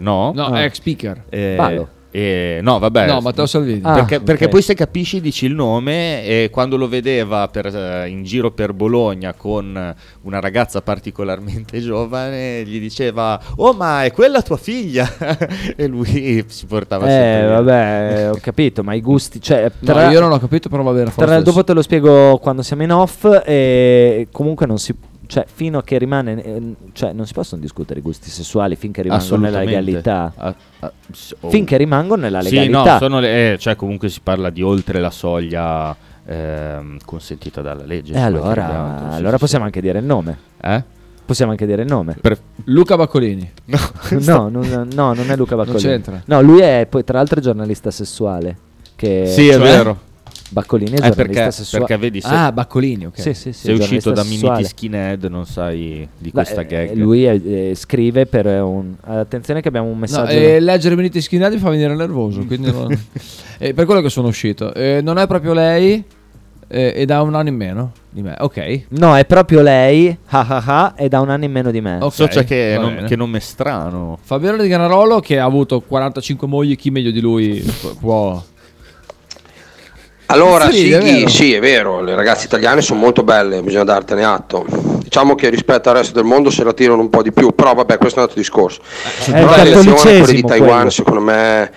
no.
No,
Ah.
ex speaker.
Eh,
Balo.
eh, no, vabbè.
No, Matteo Salvini. Ah,
perché, perché
ok.
poi se capisci dici il nome e quando lo vedeva per, eh, in giro per Bologna con una ragazza particolarmente giovane gli diceva "Oh, ma è quella tua figlia?" e lui si portava sempre
Eh,
via.
vabbè, ho capito, ma i gusti. Cioè, tra-
io non ho capito, però va bene. fa lo
Tra-
stesso.
dopo te lo spiego quando siamo in off. E comunque non si. Cioè, fino a che rimane. eh, Cioè, non si possono discutere i gusti sessuali finché rimangono nella
Assolutamente.
legalità.
Ah, ah, s- oh.
Finché rimangono nella
Sì,
legalità.
no, sono le- eh, cioè comunque si parla di oltre la soglia ehm, consentita dalla legge.
E
ci
Eh, allora,
mancherebbe altro, sì,
allora
sì,
possiamo anche dire il nome.
Eh?
Possiamo anche dire il nome.
Luca Baccolini.
No,
no, non, no, non è Luca
Non
Baccolini.
c'entra.
No, lui è poi tra l'altro giornalista sessuale. Che cioè
Sì, è vero.
Baccolini è
Eh,
giornalista
perché,
sessuale.
perché vedi se,
Sì, sì, sì,
sei uscito
giornalista
da
sessuale.
Mimiti Skinhead, non sai di
Beh,
questa
eh,
gag.
Lui eh, scrive per un... Attenzione che abbiamo un
No,
messaggio...
eh, leggere Benito Schinnari mi fa venire nervoso, quindi non- Eh, per quello che sono uscito. Eh, non è proprio lei eh, ed ha un anno in meno di me. Ok.
No, è proprio lei, ah ah ah, è da un anno in meno di me.
Ok,
So già che,
va
non,
bene.
che nome strano.
Fabiano Di Granarolo che ha avuto 45 mogli, chi meglio di lui pu- può...
Allora,
Sì,
sì,
è vero.
sì, è vero, le ragazze italiane sono molto belle, bisogna dartene atto. Diciamo che rispetto al resto del mondo se la tirano un po' di più, però vabbè, questo è un altro discorso.
È
Però
il
la lezione,
cattolicesimo
quella di Taiwan,
quello.
secondo me,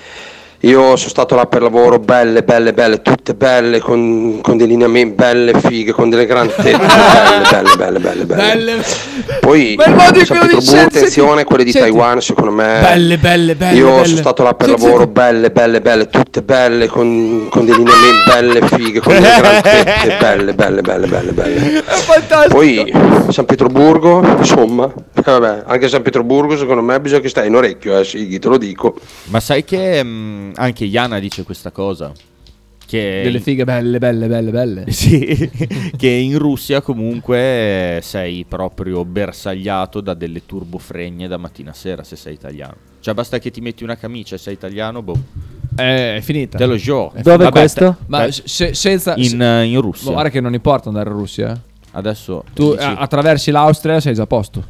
io sono stato là per lavoro, belle, belle, belle, tutte belle, con, con dei lineamenti, belle fighe, con delle grandi tette, belle, belle, belle, belle, belle. Poi,
Bel modo in
San
cui lo dici,
Pietroburgo,
senti,
attenzione, quelle di
senti.
Taiwan, secondo me...
Belle, belle, belle,
Io sono
belle.
stato là per
Senti,
lavoro, belle, belle, belle, tutte belle, con, con dei lineamenti, belle fighe, con delle grandi tette, belle, belle, belle, belle, belle. Poi San Pietroburgo, insomma, eh, vabbè, anche San Pietroburgo secondo me bisogna che stai in orecchio, eh, Sighi, te lo dico.
Ma sai che mh, anche Iana dice questa cosa? Che
Delle fighe belle, belle, belle, belle.
Sì, che in Russia comunque sei proprio bersagliato da delle turbofregne da mattina a sera se sei italiano. Cioè basta che ti metti una camicia e sei italiano, boh.
Eh, è finita.
Te lo gio.
È Dove finita. questo?
te-
Ma
beh,
se- senza-
in,
se-
eh, in Russia.
Ma guarda che non importa andare in Russia. eh.
Adesso
Tu
dici-
a- attraversi l'Austria sei già a posto.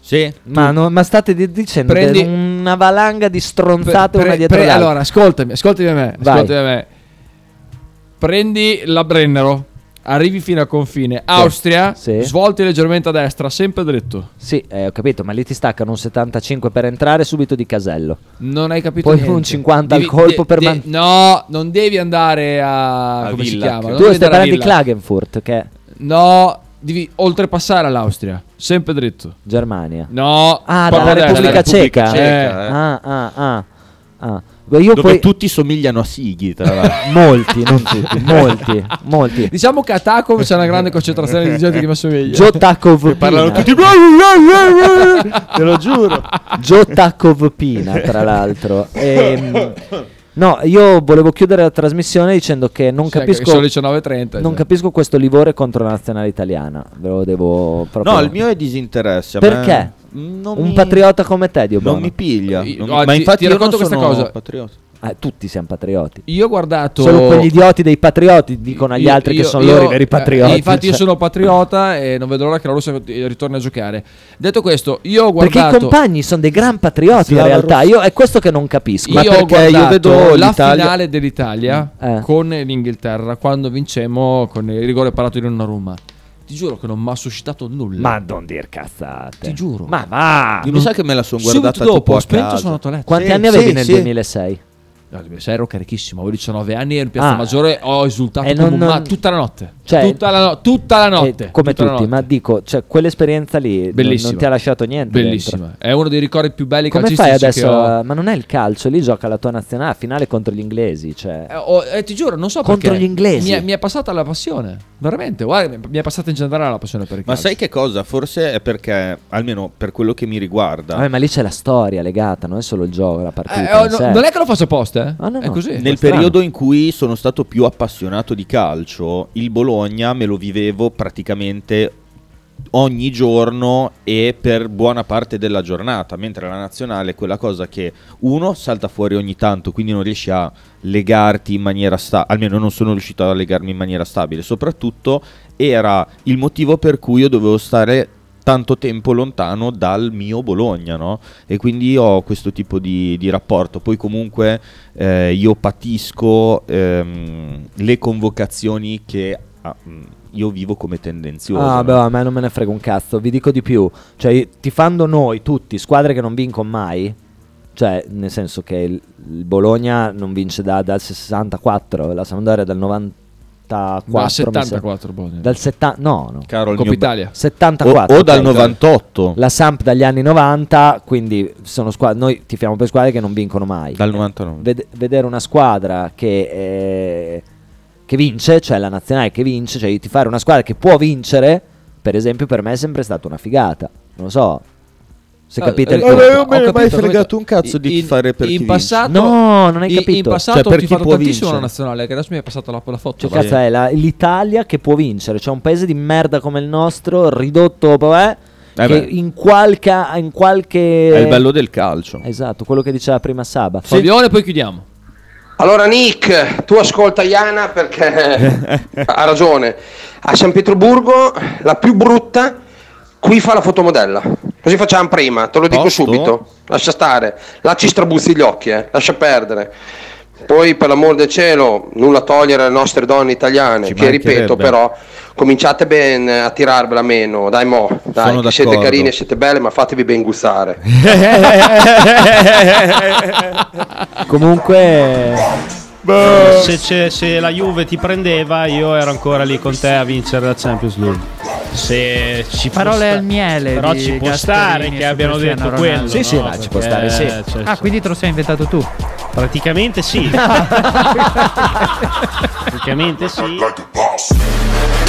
Sì.
Ma, no- ma state di- dicendo
Prendi-
de- una valanga di stronzate
Pre-
una dietro
pre-
l'altra.
Allora, ascoltami, ascoltami a me,
Vai.
ascoltami a me. Prendi la Brennero, arrivi fino al confine, Austria,
Sì.
svolti leggermente a destra, sempre dritto.
Sì, eh, ho capito, ma lì ti staccano un 75 per entrare subito di casello.
Non hai capito
Poi
niente.
un 50 al
Devi-
colpo
de-
per
de-
man-
No, non devi andare a... come si
Villach.
chiama? Non
Tu
devi andare
stai
a
parlando di
Villach.
Klagenfurt, che è
No, devi oltrepassare all'Austria, sempre dritto.
Germania.
No,
Ah,
proprio
dalla
a destra.
Repubblica Ceca.
Ceca,
Eh.
eh.
Ah, ah, ah. ah. Beh, Io
Dove
poi...
tutti somigliano a Sighi, tra l'altro.
molti, non tutti, molti, molti.
Diciamo che a Takov c'è una grande concentrazione di gente che mi assomiglia.
Joe Takov
parlano
Pina.
tutti-
Te lo giuro. Joe Takov Pina, tra l'altro. Ehm, no, io volevo chiudere la trasmissione dicendo che non
Sì, anche
capisco...
che sono le 19.30,
non
cioè.
capisco questo livore contro la nazionale italiana. Ve lo devo proprio...
No, il mio è disinteresse. a me-
Perché?
Cioè, Non
Un
mi-
patriota come te, Dio
Non
buono.
mi piglia.
Io-
Non mi-
guarda,
Ma
ti-
infatti
ti
io non
racconto questa
sono
cosa.
patriota.
Eh, tutti siamo patrioti.
Io ho guardato...
Solo quegli idioti dei patrioti dicono agli
Io-
altri
io-
che sono
io-
loro i veri
eh,
patrioti.
infatti, io
cioè.
sono patriota e non vedo l'ora che la Russia ritorni a giocare. Detto questo, io ho
Perché i
guardato.
compagni sono dei gran patrioti in
Slava
realtà.
Russia.
Io è questo che non capisco.
io ho guardato la
l'Italia- Eh.
finale dell'Italia con l'Inghilterra quando vincemmo con il rigore parato di Donnarumma. Ti giuro che non mi ha suscitato nulla.
Ma non dir cazzate.
Ti giuro.
Ma va.
Io mi sa che me la son guardata
Subito
tipo
dopo,
a
ho spento
casa.
e sono andato a letto.
Quanti anni avevi nel 2006?
No, nel 2006 ero carichissimo, avevo 19 anni ero in piazza
Ah.
maggiore ho esultato
E
come
non-
un ma-
non-
tutta la notte.
Cioè-
tutta, la no- tutta la notte.
Eh, come
tutta la
tutti,
notte.
ma dico, cioè, quell'esperienza lì non-
Bellissima.
non ti ha lasciato niente. dentro.
Bellissima. È uno dei ricordi più belli
Come fai
calcistici che
adesso?
ho.
a- Ma non è il calcio, lì gioca la tua nazionale a finale contro gli inglesi. Cioè.
Eh, oh, eh, ti giuro, non so
Contro
perché.
gli inglesi.
Mi è, mi è passata la passione, veramente. Guarda, mi- mi è passata in generale la passione per il
Ma
calcio.
sai che cosa? Forse è perché, almeno per quello che mi riguarda,
Vabbè, Eh, ma lì c'è la storia legata, non è solo il gioco, la partita.
Eh, oh,
in
no-
sé.
non è che lo faccio apposta, eh?
Ah, no,
è
no.
così.
nel
strano.
periodo in cui sono stato più appassionato di calcio, il Bologna me lo vivevo praticamente ogni giorno e per buona parte della giornata, mentre la nazionale è quella cosa che uno salta fuori ogni tanto, quindi non riesci a legarti in maniera stabile, almeno non sono riuscito a legarmi in maniera stabile, soprattutto era il motivo per cui io dovevo stare tanto tempo lontano dal mio Bologna, no? E quindi ho questo tipo di, di rapporto. Poi comunque eh, io patisco ehm, le convocazioni che ah, mh, io vivo come tendenziose.
Ah,
no?
beh, a me non me ne frega un cazzo, vi dico di più. Cioè, tifando noi tutti, squadre che non vincono mai, cioè, nel senso che il, il Bologna non vince da- dal 64, la Sampdoria dal 94. mi
Da
sembra.
74 Bologna.
Dal 70, no, no.
Caro il Coppa mio be- Italia.
74.
O- o dal
ok.
98.
cioè, La Samp dagli anni 90, quindi sono squadre, noi tifiamo per squadre che non vincono mai.
Dal 99.
Ved- vedere una squadra che, eh, che vince, cioè la nazionale che vince, cioè di fare una squadra che può vincere, per esempio, per me è sempre stata una figata. Non lo so. Se
Ah,
capite il
eh,
punto.
eh, io me ne ho mai fregato un cazzo di
In-
fare per
in
chi
passato,
vince.
No, non hai
in- In
capito.
passato
Cioè, per
ti ho
chi
fatto
può
tantissimo
vincere?
la nazionale, che adesso mi è passata la, la foto.
Che Cioè, cazzo è la- l'Italia che può vincere? C'è un paese di merda come il nostro, ridotto, vabbè,
Eh
che
beh.
in qualche, in qualche.
È il bello del calcio.
Esatto, quello che diceva prima Saba.
Fabione, poi chiudiamo.
Allora Nick, tu ascolta Iana perché ha ragione. A San Pietroburgo la più brutta qui fa la fotomodella. Così facciamo prima, te lo dico
Posto?
subito. Lascia stare, là ci strabuzzi gli occhi, eh. lascia perdere. Poi per l'amor del cielo, nulla togliere alle nostre donne italiane,
Ci
che ripeto
mancherebbe.
però, cominciate ben a tirarvela meno, dai mo, dai,
Sono
che siete
d'accordo.
carine, siete belle, ma fatevi ben gustare.
Ah. Eh.
Comunque,
Boh.
Se, c'è- se la Juve ti prendeva, io ero ancora lì con te a vincere la Champions League. Se ci può
Parole
sta-
al miele
Però
di
ci può
Gasperini
stare che
su
abbiano
Cristiano
detto
Ronaldo. Eh,
quello.
Sì, sì,
no?
là, ci può
Perché,
stare, sì.
cioè,
Ah, quindi te lo sei inventato tu.
Praticamente sì. Praticamente sì.